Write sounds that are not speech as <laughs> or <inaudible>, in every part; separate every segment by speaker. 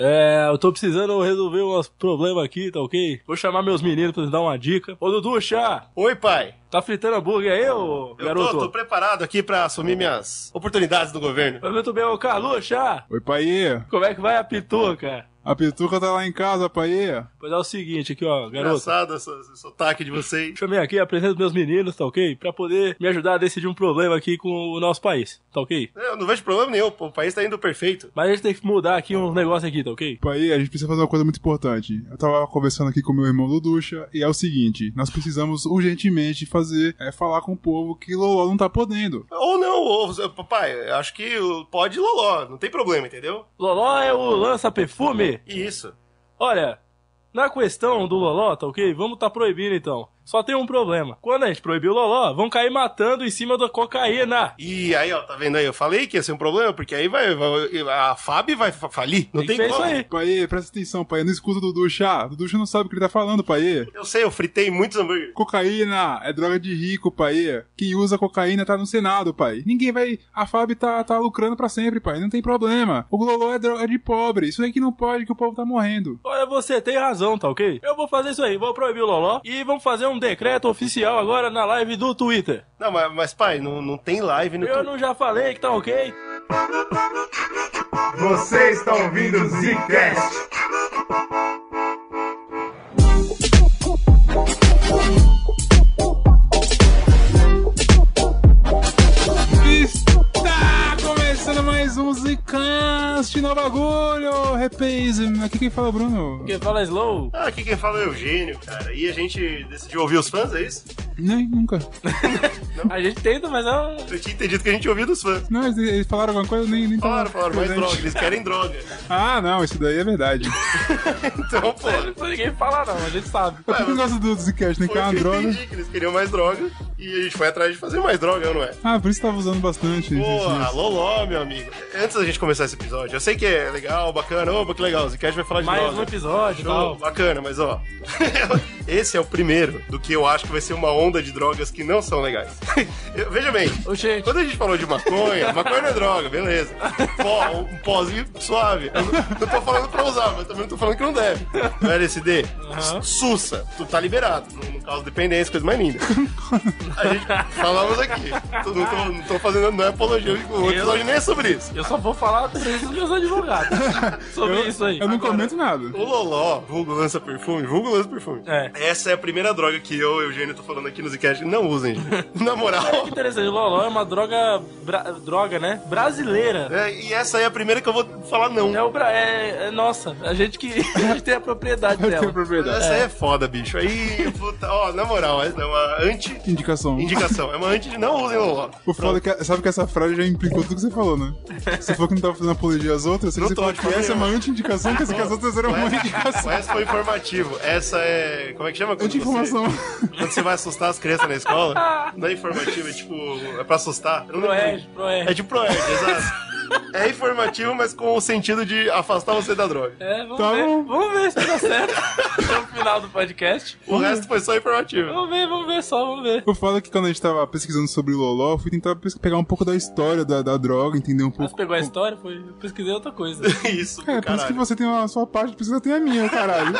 Speaker 1: É, eu tô precisando resolver uns problemas aqui, tá ok? Vou chamar meus meninos pra eles dar uma dica. Ô, Dudu, chá!
Speaker 2: Oi, pai.
Speaker 1: Tá fritando hambúrguer aí, ô
Speaker 2: Eu
Speaker 1: garoto?
Speaker 2: tô, tô preparado aqui pra assumir minhas oportunidades do governo.
Speaker 1: Muito bem, ô Carlos, chá!
Speaker 3: Oi, Paê.
Speaker 1: Como é que vai a pituca?
Speaker 3: A Pituca tá lá em casa, Paê.
Speaker 1: Pois é o seguinte aqui, ó, garoto.
Speaker 2: Engraçado esse, esse sotaque de vocês.
Speaker 1: Chamei aqui, apresento meus meninos, tá ok? Pra poder me ajudar a decidir um problema aqui com o nosso país, tá ok?
Speaker 2: Eu não vejo problema nenhum, pô, o país tá indo perfeito.
Speaker 1: Mas a gente tem que mudar aqui uns negócios aqui, tá ok?
Speaker 3: Paê, a gente precisa fazer uma coisa muito importante. Eu tava conversando aqui com meu irmão do Ducha e é o seguinte: nós precisamos urgentemente fazer é falar com o povo que Loló não tá podendo.
Speaker 2: Ou não, ou, papai, eu acho que o- pode ir loló, não tem problema, entendeu?
Speaker 1: Loló é o lança-perfume?
Speaker 2: E isso.
Speaker 1: Olha, na questão do Loló, tá ok? Vamos tá proibindo então. Só tem um problema. Quando a gente proibir o Loló, vão cair matando em cima da cocaína.
Speaker 2: E aí, ó, tá vendo aí? Eu falei que ia ser um problema, porque aí vai, vai- a FAB vai fa- falir. Não
Speaker 1: Tem que
Speaker 2: tem,
Speaker 1: ver
Speaker 2: como.
Speaker 1: isso aí.
Speaker 3: Paê, presta atenção, Paê. Não escuta o Dudu chá. O Dudu chá não sabe o que ele tá falando, Paê.
Speaker 2: Eu sei, eu fritei muitos hambúrgueres.
Speaker 3: Cocaína é droga de rico, pai. Quem usa cocaína tá no Senado, pai. Ninguém vai. A FAB tá, tá lucrando pra sempre, pai. Não tem problema. O Loló é droga de pobre. Isso aí que não pode, que o povo tá morrendo.
Speaker 1: Olha, você tem razão, tá ok? Eu vou fazer isso aí, vou proibir o Loló e vamos fazer um decreto oficial agora na live do Twitter.
Speaker 2: Não, mas, mas, pai, não, não tem live no
Speaker 1: Eu não já falei que tá ok?
Speaker 3: Você está ouvindo o Zcast. Está começando mais um Zcast no bagulho. Repês, aqui quem fala é o Bruno.
Speaker 1: Porque fala slow.
Speaker 2: Ah, aqui quem fala é o Eugênio, cara. E a gente decidiu ouvir os fãs, é isso?
Speaker 3: Nem, nunca.
Speaker 1: A gente tenta, mas é um...
Speaker 2: Eu tinha entendido que a gente ouvia dos fãs.
Speaker 3: Não, eles, eles falaram alguma coisa, nem, nem
Speaker 2: Falaram,
Speaker 3: tava
Speaker 2: falaram, mais
Speaker 3: presente.
Speaker 2: droga, eles querem
Speaker 3: <laughs>
Speaker 2: droga.
Speaker 3: Ah, não, isso daí é verdade.
Speaker 2: Então, pô, foi
Speaker 1: Ninguém fala não, a gente sabe.
Speaker 3: Eu que gosto do Zcast, né?
Speaker 2: o
Speaker 3: Que é uma
Speaker 2: que eu
Speaker 3: droga.
Speaker 2: entendi, que eles queriam mais droga. E a gente foi atrás de fazer mais droga, não é?
Speaker 3: Ah, por isso que tava usando bastante. esses dias.
Speaker 2: Pô, loló, meu amigo. Antes da gente começar esse episódio, eu sei que é legal, bacana, opa, que legal, o Zicast vai falar de
Speaker 1: Mais um
Speaker 2: droga.
Speaker 1: episódio e
Speaker 2: Show,
Speaker 1: tal.
Speaker 2: bacana, mas ó. <laughs> Esse é o primeiro do que eu acho que vai ser uma onda de drogas que não são legais. <laughs> Eu- Veja bem.
Speaker 1: Ô, gente.
Speaker 2: Quando a gente falou de maconha, maconha não é droga, beleza. Pó, um pozinho suave. Eu não- não tô falando pra usar, mas também não tô falando que não deve. No LSD, sussa, tu tá liberado. Não, não causa dependência, coisa mais linda. A gente falamos aqui. Tô- não, tô, não tô fazendo, não é apologia, o episódio nem é sobre isso.
Speaker 1: Eu só vou falar três dos meus
Speaker 2: <laughs>
Speaker 1: advogados sobre isso aí.
Speaker 3: Eu não comento nada.
Speaker 2: O Loló, vulgo lança perfume, vulgo lança perfume.
Speaker 1: É.
Speaker 2: Essa é a primeira droga que eu e o Eugênio tô falando aqui no Zcast. Não usem, gente. Na moral.
Speaker 1: Interessante, o Loló é uma droga. bra- droga, né? Brasileira.
Speaker 2: É, e essa é a primeira que eu vou falar não.
Speaker 1: É o Bra. É, é nossa, a gente que <laughs> a gente tem a propriedade
Speaker 3: Eu <laughs> tenho
Speaker 1: dela.
Speaker 3: propriedade.
Speaker 2: Essa é. foda, bicho. Aí, puta, ó, na moral, essa é uma
Speaker 3: Indicação.
Speaker 2: anti-indicação. É uma anti de não usem Loló.
Speaker 3: O foda é que, sabe que essa frase já implicou tudo que você falou, né? Você falou que não tava fazendo apologia às outras,
Speaker 2: Não
Speaker 3: você
Speaker 2: tô, tipo,
Speaker 3: falou
Speaker 2: de
Speaker 3: que
Speaker 2: forma
Speaker 3: essa é uma
Speaker 2: nenhuma.
Speaker 3: anti-indicação, que essa que as outras eram É uma indicação.
Speaker 2: Mas foi informativo. Essa é. Como é que chama? Quando
Speaker 3: Anti-informação.
Speaker 2: Você, quando você vai assustar as crianças na escola, não é informativo, é tipo. É pra assustar. Eu não lembro.
Speaker 1: Proerd, Proerd.
Speaker 2: É de Proerd, exato. É informativo, mas com o sentido de afastar você da droga.
Speaker 1: É, vamos
Speaker 3: Tá
Speaker 1: ver.
Speaker 3: bom.
Speaker 1: Vamos ver se dá certo <laughs> até o final do podcast.
Speaker 2: O resto foi só informativo.
Speaker 1: Vamos ver, vamos ver só, vamos ver.
Speaker 3: O foda é que quando a gente tava pesquisando sobre o Loló, eu fui tentar pes- pegar um pouco da história da, da droga, entender um
Speaker 1: Mas
Speaker 3: pouco.
Speaker 1: pegou a história, foi. Eu pesquisei outra coisa.
Speaker 2: Isso,
Speaker 3: É,
Speaker 2: cara.
Speaker 3: por isso que você tem a sua parte, por isso que eu tenho a
Speaker 2: <laughs>
Speaker 3: minha, caralho.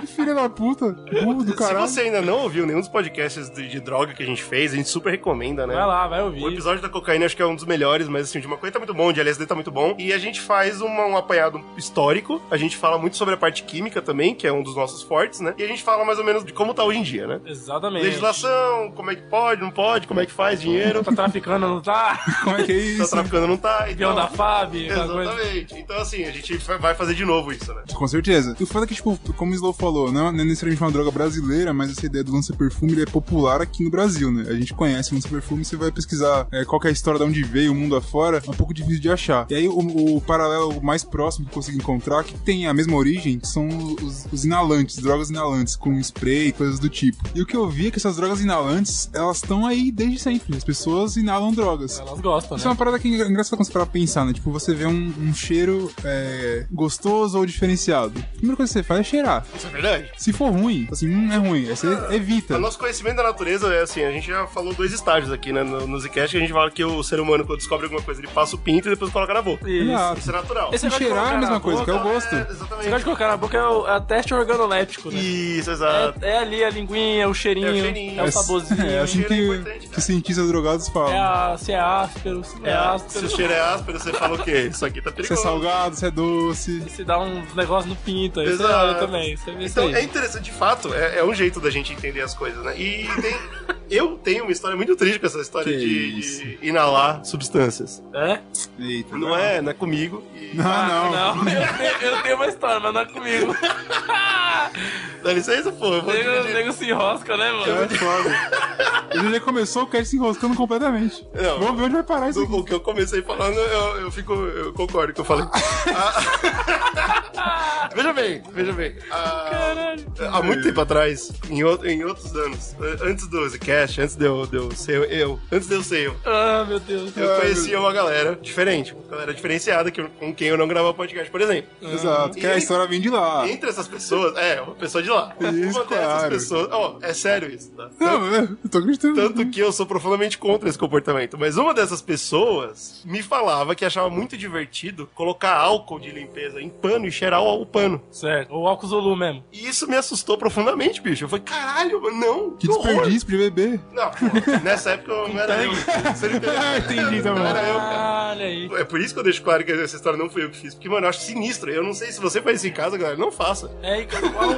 Speaker 3: Que filha da puta, burro do
Speaker 2: Se
Speaker 3: caralho.
Speaker 2: você ainda não ouviu nenhum dos podcasts de, de droga que a gente fez, a gente super recomenda, né?
Speaker 1: Vai lá, vai
Speaker 2: O
Speaker 1: ouvir.
Speaker 2: episódio da cocaína acho que é um dos melhores, mas assim, de maconha tá muito bom, de LSD tá muito bom. E a gente faz uma- um apanhado histórico, a gente fala muito sobre a parte química também, que é um dos nossos fortes, né? E a gente fala mais ou menos de como tá hoje em dia, né?
Speaker 1: Exatamente.
Speaker 2: Legislação, como é que pode, não pode, como é que faz dinheiro,
Speaker 1: Tá traficando, não tá?
Speaker 3: Como é que é
Speaker 2: tá
Speaker 3: isso?
Speaker 2: traficando, não tá.
Speaker 1: Pião
Speaker 2: Então,
Speaker 1: da FAB, aquela coisa.
Speaker 2: Exatamente. Então, assim, a gente fa- vai fazer de novo isso, né?
Speaker 3: Com certeza. E o foda é que, tipo, como o Slow falou, não é não é necessariamente uma droga brasileira, mas essa ideia do lança-perfume ele é popular aqui no Brasil, né? A gente conhece o lança-perfume, você vai pesquisar é, qual que é a história, de onde veio, o mundo afora, é um pouco difícil de achar. E aí, o, o paralelo mais próximo que eu consegui encontrar, que tem a mesma origem, que são os, os inalantes, drogas inalantes, com spray e coisas do tipo. E o que eu vi é que essas drogas inalantes, elas estão aí desde sempre. As pessoas inalam drogas.
Speaker 1: Elas gostam,
Speaker 3: Isso é
Speaker 1: né?
Speaker 3: uma parada que é engra- engraçada quando você para pra pensar, né? Tipo, você vê um, um cheiro é, gostoso ou diferenciado. A primeira coisa que você faz é cheirar.
Speaker 2: Isso é verdade.
Speaker 3: Se for ruim, assim, hum, é ruim. Aí você
Speaker 2: O
Speaker 3: evita.
Speaker 2: nosso conhecimento da natureza é assim, a gente já falou dois estágios aqui, né? No, no Zcast, que a gente fala que o ser humano, quando descobre alguma coisa, ele passa o pinto e depois pessoas colocam na boca.
Speaker 1: Isso.
Speaker 3: Exato.
Speaker 2: Isso é natural.
Speaker 1: Esse
Speaker 3: E
Speaker 1: negócio de
Speaker 3: cheirar é
Speaker 1: colocar
Speaker 3: a mesma
Speaker 1: na
Speaker 3: coisa, que é o
Speaker 1: boca,
Speaker 3: gosto.
Speaker 1: Esse
Speaker 2: É,
Speaker 1: negócio de
Speaker 2: exatamente.
Speaker 1: colocar na boca é, o, é teste organoléptico, né?
Speaker 2: Isso, exato.
Speaker 1: É, é ali a linguinha, o cheirinho,
Speaker 2: É
Speaker 1: é
Speaker 2: o
Speaker 1: o,
Speaker 2: cheirinho. É-
Speaker 1: saborzinho,
Speaker 3: É assim
Speaker 2: cheiro é importante,
Speaker 3: que,
Speaker 2: cara.
Speaker 3: que cientistas drogados falam.
Speaker 1: é a- se é áspero, se não é,
Speaker 2: É, se
Speaker 1: áspero,
Speaker 2: o cheiro é áspero, você fala o quê? Isso aqui tá
Speaker 3: Se é
Speaker 2: perigoso.
Speaker 3: salgado, se é doce.
Speaker 1: se dá uns negócios no pinto, aí você
Speaker 2: Exato.
Speaker 1: olha também, você vê
Speaker 2: Então
Speaker 1: isso
Speaker 2: é
Speaker 1: aí.
Speaker 2: interessante, de fato, é, é um jeito da gente entender as coisas, né? E tem- eu tenho uma história muito triste com essa história
Speaker 3: Que
Speaker 2: de,
Speaker 3: isso.
Speaker 2: de inalar substâncias.
Speaker 1: É?
Speaker 3: Eita.
Speaker 2: Não é, não é comigo. E-
Speaker 3: <laughs> Não, não.
Speaker 1: Ah, Não,
Speaker 2: <laughs>
Speaker 1: eu, tenho, eu tenho uma história, mas não é comigo.
Speaker 2: Dá licença, pô. Eu
Speaker 1: O
Speaker 2: vou
Speaker 1: nego, o
Speaker 2: dividir.
Speaker 1: nego se enrosca, né, mano?
Speaker 3: É foda. Ele já começou o cast se enroscando completamente.
Speaker 2: Não.
Speaker 3: Vamos ver onde vai parar isso
Speaker 2: Do-
Speaker 3: aqui.
Speaker 2: o que eu comecei falando, eu, eu fico. Eu concordo com o que eu falei.
Speaker 1: <laughs>
Speaker 2: Ah, veja bem, veja bem. Ah,
Speaker 1: Caralho.
Speaker 2: há muito tempo atrás, em, outro- em outros anos, antes do Zcast, antes de eu, de eu ser eu, antes de eu ser eu,
Speaker 1: Ah, meu Deus.
Speaker 2: eu conhecia uma galera diferente, uma galera diferenciada que, com quem eu não gravava podcast, por exemplo.
Speaker 3: Exato, que a
Speaker 2: E-
Speaker 3: história vem de lá.
Speaker 2: Entre essas pessoas, é, uma pessoa de lá.
Speaker 3: Ah. Isso,
Speaker 2: uma dessas
Speaker 3: claro.
Speaker 2: pessoas. Ó, é sério isso, tá?
Speaker 3: Não, eu tô acreditando.
Speaker 2: Tanto que eu sou profundamente contra esse comportamento. Mas uma dessas pessoas me falava que achava muito divertido colocar álcool de limpeza em pano e cheirar o, o pano.
Speaker 1: Certo. O álcool Zulu mesmo.
Speaker 2: E isso me assustou profundamente, bicho. Eu falei, caralho, mano, não.
Speaker 3: Que
Speaker 2: horror."
Speaker 3: desperdício de bebê.
Speaker 2: Não, pô, nessa época eu não era eu. Você não <laughs> entendeu?
Speaker 3: Entendi, tá bom.
Speaker 2: Não era eu, cara.
Speaker 1: Olha aí.
Speaker 2: É por isso que eu deixo claro que essa história não fui eu que fiz. Porque, mano, eu acho sinistro. Eu não sei se você faz isso em casa, galera. Não faça.
Speaker 1: É, e-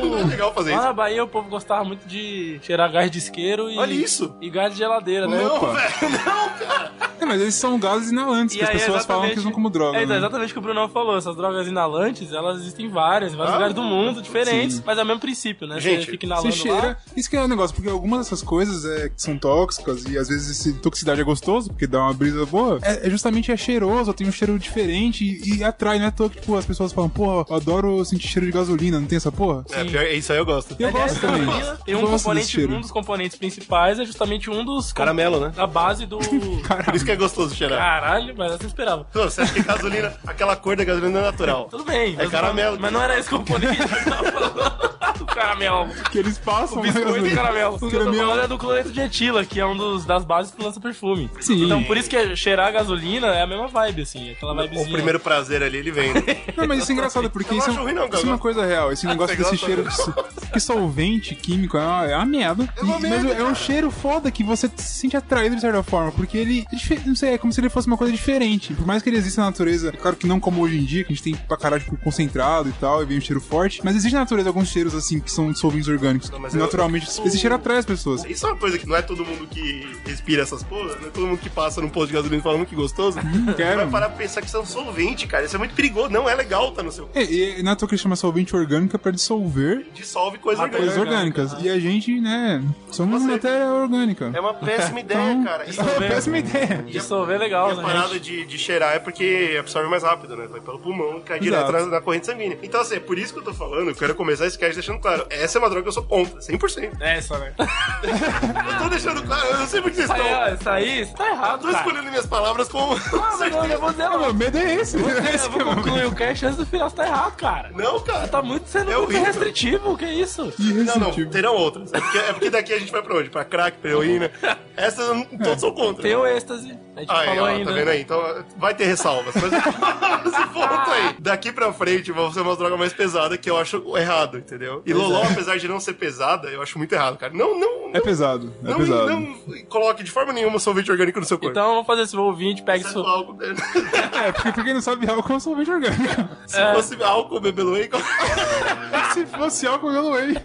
Speaker 2: Não é legal fazer
Speaker 1: Lá
Speaker 2: isso.
Speaker 1: na Ah, Bahia o povo gostava muito de cheirar gás de isqueiro e,
Speaker 2: Olha isso.
Speaker 1: e gás de geladeira, né?
Speaker 2: Não,
Speaker 3: Opa.
Speaker 2: velho. Não, cara.
Speaker 3: É, mas eles são gases inalantes, que as
Speaker 1: aí, é
Speaker 3: pessoas falam que eles
Speaker 1: exatamente-
Speaker 3: não como droga.
Speaker 1: É, então,
Speaker 3: né?
Speaker 1: exatamente o que o Brunão falou. Essas drogas inalantes, elas existem várias, em vários
Speaker 2: Ah,
Speaker 1: lugares do mundo, diferentes, mas é o mesmo princípio, né?
Speaker 2: Gente,
Speaker 1: você fica
Speaker 3: Você
Speaker 1: inalando
Speaker 3: cheira.
Speaker 1: lá.
Speaker 3: Isso que é o negócio, porque algumas dessas coisas é, que são tóxicas e às vezes essa toxicidade é gostoso, porque dá uma brisa boa. É, é justamente é cheiroso, tem um cheiro diferente e, e atrai, né? Tô, tipo, as pessoas falam, porra, eu adoro sentir cheiro de gasolina, não tem essa porra?
Speaker 2: É, pior, isso aí eu gosto.
Speaker 3: E eu
Speaker 1: Aliás,
Speaker 3: gosto também.
Speaker 1: gasolina é Tem
Speaker 3: Eu
Speaker 1: um
Speaker 3: gosto desse
Speaker 1: componente,
Speaker 3: cheiro.
Speaker 1: um dos componentes principais é justamente um dos... com-
Speaker 2: Caramelo, né?
Speaker 1: A base
Speaker 3: <laughs>
Speaker 1: do...
Speaker 2: Por
Speaker 3: Caralho.
Speaker 2: isso que é gostoso cheirar.
Speaker 1: Caralho, mas essa eu esperava.
Speaker 2: Não, você acha que gasolina, aquela cor da gasolina é natural?
Speaker 1: Tudo bem.
Speaker 2: É
Speaker 1: mas-
Speaker 2: caramelo.
Speaker 1: Mas não era esse componente que eu tava falando. <laughs> O
Speaker 3: <laughs>
Speaker 1: caramelo.
Speaker 3: Que eles passam, né,
Speaker 1: Biscoito é e
Speaker 3: gasolina.
Speaker 1: caramelo. O que eu tô
Speaker 3: Caramelo.
Speaker 1: falando é do cloreto de etila, que é um dos, das bases que lança perfume.
Speaker 3: Sim.
Speaker 1: Então, por isso que cheirar a gasolina é a mesma vibe, assim. Aquela vibezinha.
Speaker 2: O primeiro prazer ali, ele vem. né? <laughs>
Speaker 3: Não, mas isso é engraçado, porque
Speaker 2: Eu não
Speaker 3: isso,
Speaker 2: acho
Speaker 3: é,
Speaker 2: ruim, não,
Speaker 3: isso é
Speaker 2: Gabriel.
Speaker 3: uma coisa real. Esse
Speaker 2: <laughs>
Speaker 3: negócio
Speaker 2: você
Speaker 3: desse
Speaker 2: gosta?
Speaker 3: cheiro de so- que solvente químico é uma, é uma merda.
Speaker 2: É uma
Speaker 3: E-
Speaker 2: merda,
Speaker 3: mas é um cheiro foda que você se sente atraído de certa forma, porque ele, é dife- não sei, é como se ele fosse uma coisa diferente. Por mais que ele exista na natureza, é claro que não como hoje em dia, que a gente tem pra caralho tipo, concentrado e tal, e vem um cheiro forte, mas existe na natureza alguns cheiros assim que são de solventes orgânicos.
Speaker 2: Não, mas
Speaker 3: que
Speaker 2: eu-
Speaker 3: naturalmente, esse cheiro atrai as pessoas.
Speaker 2: Isso é uma coisa que não é todo mundo que respira essas porras, não é todo mundo que passa num posto de gasolina falando que gostoso.
Speaker 3: quero.
Speaker 2: Vai parar pra pensar que isso é um solvente, cara. Isso é muito perigoso, não é legal tá no seu.
Speaker 3: É, e, e na toa que ele chama solvente orgânica pra dissolver
Speaker 2: Dissolve coisa
Speaker 1: Uma
Speaker 2: É orgânica.
Speaker 3: coisas orgânicas. E a gente, né, somos
Speaker 2: Você-
Speaker 3: matéria orgânica.
Speaker 2: É uma péssima ideia,
Speaker 3: Então,
Speaker 2: cara.
Speaker 3: <laughs>
Speaker 2: E
Speaker 3: É uma péssima ideia.
Speaker 1: Dissolver é
Speaker 2: a
Speaker 1: legal, né?
Speaker 2: parada de, de cheirar é porque absorve mais rápido, né? Vai pelo pulmão, cai direto
Speaker 3: Exato.
Speaker 2: na, na corrente sanguínea. Então, assim, é por isso que eu tô falando, eu quero começar esse cast deixando claro. Essa é uma droga que eu sou contra, 100%.
Speaker 1: É, só, né?
Speaker 2: Eu tô deixando claro, eu não sei por que vocês
Speaker 1: Isso
Speaker 2: estão...
Speaker 1: aí, ó, isso aí, isso tá
Speaker 2: Eu
Speaker 1: errado,
Speaker 2: tô
Speaker 1: cara.
Speaker 2: escolhendo minhas palavras com <laughs>
Speaker 1: Ah, mas não, eu
Speaker 2: certeza.
Speaker 1: vou dizer,
Speaker 3: Ah,
Speaker 1: eu
Speaker 3: meu medo é esse. Esse que é
Speaker 1: vou
Speaker 3: o meu
Speaker 1: concluir o cast antes do final, você tá errado, cara.
Speaker 2: Não, cara.
Speaker 1: Tá muito sendo
Speaker 2: É
Speaker 1: muito
Speaker 2: horrível.
Speaker 1: restritivo, que isso?
Speaker 3: medo.
Speaker 2: Não, não,
Speaker 3: Irresistível.
Speaker 2: terão outras. É porque, é porque daqui a gente vai pra onde? Pra crack, pra heroína. Essas eu não- todos são contra.
Speaker 1: Tem o êxtase, a gente
Speaker 2: Aí,
Speaker 1: falou
Speaker 2: ó,
Speaker 1: ainda.
Speaker 2: tá vendo aí? Então vai ter ressalvas. <laughs> Mas esse ponto aí. Daqui pra frente vão ser umas drogas mais pesadas que eu acho errado, entendeu? E Loló, apesar de não ser pesada, eu acho muito errado, cara. Não, não.
Speaker 3: É pesado, é
Speaker 2: não,
Speaker 3: pesado.
Speaker 2: não, coloque de forma nenhuma solvente orgânico no seu corpo.
Speaker 1: Então vamos fazer esse ouvinte, pega
Speaker 2: se
Speaker 1: isso.
Speaker 2: álcool, <laughs>
Speaker 3: É, porque pra quem não sabe, álcool é um solvente orgânico.
Speaker 2: se fosse álcool, bebê
Speaker 3: Se fosse álcool, eu não whey.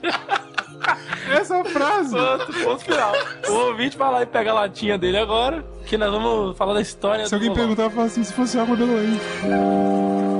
Speaker 3: Essa é a frase.
Speaker 1: Ponto, ponto final. O ouvinte vai lá e pega a latinha dele agora, que nós vamos falar da história
Speaker 3: Se alguém
Speaker 1: do Lolo.
Speaker 3: perguntar, eu falo assim, se fosse álcool, eu não whey.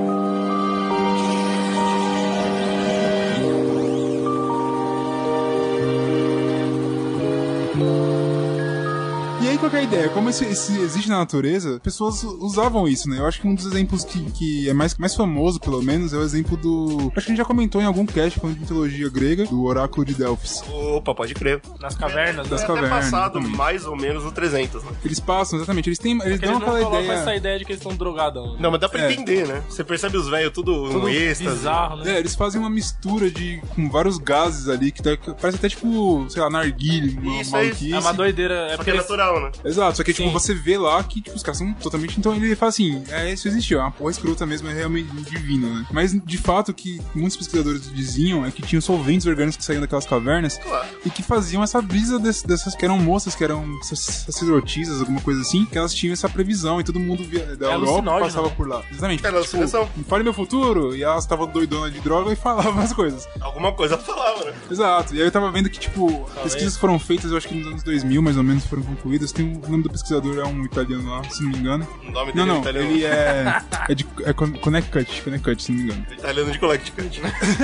Speaker 3: E aí, qual que é a ideia? Como isso, isso existe na natureza, pessoas usavam isso, né? Eu acho que um dos exemplos que, que é mais, mais famoso, pelo menos, é o exemplo do. Acho que a gente já comentou em algum cast falando de mitologia grega, do Oráculo de Delfos.
Speaker 2: Opa, pode crer.
Speaker 1: Nas cavernas, né?
Speaker 3: Das
Speaker 2: Deve ter
Speaker 3: cavernas,
Speaker 2: passado
Speaker 3: exatamente.
Speaker 2: mais ou menos no 300, né?
Speaker 3: Eles passam, exatamente. Eles têm. Eles
Speaker 1: Porque
Speaker 3: dão
Speaker 1: eles não
Speaker 3: aquela
Speaker 1: colocam
Speaker 3: ideia.
Speaker 1: essa ideia de que eles estão drogadão.
Speaker 2: Não, mas dá pra
Speaker 3: É.
Speaker 2: entender, né? Você percebe os velhos tudo,
Speaker 1: Tudo
Speaker 2: no êxtase.
Speaker 1: bizarro, né?
Speaker 3: É, eles fazem uma mistura de com vários gases ali que dá- que parece até tipo, sei lá, narguile, uma
Speaker 2: Isso,
Speaker 3: maluquice.
Speaker 1: É uma doideira. É
Speaker 2: Só
Speaker 1: porque
Speaker 2: que é
Speaker 1: eles,
Speaker 2: natural, né?
Speaker 3: Exato, só que, tipo,
Speaker 1: Sim.
Speaker 3: você vê lá que tipo, os caras são totalmente. Então ele fala assim: é, isso existiu, é uma porra escrota mesmo, é realmente divino, né? Mas de fato, o que muitos pesquisadores diziam é que tinham solventes orgânicos que saíam daquelas cavernas
Speaker 2: Claro.
Speaker 3: e que faziam essa brisa des- dessas que eram moças, que eram sac- sacerdotisas, alguma coisa assim, que elas tinham essa previsão e todo mundo via, da
Speaker 1: É
Speaker 3: Europa
Speaker 1: alucinógeno,
Speaker 3: passava
Speaker 1: né?
Speaker 3: por lá. Exatamente. tipo,
Speaker 2: Era alucinação.
Speaker 3: Fale meu futuro, e elas estavam doidonas de droga e <laughs> falavam as coisas.
Speaker 2: Alguma coisa ela falava, né?
Speaker 3: Exato. E aí eu tava vendo que, tipo, pesquisas foram feitas, eu acho que nos anos 2000, mais ou menos, foram concluídas. Tem um, o nome do pesquisador é um italiano lá, se não me engano.
Speaker 2: O nome dele
Speaker 3: Não,
Speaker 2: é
Speaker 3: não,
Speaker 2: italiano.
Speaker 1: <laughs>
Speaker 3: ele é. É de. É Con- Connecticut, Connecticut, se não me engano.
Speaker 2: Italiano
Speaker 1: <laughs>
Speaker 2: de Collecticante.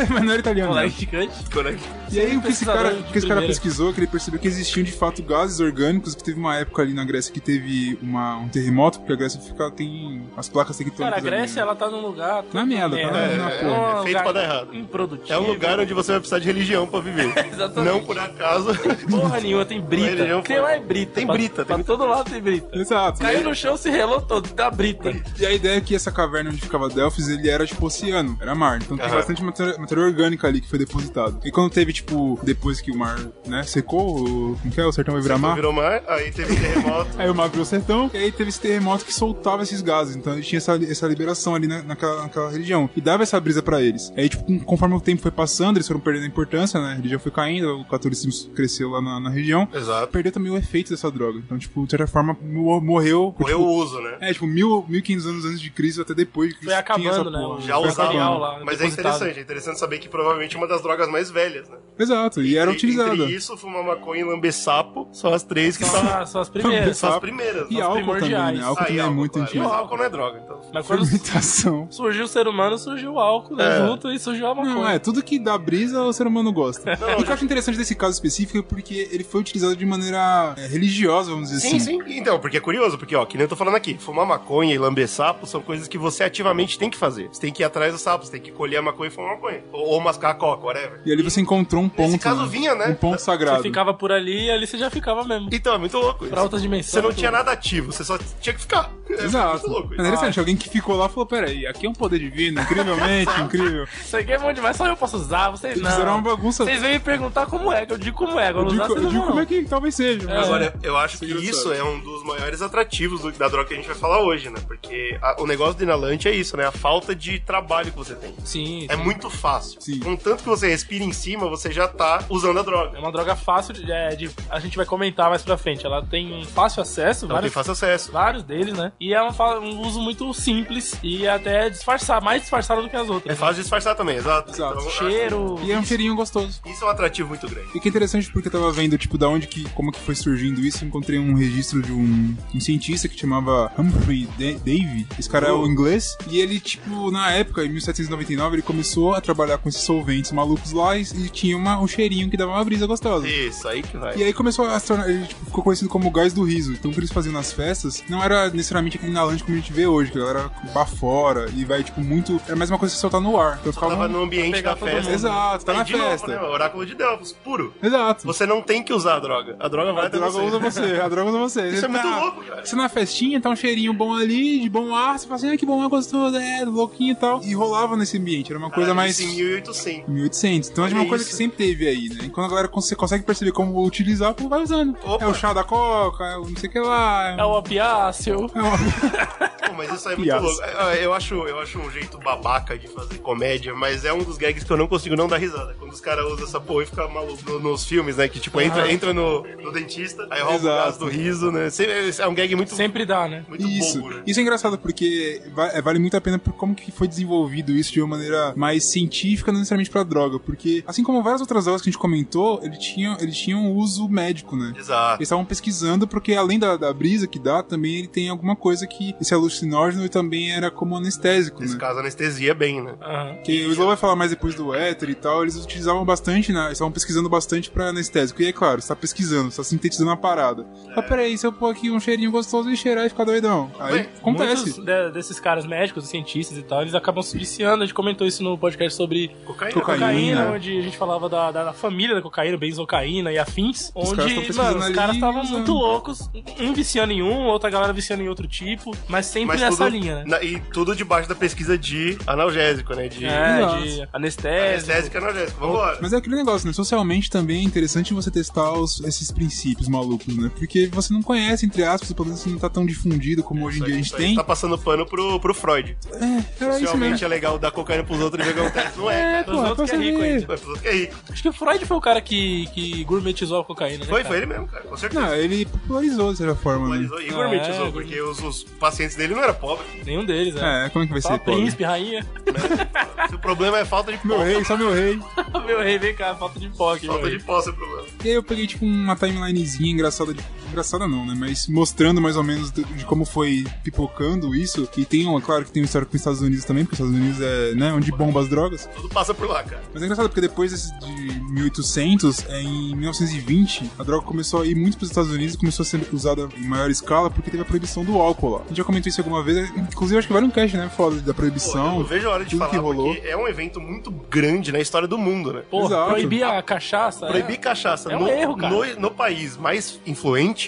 Speaker 3: Mas não era italiano.
Speaker 1: Moleque é
Speaker 3: Não.
Speaker 1: gigante.
Speaker 2: Collecticante.
Speaker 3: E aí o que esse cara,
Speaker 1: né? Pesquisador de
Speaker 3: o que esse cara
Speaker 1: primeira.
Speaker 3: pesquisou é que ele percebeu que existiam de fato gases orgânicos, que teve uma época ali na Grécia que teve uma, um terremoto, porque a Grécia fica, tem as placas tectônicas.
Speaker 1: Cara, a
Speaker 3: ali,
Speaker 1: Grécia,
Speaker 3: né?
Speaker 1: ela tá num lugar.
Speaker 3: Na merda, tá na- na
Speaker 1: é
Speaker 3: porra.
Speaker 1: um
Speaker 2: É feito
Speaker 1: lugar
Speaker 2: pra dar errado.
Speaker 1: Improdutivo.
Speaker 2: É um lugar onde você vai precisar de religião pra viver.
Speaker 1: <laughs> Exatamente.
Speaker 2: Não por
Speaker 3: <laughs>
Speaker 2: acaso.
Speaker 1: Porra nenhuma, tem brita.
Speaker 2: Ele não
Speaker 1: Tem
Speaker 2: foi.
Speaker 1: lá é brita.
Speaker 2: Tem
Speaker 1: pra-
Speaker 2: brita, tem
Speaker 1: Pra
Speaker 2: brita.
Speaker 1: todo lado tem brita.
Speaker 3: Exato.
Speaker 1: Caiu no chão, se relou todo, da brita.
Speaker 3: E a ideia é que essa caverna onde ficava Delfis, ele era tipo oceano, era mar. Então tem
Speaker 2: Aham.
Speaker 3: bastante matéria, matéria orgânica ali que foi depositado. E quando teve, tipo, depois que o mar, né, secou, o, como que é? O sertão vai virar
Speaker 2: Então
Speaker 3: mar?
Speaker 2: Virou mar, aí teve terremoto.
Speaker 3: Aí o mar virou sertão, e aí teve esse terremoto que soltava esses gases. Então ele tinha essa, essa liberação ali na- naquela, naquela religião. E dava essa brisa pra eles. Aí, tipo, com- conforme o tempo foi passando, eles foram perdendo a importância, né? A religião foi caindo, o catolicismo cresceu lá na, na região.
Speaker 2: Exato.
Speaker 3: Perdeu também o efeito dessa droga. Então, tipo, de certa forma, mo- morreu.
Speaker 2: Morreu o uso, né?
Speaker 3: É, tipo, mil, 1500 anos antes de Cristo até depois de Cristo.
Speaker 1: Foi acabando,
Speaker 3: tinha essa
Speaker 1: né,
Speaker 3: porra.
Speaker 1: o-
Speaker 2: Já
Speaker 1: Foi
Speaker 2: usava.
Speaker 1: material lá,
Speaker 2: Mas é
Speaker 1: depositado.
Speaker 2: interessante, é interessante saber que provavelmente é uma das drogas mais velhas, né?
Speaker 3: Exato, e era
Speaker 2: Entre-
Speaker 3: utilizada.
Speaker 2: Entre isso, fumar maconha e lamber sapo são as três que
Speaker 1: São,
Speaker 2: são,
Speaker 1: as- são as primeiras.
Speaker 2: são as primeiras.
Speaker 3: E
Speaker 2: né?
Speaker 1: a-
Speaker 3: álcool também,
Speaker 1: primordiais.
Speaker 3: né? Álcool
Speaker 2: Ah,
Speaker 3: também
Speaker 2: e
Speaker 3: é
Speaker 2: álcool,
Speaker 3: muito
Speaker 2: claro.
Speaker 3: antigo.
Speaker 2: Mas álcool não é droga, então.
Speaker 1: Mas quando
Speaker 3: <laughs> Fermentação.
Speaker 1: surgiu o ser humano, surgiu o álcool, né?
Speaker 2: É.
Speaker 1: Junto e surgiu a maconha.
Speaker 3: Não, é, tudo que dá brisa o ser
Speaker 1: <laughs>
Speaker 3: humano gosta.
Speaker 2: Não,
Speaker 1: né?
Speaker 3: o que eu acho interessante desse caso específico é porque ele foi utilizado de maneira é, religiosa, vamos dizer
Speaker 2: Sim,
Speaker 3: assim.
Speaker 2: sim. Então, porque é curioso, porque, ó, que nem eu tô falando aqui, fumar maconha e lamber sapo são coisas que você ativamente tem que fazer. Você tem que ir atrás do sapo, você tem que colher a maconha e fumar maconha. Ou, ou mascar a coca, whatever.
Speaker 3: E ali você encontrou um ponto.
Speaker 2: Nesse caso
Speaker 3: né?
Speaker 2: vinha, né?
Speaker 3: Um ponto sagrado.
Speaker 1: Você ficava por ali e ali você já ficava mesmo.
Speaker 2: Então, é muito louco isso.
Speaker 1: Pra outra dimensão.
Speaker 2: Você não
Speaker 1: tudo.
Speaker 2: tinha nada ativo, você só tinha que ficar. É
Speaker 3: é Exato.
Speaker 2: muito louco
Speaker 3: É
Speaker 2: isso.
Speaker 1: Ah,
Speaker 3: interessante, alguém que ficou lá falou: peraí, aqui é um poder divino, incrivelmente, incrível.
Speaker 1: Isso aqui é bom demais, só eu posso usar, vocês
Speaker 3: Eles
Speaker 1: não.
Speaker 3: fizeram uma bagunça.
Speaker 1: Vocês vêm me perguntar como é, que eu digo como é, agora
Speaker 3: Eu
Speaker 1: usar
Speaker 3: digo,
Speaker 1: vocês
Speaker 3: eu
Speaker 1: não
Speaker 3: digo
Speaker 1: vão.
Speaker 3: como é que talvez seja. mas-
Speaker 2: Ah, Agora, eu acho que
Speaker 3: Engraçado.
Speaker 2: isso é um dos maiores atrativos do- da droga que a gente vai falar hoje, né? Porque a- o negócio do inalante é isso, né? A falta de trabalho que você tem.
Speaker 1: Sim,
Speaker 2: É muito fácil.
Speaker 3: Sim.
Speaker 2: Contanto que você respira em cima, você já tá usando a
Speaker 1: É
Speaker 2: droga.
Speaker 1: uma droga fácil de, é, de- A gente vai comentar mais pra frente. Ela tem um fácil acesso,
Speaker 2: Então tem
Speaker 1: vários,
Speaker 2: fácil acesso.
Speaker 1: vários deles, né? E é um, fa- um uso muito simples e até disfarçar, mais disfarçado do que as
Speaker 2: É
Speaker 1: outras.
Speaker 2: fácil disfarçar também, exato.
Speaker 3: Exato.
Speaker 2: Então,
Speaker 1: Cheiro.
Speaker 3: E é um cheirinho gostoso.
Speaker 2: Isso é um atrativo muito grande.
Speaker 3: E que é interessante porque eu tava vendo, tipo, da onde que, como que foi surgindo isso. Eu encontrei um registro de um, um cientista que chamava Humphrey Da- Davy. Esse cara é o inglês. E ele, tipo, na época, em 1799, ele começou a trabalhar com esses solventes malucos lá e, e tinha uma- um cheirinho que dava uma brisa gostosa.
Speaker 2: Isso, aí que vai.
Speaker 3: E é aí começou a se tornar. Ele tipo, ficou conhecido como o gás do riso. Então o que eles faziam nas festas não era necessariamente aquele inalante como a gente vê hoje, que a galera bafora e vai, tipo, muito. Era mais uma coisa que você soltar no ar. Então ficava.
Speaker 2: Tava no ambiente
Speaker 1: pegar
Speaker 2: da
Speaker 1: todo
Speaker 2: festa.
Speaker 1: mundo.
Speaker 3: Exato, tá
Speaker 2: Aí,
Speaker 3: na
Speaker 2: de novo,
Speaker 3: festa.
Speaker 2: né? Oráculo de Delfos, puro.
Speaker 3: Exato.
Speaker 2: Você não tem que usar a droga. A droga vai
Speaker 3: A
Speaker 2: até
Speaker 3: droga
Speaker 2: você.
Speaker 3: usa você, a droga usa você.
Speaker 2: Isso é muito
Speaker 3: tá-
Speaker 2: louco, cara.
Speaker 3: Você na festinha, tá um cheirinho bom ali, de bom ar, você fala assim, ah, que bom ar gostoso, é, louquinho e tal. E rolava nesse ambiente, era uma coisa
Speaker 2: Caralho,
Speaker 3: mais...
Speaker 2: Ah, isso Em 1800.
Speaker 3: 1800. Então é uma
Speaker 2: Olha
Speaker 3: coisa
Speaker 2: isso.
Speaker 3: que sempre teve aí, né? E quando a galera cons- você consegue perceber como utilizar, pô, vai usando.
Speaker 2: Opa.
Speaker 3: É o chá da coca, é o não sei o que lá.
Speaker 1: É o opiáceo.
Speaker 3: é uma-
Speaker 2: Pô, mas isso aí é muito
Speaker 3: Piadas.
Speaker 2: louco. Eu- Eu acho, eu acho um jeito babaca de fazer comédia, mas é um dos gags que eu não consigo não dar risada. Quando os caras usam essa porra e ficam maluco no- nos filmes, né? Que tipo, entra, entra no, no dentista, aí rouba o
Speaker 3: Exato.
Speaker 2: gás do riso, né? Sempre- É um gag muito,
Speaker 1: Sempre dá, né?
Speaker 2: muito
Speaker 3: Isso.
Speaker 2: bobo, né?
Speaker 3: Isso é engraçado porque va- é, vale muito a pena por como que foi desenvolvido isso de uma maneira mais científica, não necessariamente pra droga. Porque, assim como várias outras drogas que a gente comentou, ele tinha, ele tinha um uso médico, né?
Speaker 2: Exato.
Speaker 3: Eles estavam pesquisando, porque além da, da brisa que dá, também ele tem alguma coisa que esse alucinógeno ele também era como anestésico,
Speaker 2: Nesse
Speaker 3: né?
Speaker 2: caso, anestesia bem, né?
Speaker 1: Aham.
Speaker 3: Que o Slow vai falar mais depois do éter e tal, eles utilizavam bastante, né? Eles estavam pesquisando bastante pra anestésico. E é claro, você tá pesquisando, você tá sintetizando a parada.
Speaker 2: É.
Speaker 3: Ah, peraí, se eu pôr aqui um cheirinho gostoso e cheirar e ficar doidão. Aí
Speaker 2: Bem,
Speaker 3: acontece.
Speaker 1: Muitos de- desses caras médicos, cientistas e tal, eles acabam se viciando. A gente comentou isso no podcast sobre
Speaker 2: Cocaína.
Speaker 3: Cocaína.
Speaker 1: cocaína, onde a gente falava da, da, da família da cocaína, benzocaína e afins,
Speaker 3: Os caras tão
Speaker 1: onde,
Speaker 3: pesquisando
Speaker 1: mano, os
Speaker 3: ali
Speaker 1: caras
Speaker 3: e
Speaker 1: estavam
Speaker 3: usando.
Speaker 1: muito loucos, um viciando em um, outra galera viciando em outro tipo, mas sempre sempre nessa linha, né?
Speaker 2: na- e tudo debaixo da pesquisa de analgésico, né? De
Speaker 1: É,
Speaker 3: Nossa.
Speaker 1: de anestésico.
Speaker 2: anestésico e analgésico. Vambora.
Speaker 3: Mas é aquele negócio, né? Socialmente também é interessante você testar os- esses princípios malucos, né? Porque você não conhece, entre aspas, pelo menos não tá tão difundido como hoje em dia a gente
Speaker 2: Isso aí
Speaker 3: tem.
Speaker 2: Tá passando pano pro, pro Freud.
Speaker 3: É, era isso
Speaker 2: Socialmente
Speaker 3: mesmo.
Speaker 2: é legal dar cocaína pros outros e ver o que acontece. Não é,
Speaker 3: É,
Speaker 2: cara.
Speaker 3: pô,
Speaker 1: outros
Speaker 3: pra
Speaker 1: que
Speaker 3: você
Speaker 1: é rico
Speaker 3: ver.
Speaker 1: ainda.
Speaker 2: Foi pros outros que é rico.
Speaker 1: Acho que o Freud foi o cara que, que gourmetizou a cocaína, né?
Speaker 2: Foi,
Speaker 1: cara?
Speaker 2: foi ele mesmo, cara. Com certeza.
Speaker 3: Não, ele popularizou de certa forma, né?
Speaker 2: Popularizou e
Speaker 1: Ah,
Speaker 2: gourmetizou,
Speaker 1: é,
Speaker 2: porque os, os pacientes dele não eram pobres.
Speaker 1: Nenhum deles, né?
Speaker 3: É, como é que vai
Speaker 1: Só
Speaker 3: ser? pobre?
Speaker 1: príncipe, rainha. <laughs>
Speaker 2: O problema é falta de
Speaker 3: Meu
Speaker 2: pó.
Speaker 3: rei, só meu rei.
Speaker 1: meu rei, vem cá, falta de pó aqui,
Speaker 2: Falta
Speaker 1: meu
Speaker 2: de
Speaker 1: rei.
Speaker 2: pó, seu problema.
Speaker 3: E aí eu peguei, tipo, uma timelinezinha engraçada de... Engraçada não, né? Mas mostrando mais ou menos de, de como foi pipocando isso. E tem, uma, claro que tem uma história com os Estados Unidos também, porque os Estados Unidos é, né, onde bomba as drogas.
Speaker 2: Tudo passa por lá, cara.
Speaker 3: Mas é engraçado porque depois desse- de 1800, é, em 1920, a droga começou a ir muito para os Estados Unidos e começou a ser usada em maior escala porque teve a proibição do álcool lá. A gente já comentou isso alguma vez, é, inclusive acho que vai num cast, né? Foda da
Speaker 2: Pô,
Speaker 3: proibição.
Speaker 2: eu não vejo a hora de
Speaker 3: tudo
Speaker 2: falar,
Speaker 3: que rolou.
Speaker 2: porque é um evento muito grande na história do mundo, né?
Speaker 1: Porra,
Speaker 3: Exato.
Speaker 1: proibir a cachaça. né?
Speaker 2: Proibir cachaça
Speaker 1: É um
Speaker 2: no,
Speaker 1: erro, cara.
Speaker 2: no- no país mais influente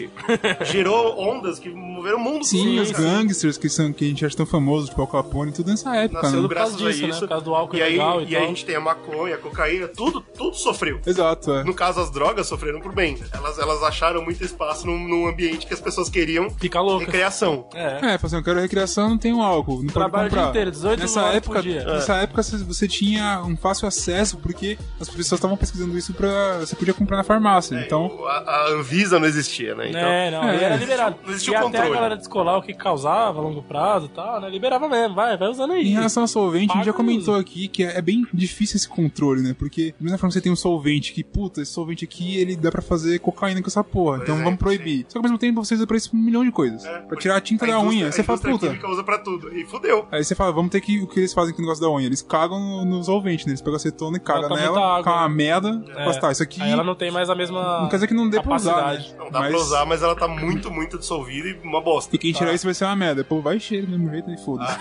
Speaker 2: gerou ondas que moveram o mundo.
Speaker 3: Sim,
Speaker 2: todo,
Speaker 3: os
Speaker 2: cara.
Speaker 3: gangsters que, são, que a gente acha tão famoso, tipo Al Capone, tudo nessa época,
Speaker 2: Nasceu
Speaker 3: né?
Speaker 2: graças
Speaker 1: causa disso,
Speaker 2: a
Speaker 1: né?
Speaker 2: isso.
Speaker 1: Por causa do álcool
Speaker 2: e aí,
Speaker 1: ilegal e
Speaker 2: aí
Speaker 1: tal.
Speaker 2: a gente tem a maconha, a cocaína, tudo, tudo sofreu.
Speaker 3: Exato, é.
Speaker 2: No caso, as drogas sofreram por bem. Elas, elas acharam muito espaço num, num ambiente que as pessoas queriam
Speaker 1: Fica louca.
Speaker 2: recreação.
Speaker 1: É.
Speaker 3: É, fazer eu quero recreação, não tenho álcool. Não
Speaker 1: Trabalho o
Speaker 3: pode comprar.
Speaker 1: dia inteiro, 18
Speaker 3: nessa
Speaker 1: horas
Speaker 3: época,
Speaker 1: por dia.
Speaker 3: Nessa época você- você tinha um fácil acesso, porque as pessoas estavam pesquisando isso pra. Você podia comprar na farmácia. então,
Speaker 2: A, a Anvisa não existia, né? Então,
Speaker 1: É, não,
Speaker 3: É.
Speaker 1: ele era liberado.
Speaker 2: Não existia
Speaker 1: e
Speaker 2: o
Speaker 1: até
Speaker 2: controle.
Speaker 1: a galera descolar o que causava a longo prazo e tal, né? Liberava mesmo, vai, vai usando aí.
Speaker 3: em relação ao solvente, a gente já
Speaker 1: Paga
Speaker 3: comentou aqui que é é bem difícil esse controle, né? Porque, da mesma forma, que você tem um solvente que, puta, esse solvente aqui, ele dá pra fazer cocaína com essa porra. então
Speaker 2: é,
Speaker 3: vamos proibir. Só que ao mesmo tempo você usa pra isso pra um milhão de coisas.
Speaker 2: é,
Speaker 3: pra tirar a tinta da
Speaker 2: indústria-
Speaker 3: unha. Aí você
Speaker 2: a
Speaker 3: fala,
Speaker 2: indústria
Speaker 3: puta.
Speaker 2: química usa pra tudo. E fudeu.
Speaker 3: Aí você fala, vamos ter que. O que eles fazem com o negócio da unha? Eles cagam no, no solvente, né? Eles pegam acetona e cagam
Speaker 1: Botam muita
Speaker 3: nela,
Speaker 1: água.
Speaker 3: com uma merda.
Speaker 1: É.
Speaker 3: É. Tá, isso aqui.
Speaker 1: Aí ela não tem mais a mesma.
Speaker 3: Não quer dizer que não dê pra usar,
Speaker 1: capacidade.
Speaker 3: né?
Speaker 2: Não dá pra usar, mas ela tá muito, muito dissolvida e uma bosta.
Speaker 3: E quem
Speaker 1: Ah.
Speaker 3: tirar isso vai ser uma merda. Pô, vai cheiro do mesmo jeito e foda-se.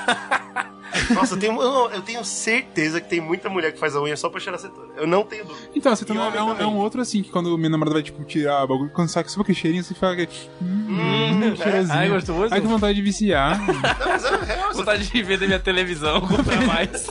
Speaker 2: Nossa, eu tenho, eu- eu tenho certeza que tem muita mulher que faz a unha só pra cheirar acetona. Eu não tenho dúvida.
Speaker 3: Então, você
Speaker 2: E
Speaker 3: também
Speaker 2: homem
Speaker 3: é, um,
Speaker 2: também.
Speaker 3: é um outro assim, que quando minha namorada vai, tipo, tirar o bagulho, quando sai que só aquele cheirinho, você fica. Hum, hum cheirosinho.
Speaker 1: Ai, gostoso.
Speaker 3: Ai, que vontade de viciar.
Speaker 2: Não, mas é real. você-
Speaker 1: Vontade de ver da minha televisão, <laughs> comprar mais.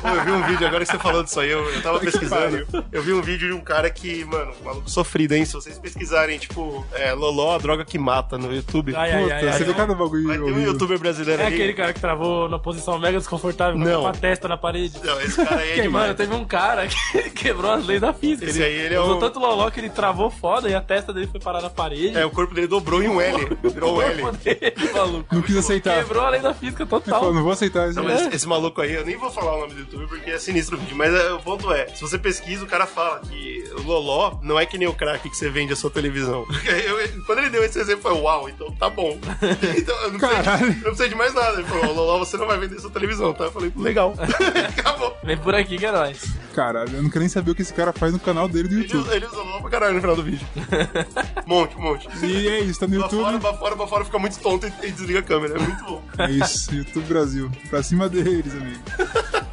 Speaker 2: Pô, eu vi um vídeo, agora que você falou disso aí, eu, eu tava pesquisando. Eu vi um vídeo de um cara que, mano, maluco sofrido, hein? Se vocês pesquisarem, tipo, é, Loló, a droga que mata no
Speaker 1: <laughs>
Speaker 2: YouTube.
Speaker 1: Ai, ai,
Speaker 3: Puta,
Speaker 1: ai, ai,
Speaker 3: você vê
Speaker 1: ai.
Speaker 3: cada bagulho.
Speaker 2: Vai ter um
Speaker 3: horrível.
Speaker 2: youtuber brasileiro
Speaker 1: Ah, É
Speaker 2: aí.
Speaker 1: aquele cara que travou na posição mega desconfortável
Speaker 2: Não.
Speaker 1: com a testa na parede.
Speaker 2: Não, esse cara aí
Speaker 1: <laughs>
Speaker 2: é
Speaker 1: Que,
Speaker 2: demais.
Speaker 1: mano, teve um cara que <laughs> quebrou as leis da física.
Speaker 2: Esse aí, ele é
Speaker 1: usou
Speaker 2: o-
Speaker 1: tanto loló que ele travou foda e a testa dele foi parar na parede.
Speaker 2: É, o corpo dele dobrou em
Speaker 1: <laughs>
Speaker 2: um L. Virou um L.
Speaker 1: O corpo <laughs> dele, maluco.
Speaker 3: Não quis
Speaker 2: Tá.
Speaker 3: aceitar.
Speaker 1: Quebrou a lei da física
Speaker 3: Ele falou,
Speaker 1: total.
Speaker 3: não vou aceitar isso.
Speaker 2: Não, mas esse maluco aí, eu nem vou falar o nome do YouTube porque é sinistro o vídeo, mas é, o ponto é, se você pesquisa, o cara fala que o Loló não é que nem o crack que você vende a sua televisão. <laughs> Eu- quando ele deu esse exemplo, eu falei, uau, então tá
Speaker 3: <laughs>
Speaker 2: bom. Então, eu não
Speaker 3: Caralho.
Speaker 2: preciso, de- eu não preciso de mais nada. Ele falou, "Ô, Loló, você não vai vender sua televisão, tá? Eu falei,
Speaker 3: <laughs>
Speaker 2: legal. Acabou.
Speaker 1: Vem por aqui que é nóis.
Speaker 3: Caralho, eu não quero nem saber o que esse cara faz no canal dele do
Speaker 2: Ele,
Speaker 3: YouTube.
Speaker 2: usa- ele usa Loló pra caralho no final do
Speaker 3: <laughs>
Speaker 2: vídeo. Um monte, um monte.
Speaker 3: E é isso, tá no
Speaker 2: Bafora,
Speaker 3: YouTube.
Speaker 2: bafora, bafora, fica muito tonto e, e desliga a câmera. É muito bom.
Speaker 3: É isso, YouTube Brasil. Pra cima deles, amigo.
Speaker 2: É, né,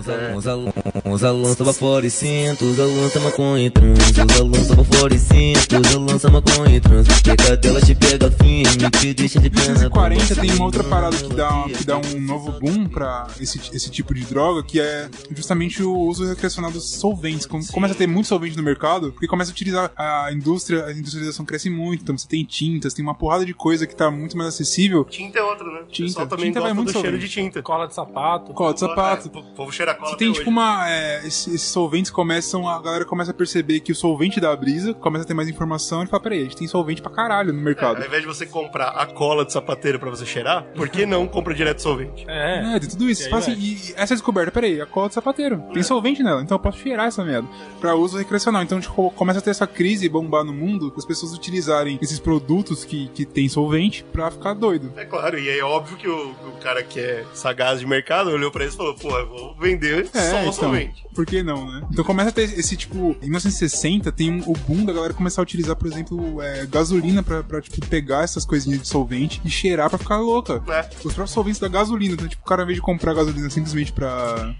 Speaker 4: Os alunos, os alunos, os alunos tava fora e cinto, os alunos tava maconha e trans, os alunos tava fora e cinto, os alunos tava maconha e trans, pega dela te pega firme, te deixa de pena.
Speaker 3: 1940 tem uma outra parada que dá, que dá um novo boom pra esse, esse tipo de droga, que é justamente o uso recreacional dos solventes. Como- Começa a ter muito solvente no mercado, porque começa a utilizar a indústria, a industrialização cresce muito, então você tem tintas, tem uma porrada de coisa que tá muito mais acessível.
Speaker 2: Tinta é outra, né?
Speaker 3: Tinta.
Speaker 2: O pessoal também
Speaker 3: Tinta vai
Speaker 2: gosta
Speaker 3: muito
Speaker 2: do cheiro
Speaker 3: solvente.
Speaker 2: de tinta.
Speaker 1: Cola de sapato.
Speaker 3: Cola de sapato.
Speaker 2: É, o povo cheira cola
Speaker 3: Você tem
Speaker 2: até
Speaker 3: tipo
Speaker 2: hoje.
Speaker 3: uma. é, esse- esses, solventes começam. A galera começa a perceber que o solvente da brisa começa a ter mais informação e fala: peraí, a gente tem solvente pra caralho no
Speaker 2: É,
Speaker 3: mercado.
Speaker 2: ao invés de você comprar a cola de sapateiro pra você cheirar, por que não compra direto solvente?
Speaker 1: É.
Speaker 3: É, tem tudo isso.
Speaker 1: E aí É.
Speaker 3: Fala assim, e essa descoberta, peraí, a cola do sapateiro. Tem solvente nela, então eu posso cheirar essa merda. Pra uso recreacional. Então tipo, começa a ter essa crise bombar no mundo, as pessoas utilizarem esses produtos que, que tem solvente pra ficar doido.
Speaker 2: É claro, e é óbvio que o, o cara que é sagaz de mercado olhou pra isso e falou, pô, eu vou só vender
Speaker 3: É,
Speaker 2: só o
Speaker 3: então,
Speaker 2: solvente.
Speaker 3: Por que não, né? Então começa a ter esse tipo. Em 1960 tem um- o boom da galera começar a utilizar, por exemplo, é, gasolina pra, pra, tipo, pegar essas coisinhas de solvente e cheirar pra ficar louca.
Speaker 2: É.
Speaker 3: Os próprios solventes da gasolina. Então, tipo, o cara, ao invés de comprar gasolina simplesmente pra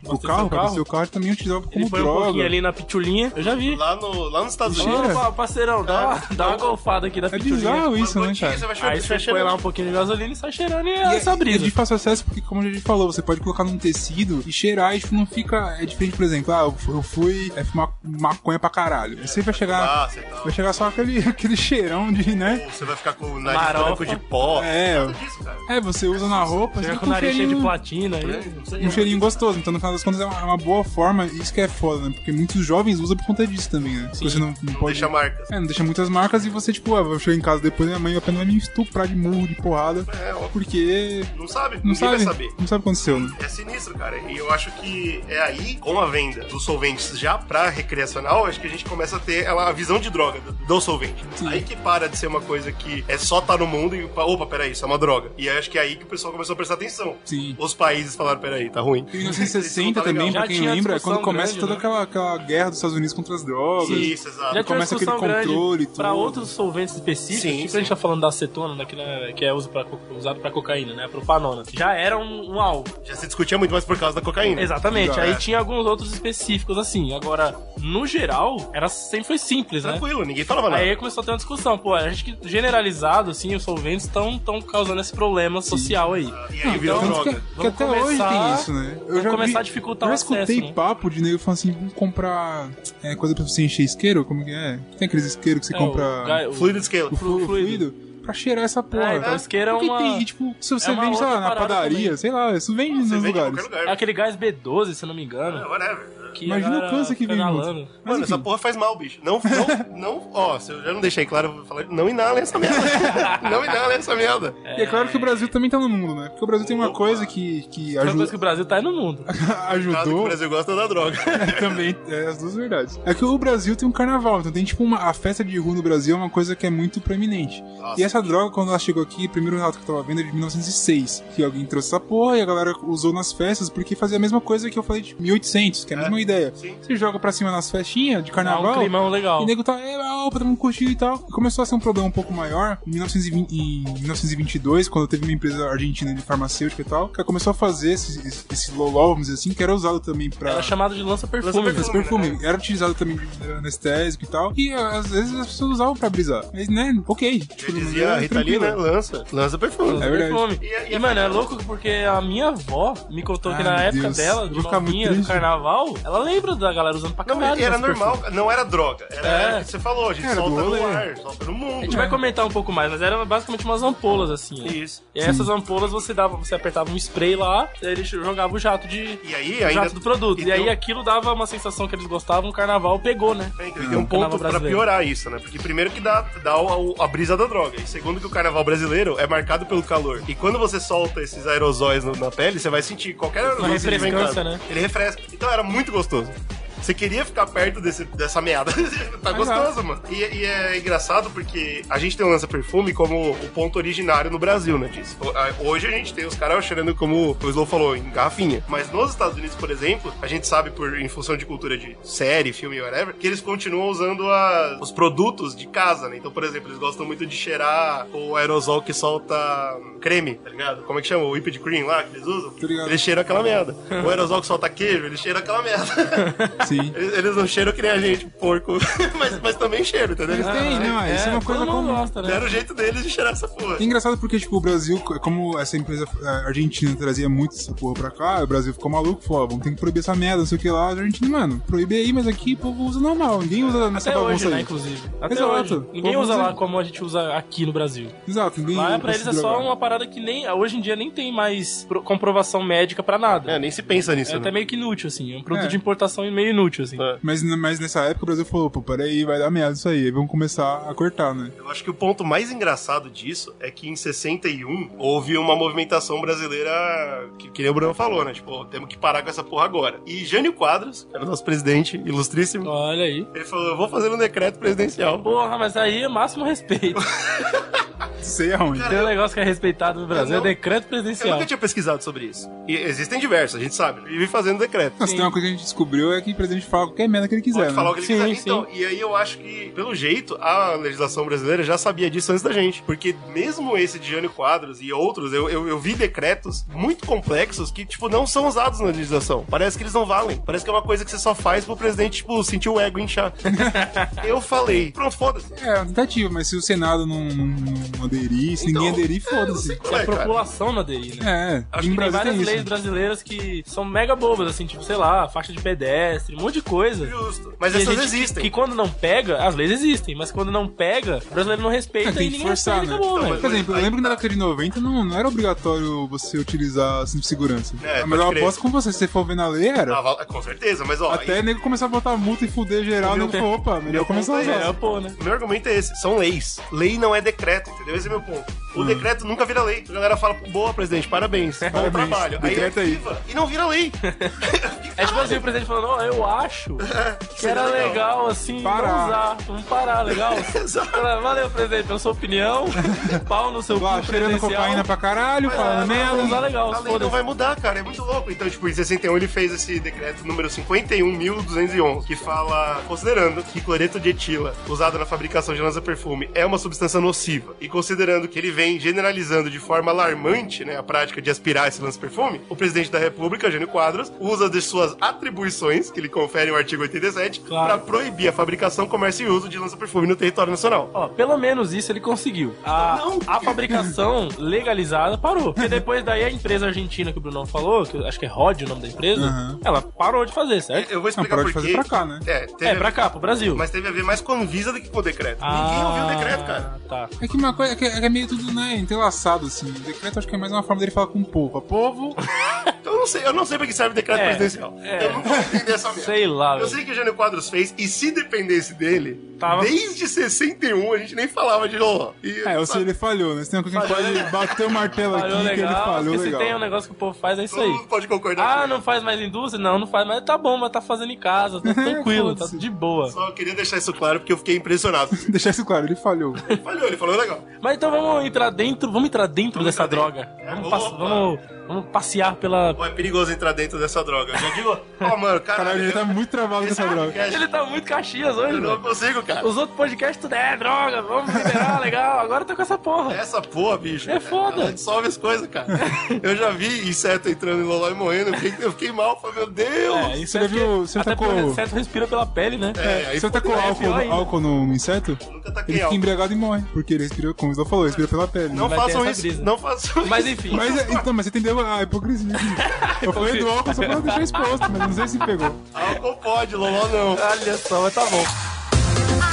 Speaker 3: o
Speaker 1: Abastecer
Speaker 3: carro,
Speaker 1: o
Speaker 3: pra
Speaker 1: carro?
Speaker 3: descer o carro, ele também utilizava como
Speaker 1: Ele põe um
Speaker 3: droga.
Speaker 1: pouquinho ali na pitulinha. Eu já vi.
Speaker 2: Lá, no, lá nos Estados
Speaker 3: Cheira.
Speaker 2: Unidos.
Speaker 3: Mentira.
Speaker 1: Ô, pa- parceirão, dá, uma- dá uma golfada aqui da
Speaker 3: é
Speaker 1: pitulinha.
Speaker 3: bizarro isso,
Speaker 2: Uma
Speaker 3: né,
Speaker 2: gotinha,
Speaker 3: cara?
Speaker 2: Você vai chorar,
Speaker 1: Aí
Speaker 2: você vai
Speaker 1: você põe lá um pouquinho de gasolina e sai cheirando e é essa
Speaker 3: É de
Speaker 1: brisa.
Speaker 3: fácil acesso, porque como a gente falou, você pode colocar num tecido e cheirar e tipo, não fica. É diferente, por exemplo, ah, eu fu- eu fui é, fumar maconha pra caralho. Você vai chegar.
Speaker 2: fumaça e tal.
Speaker 3: Vai chegar só aquele, <laughs> aquele cheirão de, né?
Speaker 2: então. Ou você vai ficar com o nariz
Speaker 1: Marofa.
Speaker 2: branco de pó.
Speaker 3: É.
Speaker 2: Nada disso, cara.
Speaker 3: É, você usa na roupa, você
Speaker 1: Chega com
Speaker 3: fica com
Speaker 1: o
Speaker 3: um
Speaker 1: nariz cheio de
Speaker 3: cheirinho,
Speaker 1: platina aí.
Speaker 3: um cheirinho gostoso. Então, no final das contas, é uma, é uma boa forma. e Isso que é foda, né? Porque muitos jovens usam por conta disso também, né? Porque Você não, não
Speaker 2: Não
Speaker 3: pode.
Speaker 2: deixa marcas.
Speaker 3: É, não deixa muitas marcas e você, tipo, ah, eu chego em casa depois, minha mãe e meu pai não vai me estuprar de murro, de porrada.
Speaker 2: É, ó.
Speaker 3: Porque.
Speaker 2: Não sabe?
Speaker 3: Não
Speaker 2: Ninguém
Speaker 3: sabe,
Speaker 2: vai saber.
Speaker 3: Não sabe o que aconteceu, né?
Speaker 2: É sinistro, cara. E eu acho que é aí, com a venda dos solventes já pra recreacional, acho que a gente começa a ter ela, a visão de droga do, do solvente. Aí que para de ser uma coisa que é só tá no mundo e pa- opa, peraí, isso é uma droga. E aí acho que é aí que o pessoal começou a prestar atenção.
Speaker 3: Sim.
Speaker 2: Os países falaram, peraí, tá ruim.
Speaker 3: Em
Speaker 2: Isso não
Speaker 3: 1960
Speaker 2: tá legal.
Speaker 3: também,
Speaker 1: Então, Já
Speaker 3: pra quem
Speaker 1: tinha
Speaker 3: lembra, é
Speaker 1: discussão
Speaker 3: quando começa
Speaker 1: grande,
Speaker 3: toda
Speaker 1: né?
Speaker 3: aquela, aquela guerra dos Estados Unidos contra as drogas.
Speaker 2: Isso, exato.
Speaker 1: Já tinha uma
Speaker 3: Começa aquele
Speaker 1: discussão grande
Speaker 3: controle e tudo.
Speaker 1: pra outros solventes específicos,
Speaker 2: Sim,
Speaker 1: tipo
Speaker 2: sim.
Speaker 1: a gente tá falando da acetona, né, que, né, que é uso pra co- usado pra cocaína, né, pro panona. Já era um, um alvo.
Speaker 2: Já se discutia muito mais por causa da cocaína.
Speaker 1: Exatamente,
Speaker 2: Já
Speaker 1: aí
Speaker 2: é.
Speaker 1: tinha alguns outros específicos assim. Agora, no geral, era sempre foi simples, né?
Speaker 2: Tranquilo, ninguém falava nada.
Speaker 1: Aí começou a ter uma discussão, pô, a gente que generalizado, assim, os solventes estão tão causando esse problema social aí.
Speaker 2: E aí virou
Speaker 1: então,
Speaker 3: Tanto que,
Speaker 2: droga.
Speaker 1: Vamos
Speaker 3: que Então, até
Speaker 1: começar-
Speaker 3: hoje tem isso, né?
Speaker 1: vamos começar a dificultar
Speaker 3: eu já
Speaker 1: o acesso,
Speaker 3: escutei
Speaker 1: né?
Speaker 3: papo de nego falando assim, vamos comprar é, coisa pra você encher isqueiro? Como que é? Tem aqueles isqueiros que você
Speaker 1: É, o
Speaker 3: compra
Speaker 1: ga- o-
Speaker 2: Fluido scale.
Speaker 3: o flu-
Speaker 1: flu-
Speaker 3: fluido.
Speaker 1: fluido.
Speaker 3: Pra cheirar essa porra. tá
Speaker 1: É, então isqueiro é
Speaker 3: Porque
Speaker 1: uma-
Speaker 3: tem, e, tipo, se você
Speaker 1: é uma
Speaker 3: vende, sei lá,
Speaker 1: outra
Speaker 3: na
Speaker 1: parada
Speaker 3: padaria,
Speaker 1: também.
Speaker 3: sei lá, isso vende
Speaker 2: Você
Speaker 3: nos
Speaker 2: vende em
Speaker 3: lugares.
Speaker 2: qualquer lugar.
Speaker 1: É aquele gás B12, se eu não me engano.
Speaker 2: É, whatever.
Speaker 1: que
Speaker 3: Imagina
Speaker 1: a
Speaker 3: o câncer que
Speaker 1: fica
Speaker 3: vem
Speaker 1: inalando.
Speaker 3: junto. Mas
Speaker 2: Mano, essa
Speaker 3: enfim,
Speaker 2: porra faz mal, bicho. Não, não, não. Ó, se eu já não deixei claro, eu vou falar. Não inala essa
Speaker 1: <laughs>
Speaker 2: merda. não inala essa merda.
Speaker 3: e é claro que o Brasil também tá no mundo, né? Porque o Brasil tem uma
Speaker 2: Opa.
Speaker 3: coisa que, que
Speaker 1: Outra
Speaker 3: ajuda, <laughs>
Speaker 1: coisa que o Brasil tá aí no mundo.
Speaker 2: Nada que o
Speaker 3: ajudou.
Speaker 2: Brasil gosta da droga.
Speaker 1: <laughs>
Speaker 3: Também, é, as duas verdades. É que o Brasil tem um carnaval, então tem tipo uma. A festa de rua no Brasil é uma coisa que é muito preeminente.
Speaker 2: Nossa.
Speaker 3: E essa droga, quando ela chegou aqui, o primeiro relato que eu tava vendo é de 1906, que alguém trouxe essa porra e a galera usou nas festas porque fazia a mesma coisa que eu falei de 1800, que é a mesma ideia.
Speaker 2: sim.
Speaker 3: Você joga pra cima nas festinhas de
Speaker 1: Dá
Speaker 3: carnaval.
Speaker 1: um climão legal.
Speaker 3: E o nego tá, é, opa, todo mundo curtindo e tal. Começou a ser um problema um pouco maior em, 1920, em 1922, quando teve uma empresa argentina de farmacêutica e tal, que começou a fazer esse, esse, esse lolol, vamos dizer assim, que era usado também pra...
Speaker 1: Era chamado de lança-perfume.
Speaker 2: Lança-perfume.
Speaker 3: Esse perfume era utilizado também de anestésico e tal. E às vezes as pessoas usavam pra brisar. Mas, né, ok.
Speaker 2: Já
Speaker 3: Tipo,
Speaker 2: dizia a
Speaker 3: era
Speaker 2: Rita Lee, né?
Speaker 3: tranquilo.
Speaker 2: Lança. Lança perfume.
Speaker 3: É verdade.
Speaker 1: Perfume.
Speaker 2: E a- e
Speaker 1: E,
Speaker 2: a-
Speaker 1: mano, é louco porque a minha avó me contou
Speaker 3: Ai,
Speaker 1: que na
Speaker 3: meu
Speaker 1: época
Speaker 3: Deus.
Speaker 1: dela,
Speaker 3: Eu vou
Speaker 1: de
Speaker 3: ficar muito
Speaker 1: novinha, do
Speaker 3: triste.
Speaker 1: carnaval, ela lembra da galera usando pra
Speaker 2: Não,
Speaker 1: caralho.
Speaker 2: era
Speaker 1: esse
Speaker 2: normal,
Speaker 1: perfume.
Speaker 2: não era droga. Era,
Speaker 1: É.
Speaker 2: era o que você falou, a gente
Speaker 3: Era do
Speaker 2: solta no
Speaker 3: rolê.
Speaker 2: ar, solta no
Speaker 1: A
Speaker 2: mundo.
Speaker 1: gente vai comentar um pouco mais, mas era basicamente umas ampolas, assim. né?
Speaker 2: Isso.
Speaker 1: E essas ampolas você dava, você apertava um spray lá, e aí ele jogava o jato de.
Speaker 2: E aí
Speaker 1: o
Speaker 2: ainda.
Speaker 1: jato do produto. E,
Speaker 2: tem
Speaker 1: aí
Speaker 2: um-
Speaker 1: aquilo dava uma sensação que eles gostavam, o carnaval pegou, né?
Speaker 2: É, então, e tem um
Speaker 1: Carnaval
Speaker 2: ponto pra
Speaker 1: brasileiro.
Speaker 2: piorar isso, né? Porque primeiro que dá, dá o- o- a brisa da droga. E segundo que o carnaval brasileiro é marcado pelo calor. E quando você solta esses aerosóis no- na pele, você vai sentir qualquer aerosol. que você tiver em
Speaker 1: refrescância,
Speaker 2: casa,
Speaker 1: né?
Speaker 2: Ele refresca. Então era muito gostoso. Você queria ficar perto desse, dessa meada. <laughs> tá gostoso, mano. E, e é engraçado porque a gente tem o lança-perfume como o ponto originário no Brasil, né? Disso. O- a- Hoje a gente tem os caras cheirando, como o Slow falou, em garrafinha. Mas nos Estados Unidos, por exemplo, a gente sabe, por, em função de cultura de série, filme, whatever, que eles continuam usando a- os produtos de casa, né? Então, por exemplo, eles gostam muito de cheirar o aerosol que solta hum, creme, tá ligado? Como é que chama? O whipped cream lá que eles usam?
Speaker 3: Tô ligado.
Speaker 2: Eles cheiram aquela merda. O aerosol que solta queijo, ele cheira aquela merda.
Speaker 3: Sim.
Speaker 2: Eles, eles não cheiram que nem a gente, porco. <laughs> mas, mas também cheiram, entendeu? Eles
Speaker 3: Mas
Speaker 2: têm-
Speaker 3: tem, não,
Speaker 1: né,
Speaker 3: é, isso é uma coisa
Speaker 1: todo mundo
Speaker 3: comum.
Speaker 1: gosta, né?
Speaker 2: Deram o jeito deles de cheirar essa porra.
Speaker 3: É engraçado porque, tipo, o Brasil, como essa empresa eh, argentina trazia muito essa porra pra cá, o Brasil ficou maluco, falou, ó, vamos ter que proibir essa merda, não sei o que lá. A Argentina, mano, proíbe aí, mas aqui o povo usa normal, ninguém usa nessa
Speaker 1: Até hoje,
Speaker 3: bagunça
Speaker 1: né,
Speaker 3: aí.
Speaker 1: inclusive. Até
Speaker 3: Exato.
Speaker 1: hoje. Ninguém
Speaker 3: Vamos
Speaker 1: usa lá
Speaker 3: dizer-
Speaker 1: como a gente usa aqui no Brasil.
Speaker 3: Exato, ninguém
Speaker 1: Lá
Speaker 3: usa
Speaker 1: pra eles é
Speaker 3: se
Speaker 1: só
Speaker 3: drogar.
Speaker 1: uma parada que nem. Hoje em dia nem tem mais pro- comprovação médica pra nada.
Speaker 2: É, nem se pensa
Speaker 1: É
Speaker 2: nisso,
Speaker 1: até
Speaker 2: né?
Speaker 1: meio que inútil, assim. É um produto
Speaker 3: É.
Speaker 1: de importação e meio inútil, assim.
Speaker 2: É.
Speaker 3: Mas, mas nessa época o Brasil falou, pô, peraí, vai dar merda isso aí, aí vamos começar a cortar, né?
Speaker 2: Eu acho que o ponto mais engraçado disso é que em 61 houve uma movimentação brasileira que, que nem o Bruno falou, né? Tipo, ó, temos que parar com essa porra agora. E Jânio Quadros, que era o nosso presidente, ilustríssimo,
Speaker 1: Olha aí.
Speaker 2: ele falou: eu vou fazer um decreto presidencial.
Speaker 1: Porra, mas aí é máximo respeito.
Speaker 3: Sei aonde.
Speaker 1: <laughs> Tem um negócio que é respeitado no Brasil, é
Speaker 2: Eu não-
Speaker 1: decreto
Speaker 2: Eu
Speaker 1: presidencial.
Speaker 2: nunca tinha pesquisado sobre isso. E existem diversos, a gente sabe. E vem fazendo decreto.
Speaker 3: Nossa, tem uma coisa que a gente descobriu é que o presidente fala qualquer merda que ele quiser.
Speaker 2: Pode
Speaker 3: né?
Speaker 2: falar o que ele
Speaker 1: Sim,
Speaker 2: quiser.
Speaker 1: sim.
Speaker 2: Então, e aí eu acho que, pelo jeito, a legislação brasileira já sabia disso antes da gente. Porque mesmo esse de Jânio Quadros e outros, eu, eu, eu vi decretos muito complexos que, tipo, não são usados na legislação. Parece que eles não valem. Parece que é uma coisa que você só faz pro presidente, tipo, sentir o ego
Speaker 1: <laughs>
Speaker 2: inchar. eu falei. Pronto, foda-se.
Speaker 3: É, uma tentativa, mas se o Senado não, não, não aderir, se
Speaker 2: Então,
Speaker 3: ninguém aderir,
Speaker 2: é, eu não sei
Speaker 3: foda-se.
Speaker 2: como
Speaker 1: Que
Speaker 2: é,
Speaker 1: a
Speaker 2: cara.
Speaker 1: população não aderir, né?
Speaker 3: É,
Speaker 1: Acho
Speaker 3: em
Speaker 1: que tem
Speaker 3: Brasil
Speaker 1: várias
Speaker 3: tem
Speaker 1: leis
Speaker 3: isso.
Speaker 1: brasileiras que são mega bobas, assim, tipo, sei lá, faixa de pedestre, um monte de coisa.
Speaker 2: Justo. Mas
Speaker 1: E a
Speaker 2: essas
Speaker 1: gente-
Speaker 2: existem.
Speaker 1: Que quando não pega, as leis existem, mas quando não pega, o brasileiro não respeita
Speaker 3: É, tem
Speaker 1: e
Speaker 3: que
Speaker 1: ninguém
Speaker 3: forçar,
Speaker 1: respeita,
Speaker 3: né?
Speaker 1: acabou,
Speaker 2: Então,
Speaker 1: velho.
Speaker 2: mas-
Speaker 3: Por exemplo, eu lembro que na década de 90 não, não era obrigatório você utilizar cinto de segurança.
Speaker 2: É,
Speaker 3: a melhor
Speaker 2: pode crer.
Speaker 3: aposta com você, se você for ver na lei, era.
Speaker 2: Ah, val- com certeza, mas ó.
Speaker 3: Até
Speaker 2: aí-
Speaker 3: nego começar a botar multa e fuder geral,
Speaker 2: Meu
Speaker 3: nego falou, opa, melhor
Speaker 2: meu
Speaker 3: começar a
Speaker 2: ponto
Speaker 3: usar.
Speaker 1: É, pô, né?
Speaker 2: O meu argumento é esse, são leis. Lei não é decreto, entendeu? Esse é meu ponto.
Speaker 3: Hum.
Speaker 2: O decreto nunca vira lei. A galera fala, boa, presidente, parabéns,
Speaker 3: <laughs>
Speaker 2: bom
Speaker 3: Parabéns.
Speaker 2: trabalho. é
Speaker 3: Decreto é aí.
Speaker 2: ativa E não vira lei.
Speaker 1: É tipo assim, o presidente falando, ó, eu acho que era
Speaker 2: Seria legal.
Speaker 1: legal, assim,
Speaker 3: Parar.
Speaker 1: não usar. Vamos parar, legal? Fala, Valeu, presidente, pela sua opinião. Pau no seu
Speaker 3: Lá,
Speaker 1: cu
Speaker 3: cheirando cocaína
Speaker 1: presidencial.
Speaker 3: pra caralho,
Speaker 2: é,
Speaker 3: falando
Speaker 1: não,
Speaker 3: merda.
Speaker 1: não. legal,
Speaker 2: a lei não
Speaker 1: foda-se.
Speaker 2: vai mudar, cara, é muito louco. Então, tipo, em 61 ele fez esse decreto número 51.211, que fala, considerando que cloreto de etila, usado na fabricação de lança-perfume, é uma substância nociva, e considerando que ele vem generalizando de forma alarmante, né, a prática de aspirar esse lança-perfume, o presidente da república, Jânio Quadros, usa de suas atribuições, que lhe confere o artigo 87,
Speaker 1: Claro.
Speaker 2: pra proibir a fabricação, comércio e uso de lança-perfume no território nacional.
Speaker 1: Ó, pelo menos isso ele conseguiu. A, a fabricação <laughs> legalizada parou. Porque depois daí a empresa argentina que o Bruno falou, que eu acho que é Rod o nome da empresa,
Speaker 3: Aham.
Speaker 1: ela parou de fazer, certo?
Speaker 2: Eu vou
Speaker 3: Não,
Speaker 2: explicar
Speaker 3: parou
Speaker 2: por
Speaker 3: de fazer
Speaker 2: quê.
Speaker 3: pra cá, né?
Speaker 2: É, teve
Speaker 1: É, pra cá, pro Brasil.
Speaker 2: Mas teve a ver mais com a Anvisa do que com o decreto. Ninguém
Speaker 1: Ah,
Speaker 2: ouviu o decreto, cara.
Speaker 1: Tá.
Speaker 3: É que uma coisa é, que é meio tudo, né, entrelaçado, assim. O decreto acho que é mais uma forma dele falar com o povo. A povo,
Speaker 2: Então eu não sei, eu não sei pra que serve o decreto
Speaker 1: É,
Speaker 2: presidencial.
Speaker 1: é.
Speaker 2: Eu não vou entender essa merda.
Speaker 1: Sei lá,
Speaker 2: Eu
Speaker 1: velho.
Speaker 2: sei que o Jânio Quadros fez, e se dependesse dele,
Speaker 1: Tava-
Speaker 2: desde 61 a gente nem falava de novo. E,
Speaker 3: É, ou seja,
Speaker 2: sabe,
Speaker 3: ele falhou, né? Se tem uma coisa que a gente pode bater o martelo aqui,
Speaker 1: Falhou
Speaker 3: que ele
Speaker 1: legal,
Speaker 3: falhou
Speaker 1: porque se
Speaker 3: legal.
Speaker 1: tem um negócio que o povo faz, é isso
Speaker 2: todo mundo
Speaker 1: aí.
Speaker 2: pode concordar
Speaker 1: Ah,
Speaker 2: com
Speaker 1: não faz mais indústria? Não, não faz mais. Tá bom, mas tá fazendo em casa,
Speaker 2: <laughs>
Speaker 1: tá
Speaker 2: É,
Speaker 1: tranquilo, tá
Speaker 3: Foda-se.
Speaker 1: de boa.
Speaker 2: Só eu queria deixar isso claro porque eu
Speaker 1: <laughs>
Speaker 2: fiquei impressionado.
Speaker 1: um-
Speaker 3: Deixar isso claro, ele falhou.
Speaker 2: Ele falhou, ele falou legal.
Speaker 1: Mas então vamos entrar dentro, vamos entrar dentro dessa
Speaker 2: entrar
Speaker 1: droga.
Speaker 2: dentro.
Speaker 1: Vamos,
Speaker 2: É,
Speaker 1: passe-
Speaker 2: opa.
Speaker 1: vamos, vamos passear pela.
Speaker 2: Pô, é perigoso entrar dentro dessa droga. Eu já digo, ó, mano,
Speaker 3: Caralho,
Speaker 2: caralho.
Speaker 3: ele tá muito travado
Speaker 2: esse
Speaker 3: nessa droga.
Speaker 2: podcast,
Speaker 1: Ele tá muito caxias hoje, velho.
Speaker 2: Eu não consigo, cara.
Speaker 1: Os outros podcasts tudo é droga, vamos liberar, <laughs> legal. Agora tá com essa porra.
Speaker 2: Essa porra, bicho.
Speaker 1: É foda.
Speaker 2: Ela dissolve as coisas, cara. eu já vi inseto entrando em loló e morrendo. Eu fiquei, eu fiquei mal. Falei, meu Deus.
Speaker 3: isso
Speaker 1: é
Speaker 3: deve-
Speaker 1: porque-
Speaker 3: você tá
Speaker 1: até
Speaker 3: tacou-
Speaker 1: porque o inseto respira pela pele, né?
Speaker 2: É, aí
Speaker 3: Você
Speaker 2: foda-
Speaker 3: tacou
Speaker 1: é
Speaker 3: álcool,
Speaker 1: pior ainda.
Speaker 3: álcool no inseto?
Speaker 2: Nunca
Speaker 3: Ele
Speaker 2: taquei
Speaker 3: fica
Speaker 2: álcool.
Speaker 3: embriagado e morre, porque ele respira, como o Zé falou, respira pela pele.
Speaker 2: Não
Speaker 1: Vai ter
Speaker 2: façam
Speaker 1: essa
Speaker 2: isso.
Speaker 1: brisa.
Speaker 2: Não façam
Speaker 1: Mas
Speaker 2: isso.
Speaker 1: enfim.
Speaker 3: Mas, é- então, mas você entendeu a
Speaker 1: <laughs>
Speaker 3: hipocrisia. aqui. Eu falei do álcool só pra deixar exposto, mas não sei se pegou.
Speaker 1: Então,
Speaker 2: Álcool pode, loló não.
Speaker 1: Olha só, mas tá bom.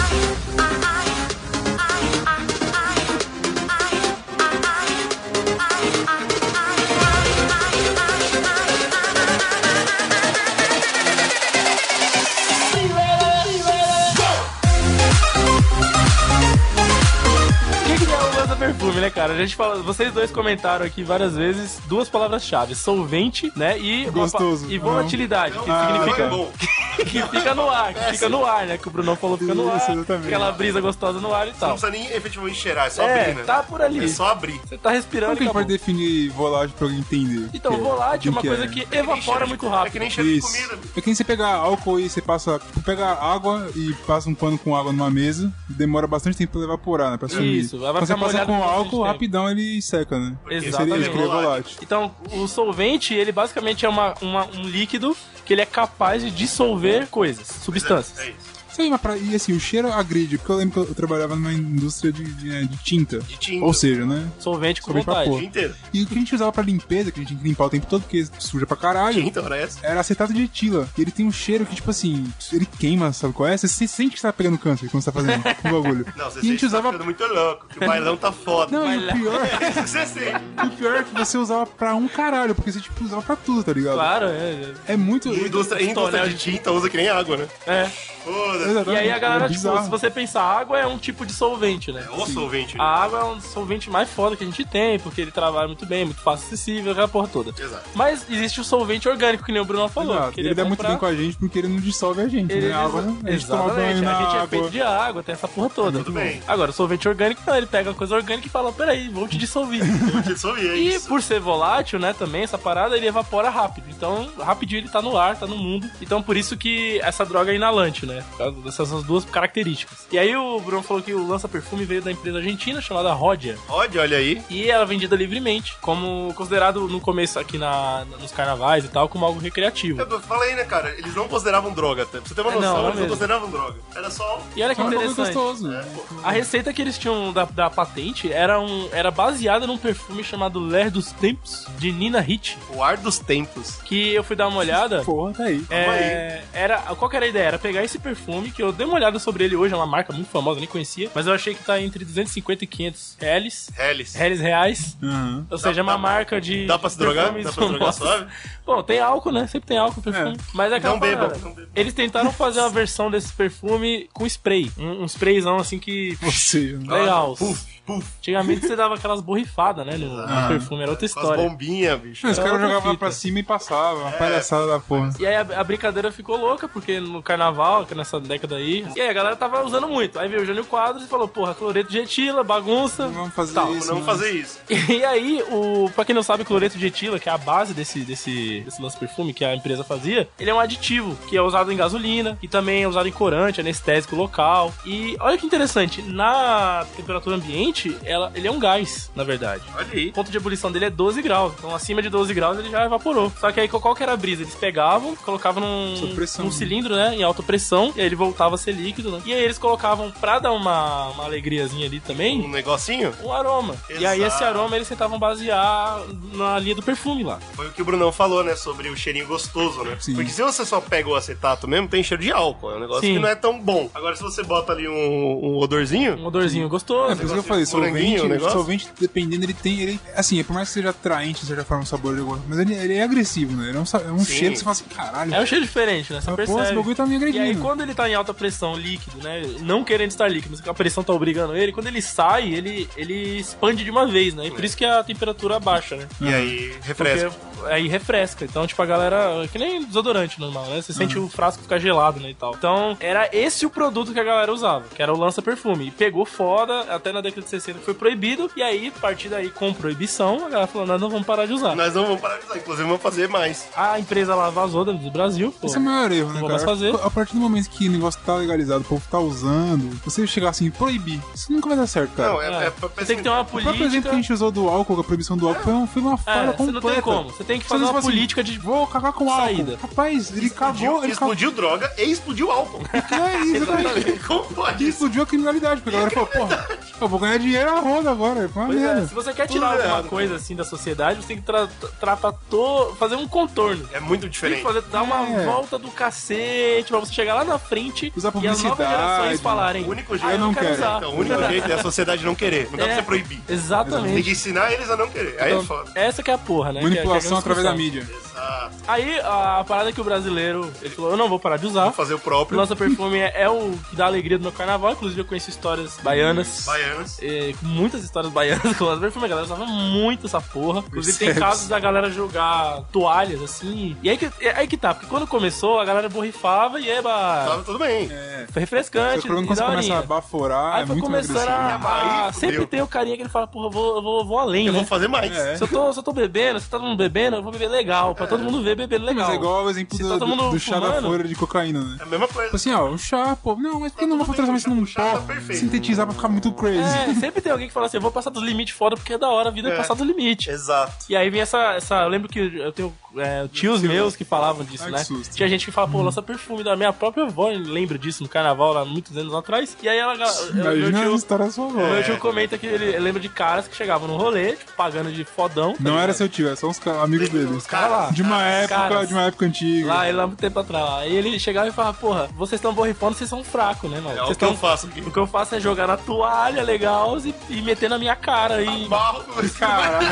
Speaker 1: O que que é o lança perfume, né, cara? A gente fala, vocês dois comentaram aqui várias vezes duas palavras-chave: solvente, né? E uma pa-
Speaker 3: Gostoso.
Speaker 1: e volatilidade, que
Speaker 3: Ah,
Speaker 1: significa
Speaker 2: Não é bom.
Speaker 1: que fica no ar, que fica no ar, né? Que o Brunão falou, fica no ar,
Speaker 3: Isso, exatamente.
Speaker 1: aquela brisa gostosa no ar e
Speaker 2: Não
Speaker 1: tal.
Speaker 2: precisa nem efetivamente cheirar, é só
Speaker 1: É,
Speaker 2: abrir, né?
Speaker 1: tá por ali.
Speaker 2: É só abrir.
Speaker 1: Você tá respirando
Speaker 3: Como que a
Speaker 1: e
Speaker 3: gente
Speaker 1: acabou.
Speaker 3: pode definir volagem pra alguém entender?
Speaker 1: Então,
Speaker 3: Que é-
Speaker 1: volátil é uma
Speaker 3: que
Speaker 1: coisa que evapora muito
Speaker 2: É que
Speaker 1: rápido.
Speaker 2: nem cheiro de
Speaker 3: Isso.
Speaker 2: comida.
Speaker 3: É que nem você pegar álcool e você passa. Pega água e passa um pano com água numa mesa, demora bastante tempo pra ele evaporar, né? Pra sumir.
Speaker 1: Isso, vai
Speaker 3: Quando você
Speaker 1: ficar
Speaker 3: passa
Speaker 1: molhado
Speaker 3: com
Speaker 1: por bastante
Speaker 3: álcool,
Speaker 1: tempo.
Speaker 3: rapidão ele seca, né?
Speaker 2: Porque
Speaker 3: Seria isso,
Speaker 1: Exatamente.
Speaker 3: que ele é volátil.
Speaker 1: Então, o solvente, ele basicamente é uma, uma- um líquido que ele é capaz de dissolver coisas, substâncias.
Speaker 2: É isso.
Speaker 3: Isso aí, mas pra- E assim, o cheiro agride, porque eu lembro que eu trabalhava numa indústria de, de, né, de tinta.
Speaker 2: De tinta.
Speaker 3: Ou seja, né?
Speaker 1: Solvente com
Speaker 3: Solvente pra
Speaker 2: O
Speaker 1: vontade.
Speaker 3: porra.
Speaker 2: dia inteiro.
Speaker 3: E o que a gente usava pra limpeza, que a gente tinha que limpar o tempo todo, porque suja pra caralho.
Speaker 2: Tinta, hora essa.
Speaker 3: Era acetato de etila. E ele tem um cheiro que, tipo assim, ele queima, sabe qual é? Você se- sente que você tá pegando câncer quando você tá
Speaker 2: <laughs>
Speaker 3: fazendo com o bagulho.
Speaker 2: Não, você
Speaker 3: e a
Speaker 2: sente
Speaker 3: gente
Speaker 2: que tá
Speaker 3: usava.
Speaker 2: ficando muito louco. Que o bailão tá foda. <laughs>
Speaker 3: Não, e o
Speaker 1: Vai lá.
Speaker 3: pior.
Speaker 2: É isso que você sente.
Speaker 3: E o pior é que você usava pra um caralho, porque você tipo usava pra tudo, tá ligado?
Speaker 1: Claro, é.
Speaker 3: É muito.
Speaker 2: E indústria, indústria de tinta usa que nem água, né?
Speaker 1: é.
Speaker 2: Foda-se.
Speaker 1: E aí a galera,
Speaker 3: É
Speaker 1: tipo,
Speaker 3: bizarro.
Speaker 1: se você pensar, água é um tipo de solvente, né?
Speaker 2: É o solvente.
Speaker 1: A água é um solvente mais foda que a gente tem, porque ele trabalha muito bem, muito fácil acessível, aquela porra toda.
Speaker 2: Exato.
Speaker 1: Mas existe o solvente orgânico, que nem o Bruno falou.
Speaker 3: Exato.
Speaker 1: que
Speaker 3: tá Ele,
Speaker 1: é
Speaker 3: dá
Speaker 1: bom
Speaker 3: muito
Speaker 1: pra-
Speaker 3: bem com a gente porque ele não dissolve a gente,
Speaker 1: Ele é
Speaker 3: né? A água, a gente toma banho
Speaker 1: Exatamente,
Speaker 3: na
Speaker 1: a gente é
Speaker 3: água. É,
Speaker 1: feito de água, tem essa porra toda.
Speaker 2: Muito bem.
Speaker 1: Agora, o solvente orgânico, não, ele pega a coisa orgânica e fala, peraí, um vou te
Speaker 3: <laughs>
Speaker 1: dissolver.
Speaker 2: Eu te soube, é
Speaker 1: e
Speaker 2: isso.
Speaker 1: por ser volátil, né, também, essa parada, ele evapora rápido. Então, rapidinho ele tá no ar, tá no mundo. Então, por isso que essa droga é inalante, né? Por causa dessas duas características. E aí o Bruno falou que o lança-perfume veio da empresa argentina chamada Rodia.
Speaker 2: Olha, olha aí.
Speaker 1: E era vendida livremente, como considerado no começo aqui na, nos carnavais e tal, como algo recreativo.
Speaker 2: Eu falei, né, cara? Eles não consideravam droga, tá? Pra você ter uma
Speaker 1: É, não,
Speaker 2: noção,
Speaker 1: não
Speaker 2: eles não
Speaker 1: mesmo.
Speaker 2: consideravam droga. Era só.
Speaker 1: E olha que
Speaker 3: É um bagulho
Speaker 1: interessante.
Speaker 3: gostoso.
Speaker 2: É, pô.
Speaker 1: A receita que eles tinham da, da patente era, um, era baseada num perfume chamado Ler dos Tempos, de Nina Hit,
Speaker 2: O ar dos tempos.
Speaker 1: que eu fui dar uma olhada.
Speaker 3: Porra, tá aí.
Speaker 1: É, era, qual que era a ideia? Era pegar esse perfume, que eu dei uma olhada sobre ele hoje, é uma marca muito famosa, eu nem conhecia, mas eu achei que tá entre 250 e 500 reais,
Speaker 2: Hellis.
Speaker 1: reais reais,
Speaker 3: Aham.
Speaker 1: ou seja, é uma
Speaker 2: dá-
Speaker 1: marca de...
Speaker 2: Dá pra se drogar?
Speaker 1: perfumes
Speaker 2: Dá pra se drogar
Speaker 1: famosos.
Speaker 2: suave?
Speaker 1: Bom, tem álcool, né? Sempre tem álcool no perfume.
Speaker 3: É.
Speaker 1: Mas é aquela
Speaker 2: Não beba,
Speaker 1: parada.
Speaker 2: não beba.
Speaker 1: Eles tentaram fazer uma versão desse perfume com spray. Um, um sprayzão assim que...
Speaker 3: Ou seja, né?
Speaker 1: Legal.
Speaker 2: Puf, puf.
Speaker 1: Antigamente você dava aquelas borrifadas, né? No, no perfume, era outra
Speaker 2: Com as
Speaker 1: história.
Speaker 2: bombinhas, bicho.
Speaker 3: Tipo, os
Speaker 1: É
Speaker 3: caras
Speaker 1: outra
Speaker 3: jogavam
Speaker 1: fita. É.
Speaker 3: pra cima e passavam. Uma palhaçada da porra.
Speaker 1: E aí a, a brincadeira ficou louca, porque no carnaval, que nessa década aí. E aí a galera tava usando muito. Aí veio o Jânio Quadros e falou: porra, cloreto de etila, bagunça.
Speaker 3: Vamos fazer
Speaker 1: Tal,
Speaker 3: isso.
Speaker 2: Não
Speaker 3: mano.
Speaker 2: fazer isso.
Speaker 1: <laughs> E aí, o, pra quem não sabe, o cloreto de etila, que é a base desse, desse, desse lance perfume que a empresa fazia, ele é um aditivo que é usado em gasolina e também é usado em corante, anestésico local. E olha que interessante, na temperatura ambiente, ela, ele é um gás, na verdade.
Speaker 2: Olha aí.
Speaker 1: O ponto de ebulição dele é 12 graus. Então, acima de 12 graus, ele já evaporou. Só que aí, qual que era a brisa? Eles pegavam, colocavam num,
Speaker 3: Sob pressão,
Speaker 1: num
Speaker 3: né?
Speaker 1: cilindro, né? Em alta pressão. E aí, ele voltava a ser líquido, né? E aí, eles colocavam, pra dar uma, uma alegriazinha ali também,
Speaker 2: Um negocinho?
Speaker 1: um aroma. E aí,
Speaker 2: Exato.
Speaker 1: esse aroma, eles tentavam basear na linha do perfume lá.
Speaker 2: Foi o que o Brunão falou, né? Sobre o cheirinho gostoso, né?
Speaker 3: Sim.
Speaker 2: Porque se você só pega o acetato mesmo, tem cheiro de álcool. É um negócio
Speaker 1: Sim.
Speaker 2: que não é tão bom. Agora, se você bota ali um, um
Speaker 1: Um
Speaker 2: odorzinho,
Speaker 1: odorzinho
Speaker 3: É, <laughs>
Speaker 1: gostoso.
Speaker 3: por isso que eu falei,
Speaker 2: Moranguinho,
Speaker 3: solvente,
Speaker 2: o negócio?
Speaker 3: solvente, dependendo, ele tem, ele, assim, por mais que seja atraente, de certa forma, o sabor de alguma mas ele, ele é agressivo, né? Ele é um, sa- é um
Speaker 2: Sim.
Speaker 3: cheiro que você fala assim, caralho,
Speaker 1: É um cheiro diferente, né? Você
Speaker 3: Ah, pô,
Speaker 1: percebe.
Speaker 3: esse bagulho tá me
Speaker 1: e
Speaker 3: agredindo.
Speaker 1: aí, quando ele tá em alta pressão, líquido, né? Não querendo estar líquido, mas a pressão tá obrigando ele. Quando ele sai, ele, ele expande de uma vez, né? E por isso que a temperatura baixa, né?
Speaker 2: e aí
Speaker 1: Porque
Speaker 2: refresca.
Speaker 1: aí refresca. Então, tipo, a galera. é Que nem desodorante normal, né?
Speaker 3: Uhum.
Speaker 1: Você sente o frasco ficar gelado, né? E tal. Então, era esse o produto que a galera usava, que era o lança-perfume. E pegou foda, até na década de 60 foi proibido. E aí, a partir daí, com proibição, a galera falou: nós não vamos parar de usar.
Speaker 2: Nós não vamos parar de usar, inclusive vamos fazer mais.
Speaker 1: A empresa lá vazou do Brasil. Pô.
Speaker 3: Esse é o maior erro,
Speaker 1: Não
Speaker 3: né,
Speaker 1: vou mais
Speaker 3: cara?
Speaker 1: fazer.
Speaker 3: A partir do momento que o negócio tá legalizado, o povo tá usando, você chegar assim e proibir, isso nunca vai dar certo, cara.
Speaker 2: Não, é, é,
Speaker 1: É.
Speaker 2: pra
Speaker 1: Você tem que ter uma
Speaker 3: o próprio exemplo
Speaker 1: política.
Speaker 3: que a gente usou do álcool, a proibição do álcool, foi uma, foi uma falha
Speaker 1: É,
Speaker 3: completa.
Speaker 1: você não tem como. Você tem que
Speaker 3: Você
Speaker 1: fazer
Speaker 3: não
Speaker 1: uma
Speaker 3: fala assim,
Speaker 1: política de.
Speaker 3: Vou cagar com álcool.
Speaker 1: Saída.
Speaker 3: Rapaz, ele cagou,
Speaker 2: Explodiu,
Speaker 3: ele cagou.
Speaker 2: explodiu droga e explodiu álcool.
Speaker 3: É isso, exatamente.
Speaker 2: <laughs> Como pode isso?
Speaker 3: Explodiu a criminalidade, porque a galera falou, porra, eu vou ganhar dinheiro a roda agora, foi uma
Speaker 1: Pois é,
Speaker 3: merda.
Speaker 1: se você quer tirar
Speaker 2: Tudo
Speaker 1: alguma
Speaker 2: errado.
Speaker 1: coisa assim da sociedade, você tem que tra- tra- tratar to- fazer um contorno.
Speaker 2: É muito
Speaker 1: Tem que
Speaker 2: diferente.
Speaker 1: fazer, dar uma
Speaker 3: É.
Speaker 1: volta do cacete pra você chegar lá na frente
Speaker 3: Usar
Speaker 1: e as novas
Speaker 3: publicidade.
Speaker 1: gerações falarem.
Speaker 2: O único
Speaker 1: "Ah,
Speaker 2: jeito,
Speaker 3: eu não quero."
Speaker 1: usar.
Speaker 2: Então, o único jeito é a sociedade não querer. Não dá pra
Speaker 1: É,
Speaker 2: você proibir. Tem
Speaker 1: Exatamente.
Speaker 2: que ensinar eles a não querer. Aí é foda. Ah,
Speaker 1: Essa que é a porra, né? Que é- que
Speaker 3: Manipulação
Speaker 1: é a
Speaker 3: através da
Speaker 1: discussão.
Speaker 3: mídia.
Speaker 2: Exato.
Speaker 1: Aí a parada que o brasileiro, ele falou, eu não vou parar de usar.
Speaker 2: Vou fazer o
Speaker 1: O
Speaker 2: próprio.
Speaker 1: Lança perfume é, é o que dá alegria do meu carnaval, inclusive eu conheço histórias baianas.
Speaker 2: Baianas.
Speaker 1: é, com muitas histórias baianas com lança perfume, a galera usava muito essa porra. Inclusive tem
Speaker 3: Percebe-se.
Speaker 1: casos da galera jogar toalhas assim. E aí que, é aí que tá, porque quando começou a galera borrifava e eba,
Speaker 2: Tava tudo bem.
Speaker 1: foi
Speaker 3: Só que
Speaker 1: refrescante.
Speaker 3: o problema é
Speaker 1: e
Speaker 3: quando você começa
Speaker 1: daorinha.
Speaker 3: a baforar,
Speaker 1: Aí
Speaker 3: é
Speaker 1: foi
Speaker 3: muito
Speaker 1: começando
Speaker 3: agressivo.
Speaker 1: a. Ah,
Speaker 2: Aí fudeu.
Speaker 1: sempre tem o carinha que ele fala, porra, eu vou, eu vou, vou além,
Speaker 2: Eu
Speaker 1: né?
Speaker 2: vou fazer mais.
Speaker 3: É.
Speaker 1: Se eu, tô, se eu tô bebendo, se tá todo mundo bebendo, eu vou beber legal, pra todo mundo ver bebendo legal.
Speaker 3: Mas é igual o exemplo
Speaker 1: Se
Speaker 3: do,
Speaker 1: tá todo mundo
Speaker 3: do, do chá da
Speaker 1: fumando-
Speaker 3: folha de cocaína, né?
Speaker 2: É a mesma coisa.
Speaker 3: Tipo assim, ó, o chá, pô, não, mas por que não vou
Speaker 2: tudo bem,
Speaker 3: transformar isso num
Speaker 2: o chá tá
Speaker 3: pó?
Speaker 2: perfeito.
Speaker 3: Sintetizar pra ficar muito crazy.
Speaker 1: É, sempre tem alguém que fala assim, eu vou passar dos limites fora porque é da hora, a vida é, passar dos limites.
Speaker 2: Exato.
Speaker 1: E aí vem essa, essa. Eu lembro que eu tenho é, tios meus que falavam disso,
Speaker 3: Ai, que
Speaker 1: né?
Speaker 3: susto. Hum.
Speaker 1: Tinha gente que fala, pô, lança perfume da minha própria avó, lembro disso no carnaval lá muitos anos atrás. E aí ela. ela- É, Meu
Speaker 3: Imagina a
Speaker 1: tio,
Speaker 3: história da sua avó.
Speaker 1: meu tio comenta que ele lembra de caras que chegavam no rolê, tipo, pagando de fodão. tá
Speaker 3: Não
Speaker 1: ligado?
Speaker 3: era seu tio, era só uns ca- amigos dele.
Speaker 1: caras lá.
Speaker 3: De uma
Speaker 1: Caras,
Speaker 3: época,
Speaker 1: caras.
Speaker 3: de uma época antiga.
Speaker 1: Lá, ele lá muito tempo atrás. Aí ele chegava e falava, porra, vocês estão borrifando, vocês são fracos, né, mano?
Speaker 2: É o
Speaker 1: Vocês
Speaker 2: que eu
Speaker 1: tão-
Speaker 2: faço aqui.
Speaker 1: O que eu faço
Speaker 2: Ah,
Speaker 1: é jogar na toalha legal e, e meter na minha cara. E...
Speaker 2: Barro,
Speaker 1: <laughs>
Speaker 2: mas
Speaker 3: Caralho.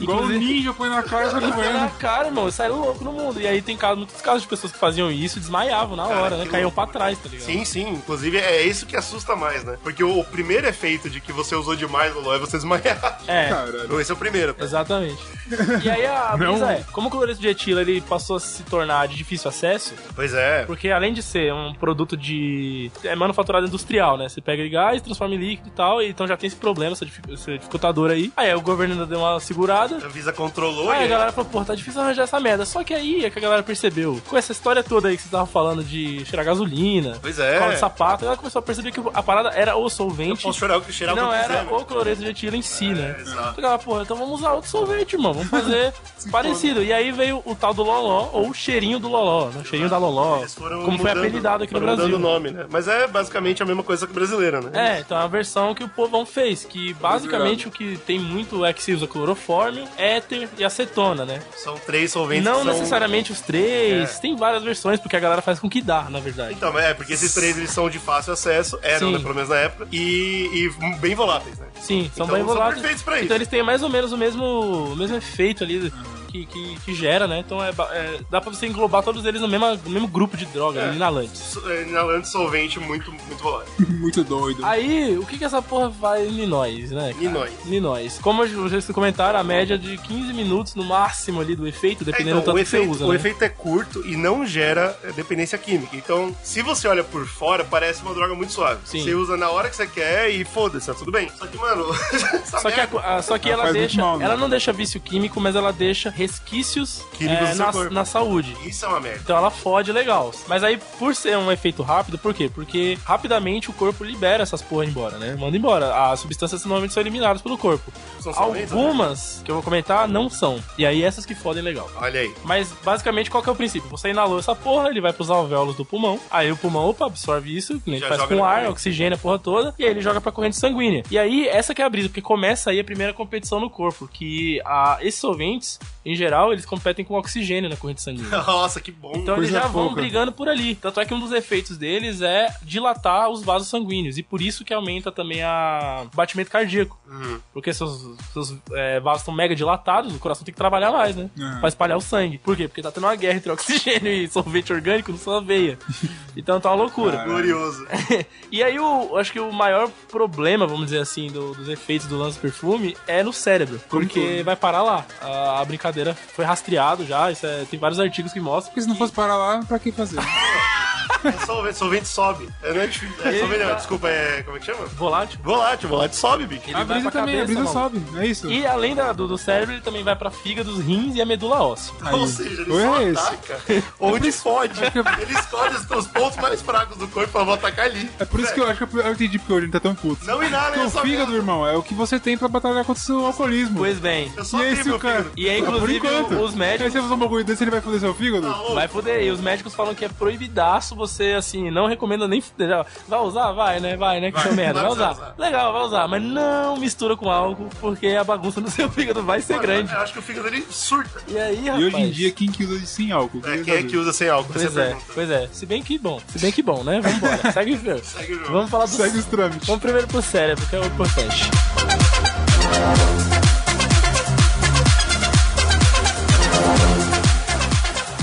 Speaker 3: Igual o
Speaker 1: Inclusive-
Speaker 3: ninja põe na cara e sai
Speaker 1: Na <laughs>
Speaker 3: correndo.
Speaker 1: cara, irmão, eu saí louco no mundo. E aí tem casos, muitos casos de pessoas que faziam isso e desmaiavam na
Speaker 2: Cara,
Speaker 1: hora, né?
Speaker 2: que
Speaker 1: Caíam
Speaker 2: louco.
Speaker 1: pra trás, tá ligado?
Speaker 2: Sim, sim. Inclusive, é isso que assusta mais, né? Porque o, o primeiro efeito de que você usou demais, Lolo, é você desmaiar. <laughs>
Speaker 1: É.
Speaker 3: Caralho.
Speaker 2: Esse é o primeiro, tá? <laughs>
Speaker 1: Exatamente. E aí a
Speaker 3: Não.
Speaker 1: brisa é, como o cloreto de etila ele passou a se tornar de difícil acesso,
Speaker 2: Pois é.
Speaker 1: porque além de ser um produto de é manufaturado industrial, né? Você pega ele gás, transforma em líquido e tal, e então já tem esse problema, essa dificu- esse dificultador aí. Aí o governo ainda deu uma segurada,
Speaker 2: A Visa controlou
Speaker 1: Aí a
Speaker 2: e
Speaker 1: galera falou, pô, tá difícil arranjar essa merda. Só que aí é que a galera percebeu, com essa história toda aí que vocês estavam falando de cheirar gasolina,
Speaker 2: Pois é.
Speaker 1: cola de sapato, a galera começou a perceber que a parada era o
Speaker 2: eu
Speaker 1: solvente.
Speaker 2: posso chorar o que cheirar o
Speaker 1: não
Speaker 2: que eu
Speaker 1: era
Speaker 2: quiser,
Speaker 1: o cloreto de etila em si, né?
Speaker 2: É, exato.
Speaker 1: Então, ela, porra, então vamos usar outro solvente, irmão. Vamos
Speaker 2: <laughs>
Speaker 1: fazer parecido. E aí veio o tal do Loló, ou o cheirinho do Loló, né? O cheirinho da Loló.
Speaker 2: Eles foram
Speaker 1: Como foi
Speaker 2: mudando-
Speaker 1: apelidado aqui no
Speaker 2: foram
Speaker 1: Brasil.
Speaker 2: Mudando o nome, né? Mas é basicamente a mesma coisa que brasileira, né?
Speaker 1: É, então é a versão que o povão fez, que basicamente o que tem muito é que se usa clorofórmio, éter e acetona, né?
Speaker 2: São três solventes
Speaker 1: Não
Speaker 2: que são... É.
Speaker 1: necessariamente os três, tem várias versões, porque a galera faz com que dá, na verdade.
Speaker 2: Então, é, porque esses três eles são de fácil acesso, eram,
Speaker 1: Sim.
Speaker 2: né, pelo menos na época, e, e bem voláteis, né?
Speaker 1: Sim, são
Speaker 2: Então,
Speaker 1: bem
Speaker 2: são
Speaker 1: voláteis.
Speaker 2: perfeitos pra isso.
Speaker 1: Então eles têm mais ou menos o mesmo, o mesmo efeito ali que, que, que gera, né? Então é, ba- é- dá pra você englobar todos eles no mesmo, no mesmo grupo de droga,
Speaker 2: É.
Speaker 1: inalantes.
Speaker 2: So- é, Inalante solvente muito, muito volátil.
Speaker 3: Muito doido.
Speaker 1: Aí, o que que essa porra faz em nós, né? cara?
Speaker 2: E nós.
Speaker 1: Ninóis. Como vocês comentaram, a média de 15 minutos no máximo ali do efeito,
Speaker 2: É,
Speaker 1: dependendo
Speaker 2: então,
Speaker 1: do tanto
Speaker 2: o,
Speaker 1: que
Speaker 2: efeito,
Speaker 1: você usa.
Speaker 2: o
Speaker 1: né?
Speaker 2: efeito é curto e não gera é, dependência química. Então, se você olha por fora, parece uma droga muito suave.
Speaker 1: Sim.
Speaker 2: Você usa na hora que você quer e foda-se, tá tudo bem. Só que, mano, <laughs> essa
Speaker 1: Só que, a
Speaker 2: é merda-
Speaker 1: co- a- só que
Speaker 3: Ela
Speaker 1: ela,
Speaker 3: faz muito
Speaker 1: deixa.
Speaker 3: mal, né?
Speaker 1: Ela não deixa vício químico, mas ela deixa resquícios eh,
Speaker 2: Químicos no seu
Speaker 1: na,
Speaker 2: corpo.
Speaker 1: na saúde.
Speaker 2: Isso é uma merda.
Speaker 1: Então ela fode legal. Mas aí, por ser um efeito rápido, por quê? Porque rapidamente o corpo libera essas porra embora, né? Manda embora. As substâncias normalmente são eliminadas pelo corpo.
Speaker 2: São né? solventes,
Speaker 1: Algumas que eu vou comentar não são. E aí essas que fodem legal.
Speaker 2: Olha aí.
Speaker 1: Mas basicamente qual que é o princípio? Você inalou essa porra, ele vai pros alvéolos do pulmão, aí o pulmão, opa, absorve isso, que nem
Speaker 2: Já
Speaker 1: faz
Speaker 2: joga
Speaker 1: com
Speaker 2: na
Speaker 1: ar,
Speaker 2: corrente.
Speaker 1: oxigênia a porra toda, e aí ele joga pra corrente sanguínea. E aí, essa que é a brisa, porque começa aí a primeira competição no corpo, que a, esses solventes, em geral, eles competem com oxigênio na corrente sanguínea.
Speaker 2: <laughs> Nossa, que bom.
Speaker 1: Então eles
Speaker 3: Coisa
Speaker 1: já vão
Speaker 3: pouca.
Speaker 1: brigando por ali. Tanto é que um dos efeitos deles é dilatar os vasos sanguíneos. E por isso que aumenta também a o batimento cardíaco.
Speaker 3: Hum.
Speaker 1: Porque seus, seus é, vasos estão mega dilatados, o coração tem que trabalhar mais, né?
Speaker 3: Uhum.
Speaker 1: Pra espalhar o sangue. Por quê? Porque tá tendo uma guerra entre <laughs> oxigênio e sorvete orgânico na sua veia. Então tá uma loucura.
Speaker 2: Glorioso.
Speaker 1: <laughs> E aí, o, acho que o maior problema, vamos dizer assim, do- dos efeitos do lance perfume é no cérebro.
Speaker 3: Como
Speaker 1: Porque
Speaker 3: tudo.
Speaker 1: vai parar lá. A, a brincadeira foi rastreado já. Isso é- tem vários artigos que mostram.
Speaker 3: Porque se não fosse parar lá, pra que fazer?
Speaker 2: É solvente, solvente sobe. É, não é difícil. É, solvente, não,
Speaker 1: Eita.
Speaker 2: desculpa, é. Como é que chama?
Speaker 1: Volátil.
Speaker 2: Volátil, volátil sobe, bicho.
Speaker 1: Ele
Speaker 3: A
Speaker 1: vai
Speaker 3: brisa
Speaker 1: pra
Speaker 3: também, a
Speaker 1: cabeça,
Speaker 3: brisa
Speaker 1: mano.
Speaker 3: sobe. É isso.
Speaker 1: E além da- do, do cérebro, ele também vai pra fígado, os rins e a medula óssea.
Speaker 3: Aí.
Speaker 2: Ou seja, ele
Speaker 3: Ou
Speaker 2: só
Speaker 3: é esse?
Speaker 2: ataca onde fode. Ele escolhe os, os pontos mais fracos do corpo pra voltar atacar ali.
Speaker 3: É por isso que eu acho que eu entendi porque hoje a gente tá tão puto.
Speaker 2: Não inala
Speaker 3: Porque o
Speaker 2: essa
Speaker 3: fígado,
Speaker 2: merda.
Speaker 3: irmão, é o que você tem pra batalhar contra o seu alcoolismo.
Speaker 1: Pois é. bem.
Speaker 2: Eu só
Speaker 3: E é
Speaker 2: tenho
Speaker 3: esse
Speaker 2: meu
Speaker 3: o cara.
Speaker 2: fígado.
Speaker 1: E aí,
Speaker 3: Ah, por
Speaker 1: inclusive,
Speaker 3: enquanto.
Speaker 1: os
Speaker 3: Aí
Speaker 1: médicos.
Speaker 3: você usar um bagulho desse, ele vai foder seu fígado?
Speaker 2: Tá louco.
Speaker 1: Vai foder. E os médicos falam que é proibidaço você, assim, não recomenda nem fuder. Vai usar? Vai, né? Vai, né? Que
Speaker 2: Vai,
Speaker 1: seu merda. Vai
Speaker 2: vai
Speaker 1: usar.
Speaker 2: usar.
Speaker 1: Legal, vai usar. Mas não mistura com álcool, porque a bagunça no <laughs> seu fígado vai ser
Speaker 2: Mano,
Speaker 1: grande.
Speaker 2: Eu acho que o fígado dele surta.
Speaker 1: E aí, rapaz.
Speaker 3: E hoje em dia, quem que usa de sem álcool?
Speaker 2: É, quem é que usa sem álcool?
Speaker 1: Pois
Speaker 2: Essa
Speaker 1: é,
Speaker 2: pergunta.
Speaker 1: pois é. Se bem que bom. Se bem que bom, né? Vambora. Segue o jogo.
Speaker 2: Segue o jogo.
Speaker 1: Vamos falar do
Speaker 3: Segue os trâmites.
Speaker 1: Vamos primeiro pro cérebro, que é o importante.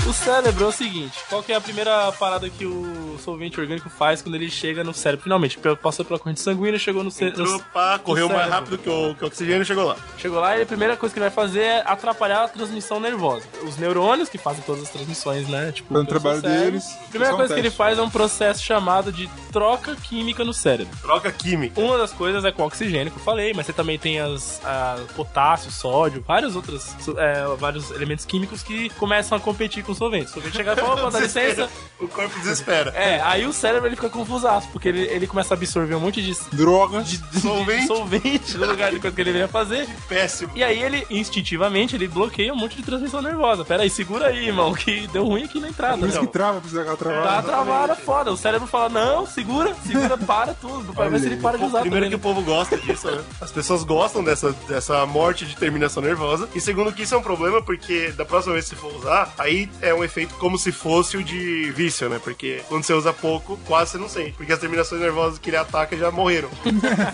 Speaker 1: O cérebro é o seguinte, qual que é a primeira parada que o solvente orgânico faz quando ele chega no cérebro? Finalmente, pe- passou pela corrente sanguínea, chegou no cérebro.
Speaker 2: Entrou, pá, correu mais
Speaker 1: cérebro.
Speaker 2: rápido que o, que o oxigênio e chegou lá.
Speaker 1: Chegou lá e a primeira coisa que ele vai fazer é atrapalhar a transmissão nervosa. Os neurônios que fazem todas as transmissões, né? Tipo,
Speaker 3: Fazendo o
Speaker 1: pelo
Speaker 3: trabalho
Speaker 1: seu cérebro.
Speaker 3: deles.
Speaker 1: A primeira
Speaker 3: Só um
Speaker 1: coisa que ele
Speaker 3: teste.
Speaker 1: faz é um processo chamado de troca química no cérebro.
Speaker 2: Troca química.
Speaker 1: Uma das coisas é com oxigênio, que eu falei, mas você também tem as a, potássio, sódio, vários outros su- é, vários elementos químicos que começam a competir com o solvente. O solvente chega e fala, opa,
Speaker 2: <laughs>
Speaker 1: dá licença.
Speaker 2: O corpo desespera.
Speaker 1: É, aí o cérebro ele fica confusaço, porque ele, ele começa a absorver um monte de,
Speaker 3: Droga.
Speaker 1: de- de- de
Speaker 2: Solvente.
Speaker 1: solvente no lugar de coisa que ele deveria fazer.
Speaker 2: um Péssimo.
Speaker 1: E aí ele, instintivamente, ele bloqueia um monte de transmissão nervosa. Pera aí, segura aí, irmão, que deu ruim aqui na entrada.
Speaker 3: Por isso
Speaker 1: Não.
Speaker 3: que trava, precisa daquela
Speaker 1: Tá
Speaker 3: travada.
Speaker 1: travada, foda. O cérebro fala, não, segura, segura, para tudo. Pra ver se ele para de
Speaker 2: Pô,
Speaker 1: usar
Speaker 2: primeiro
Speaker 1: também,
Speaker 2: que o
Speaker 1: né?
Speaker 2: povo gosta disso, né? As pessoas gostam dessa, dessa morte de terminação nervosa. E segundo que isso é um problema, porque da próxima vez que você for usar, aí é, é um efeito como se fosse o de vício, né? Porque quando você usa pouco, quase você não sente. Porque as terminações nervosas que ele ataca já
Speaker 1: <laughs>
Speaker 2: morreram.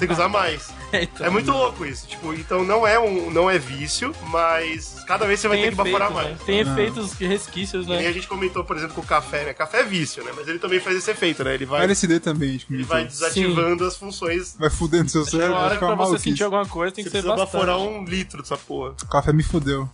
Speaker 2: Tem que usar mais.
Speaker 1: Então,
Speaker 2: É muito louco isso. Tipo, então não é um, não é vício, mas cada vez você vai
Speaker 1: tem
Speaker 2: ter que evaporar
Speaker 1: efeitos,
Speaker 2: mais.
Speaker 1: né?
Speaker 3: Ah.
Speaker 1: Tem efeitos e resquícios,
Speaker 2: E
Speaker 1: né?
Speaker 2: a gente comentou, por exemplo, com o café, né? Café é vício, né? Mas ele também faz esse efeito, né? Ele vai,
Speaker 3: LSD também, a gente
Speaker 2: ele
Speaker 3: comentou.
Speaker 2: vai desativando as funções.
Speaker 3: Vai fudendo seu
Speaker 1: Na
Speaker 3: cérebro, vai
Speaker 1: hora que
Speaker 3: ficar
Speaker 1: pra você
Speaker 3: maluquice.
Speaker 1: sentir alguma coisa tem
Speaker 2: Você
Speaker 1: que ser
Speaker 2: precisa evaporar
Speaker 1: bastante.
Speaker 2: um litro dessa porra.
Speaker 3: O café me fudeu.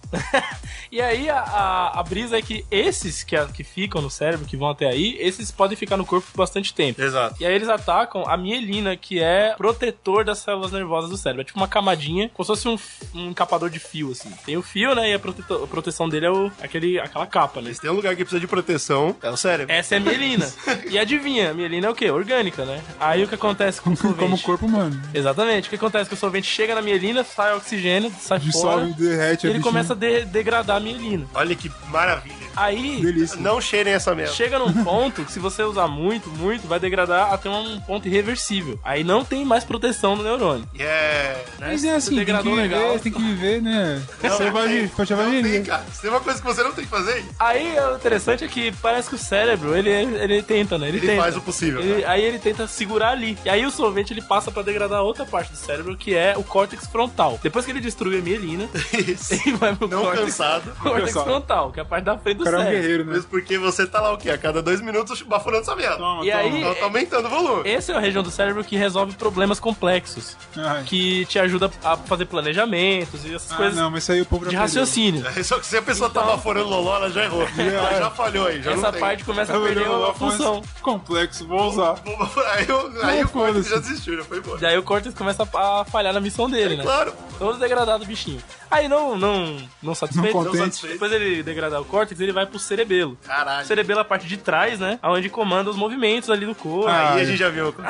Speaker 1: E aí a, a, a brisa é que esses que, a- que ficam no cérebro, que vão até aí, esses podem ficar no corpo por bastante tempo.
Speaker 2: Exato.
Speaker 1: E aí eles atacam a mielina, que é protetor das células nervosas do cérebro. É tipo uma camadinha, como se fosse um, f- um encapador de fio, assim. Tem o fio, né? E a, protetor- a proteção dele é o, aquele, aquela capa, né?
Speaker 2: Mas tem um lugar que precisa de proteção, é o cérebro.
Speaker 1: Essa é a
Speaker 2: <laughs>
Speaker 1: mielina. e adivinha, a mielina é o quê? Orgânica, né? Aí o que acontece com o solvente?
Speaker 3: <laughs> Como o corpo, mano.
Speaker 1: Exatamente. O que acontece que o solvente chega na mielina, sai oxigênio, sai fora,
Speaker 3: Dissolve, derrete,
Speaker 1: e
Speaker 3: a
Speaker 1: ele
Speaker 3: bichinha.
Speaker 1: começa a de- degradar a mielina.
Speaker 2: Olha que maravilha.
Speaker 1: Aí...
Speaker 3: Delícia.
Speaker 2: Não cheirem essa merda.
Speaker 1: Chega num ponto que se você usar muito, muito, vai degradar até um ponto irreversível. Aí não tem mais proteção no neurônio.
Speaker 2: Yeah.
Speaker 3: Mas é assim,
Speaker 1: Você
Speaker 3: tem que
Speaker 1: degradou
Speaker 3: viver,
Speaker 1: legal.
Speaker 3: tem que viver, né?
Speaker 2: Não,
Speaker 3: Você vai
Speaker 2: tem-
Speaker 3: de poxa,
Speaker 2: não
Speaker 3: vai
Speaker 2: tem,
Speaker 3: de
Speaker 2: cara. Se tem uma coisa que você não tem que fazer,
Speaker 1: Aí o interessante é que parece que o cérebro, ele, ele tenta, né? Ele,
Speaker 2: Ele
Speaker 1: tenta.
Speaker 2: faz o possível,
Speaker 1: Ele-
Speaker 2: né?
Speaker 1: Aí ele tenta segurar ali. E aí o solvente ele passa pra degradar a outra parte do cérebro, que é o córtex frontal. Depois que ele destrui a mielina, <laughs>
Speaker 2: isso.
Speaker 1: ele vai pro
Speaker 2: Não
Speaker 1: córtex,
Speaker 2: cansado.
Speaker 1: córtex
Speaker 3: cansado.
Speaker 1: frontal, que é a parte da frente do
Speaker 3: O cara é um
Speaker 1: cérebro.
Speaker 3: guerreiro, né?
Speaker 2: Mesmo porque você tá lá o quê? A cada dois minutos baforando essa merda.
Speaker 3: Toma,
Speaker 1: E
Speaker 3: toma.
Speaker 1: aí-
Speaker 2: Ela tá aumentando o volume.
Speaker 1: Essa é a região do cérebro que resolve problemas complexos,
Speaker 3: Ai.
Speaker 1: que te ajuda a fazer planejamentos e essas
Speaker 3: Ah,
Speaker 1: coisas
Speaker 3: não, mas isso aí o povo já
Speaker 1: de
Speaker 3: perdeu.
Speaker 1: raciocínio.
Speaker 2: Só que se a pessoa tá baforando loló, ela já errou. Ela já falhou aí, já não
Speaker 1: Então. Essa
Speaker 2: tem.
Speaker 1: parte começa
Speaker 3: Tá
Speaker 1: a
Speaker 3: vendo?
Speaker 1: perder
Speaker 3: Ela
Speaker 1: a
Speaker 3: fala,
Speaker 1: função.
Speaker 3: Complexo, vou usar.
Speaker 2: Vou baforar. Aí, eu, aí
Speaker 3: Não,
Speaker 2: o corpo
Speaker 3: foda-se.
Speaker 2: já desistiu, já foi embora.
Speaker 1: Daí o Cortex começa a falhar na missão dele, né?
Speaker 2: Claro.
Speaker 1: Todo degradado o bichinho. Aí não, não, não satisfeito,
Speaker 3: Não
Speaker 1: não,
Speaker 3: contente.
Speaker 1: satisfeito. Depois ele degradar o Cortex, ele vai pro cerebelo. O
Speaker 2: Caralho.
Speaker 1: cerebelo é a parte de trás, né? Onde comanda os movimentos ali do corpo.
Speaker 3: Ah,
Speaker 2: Aí a gente já viu. Tem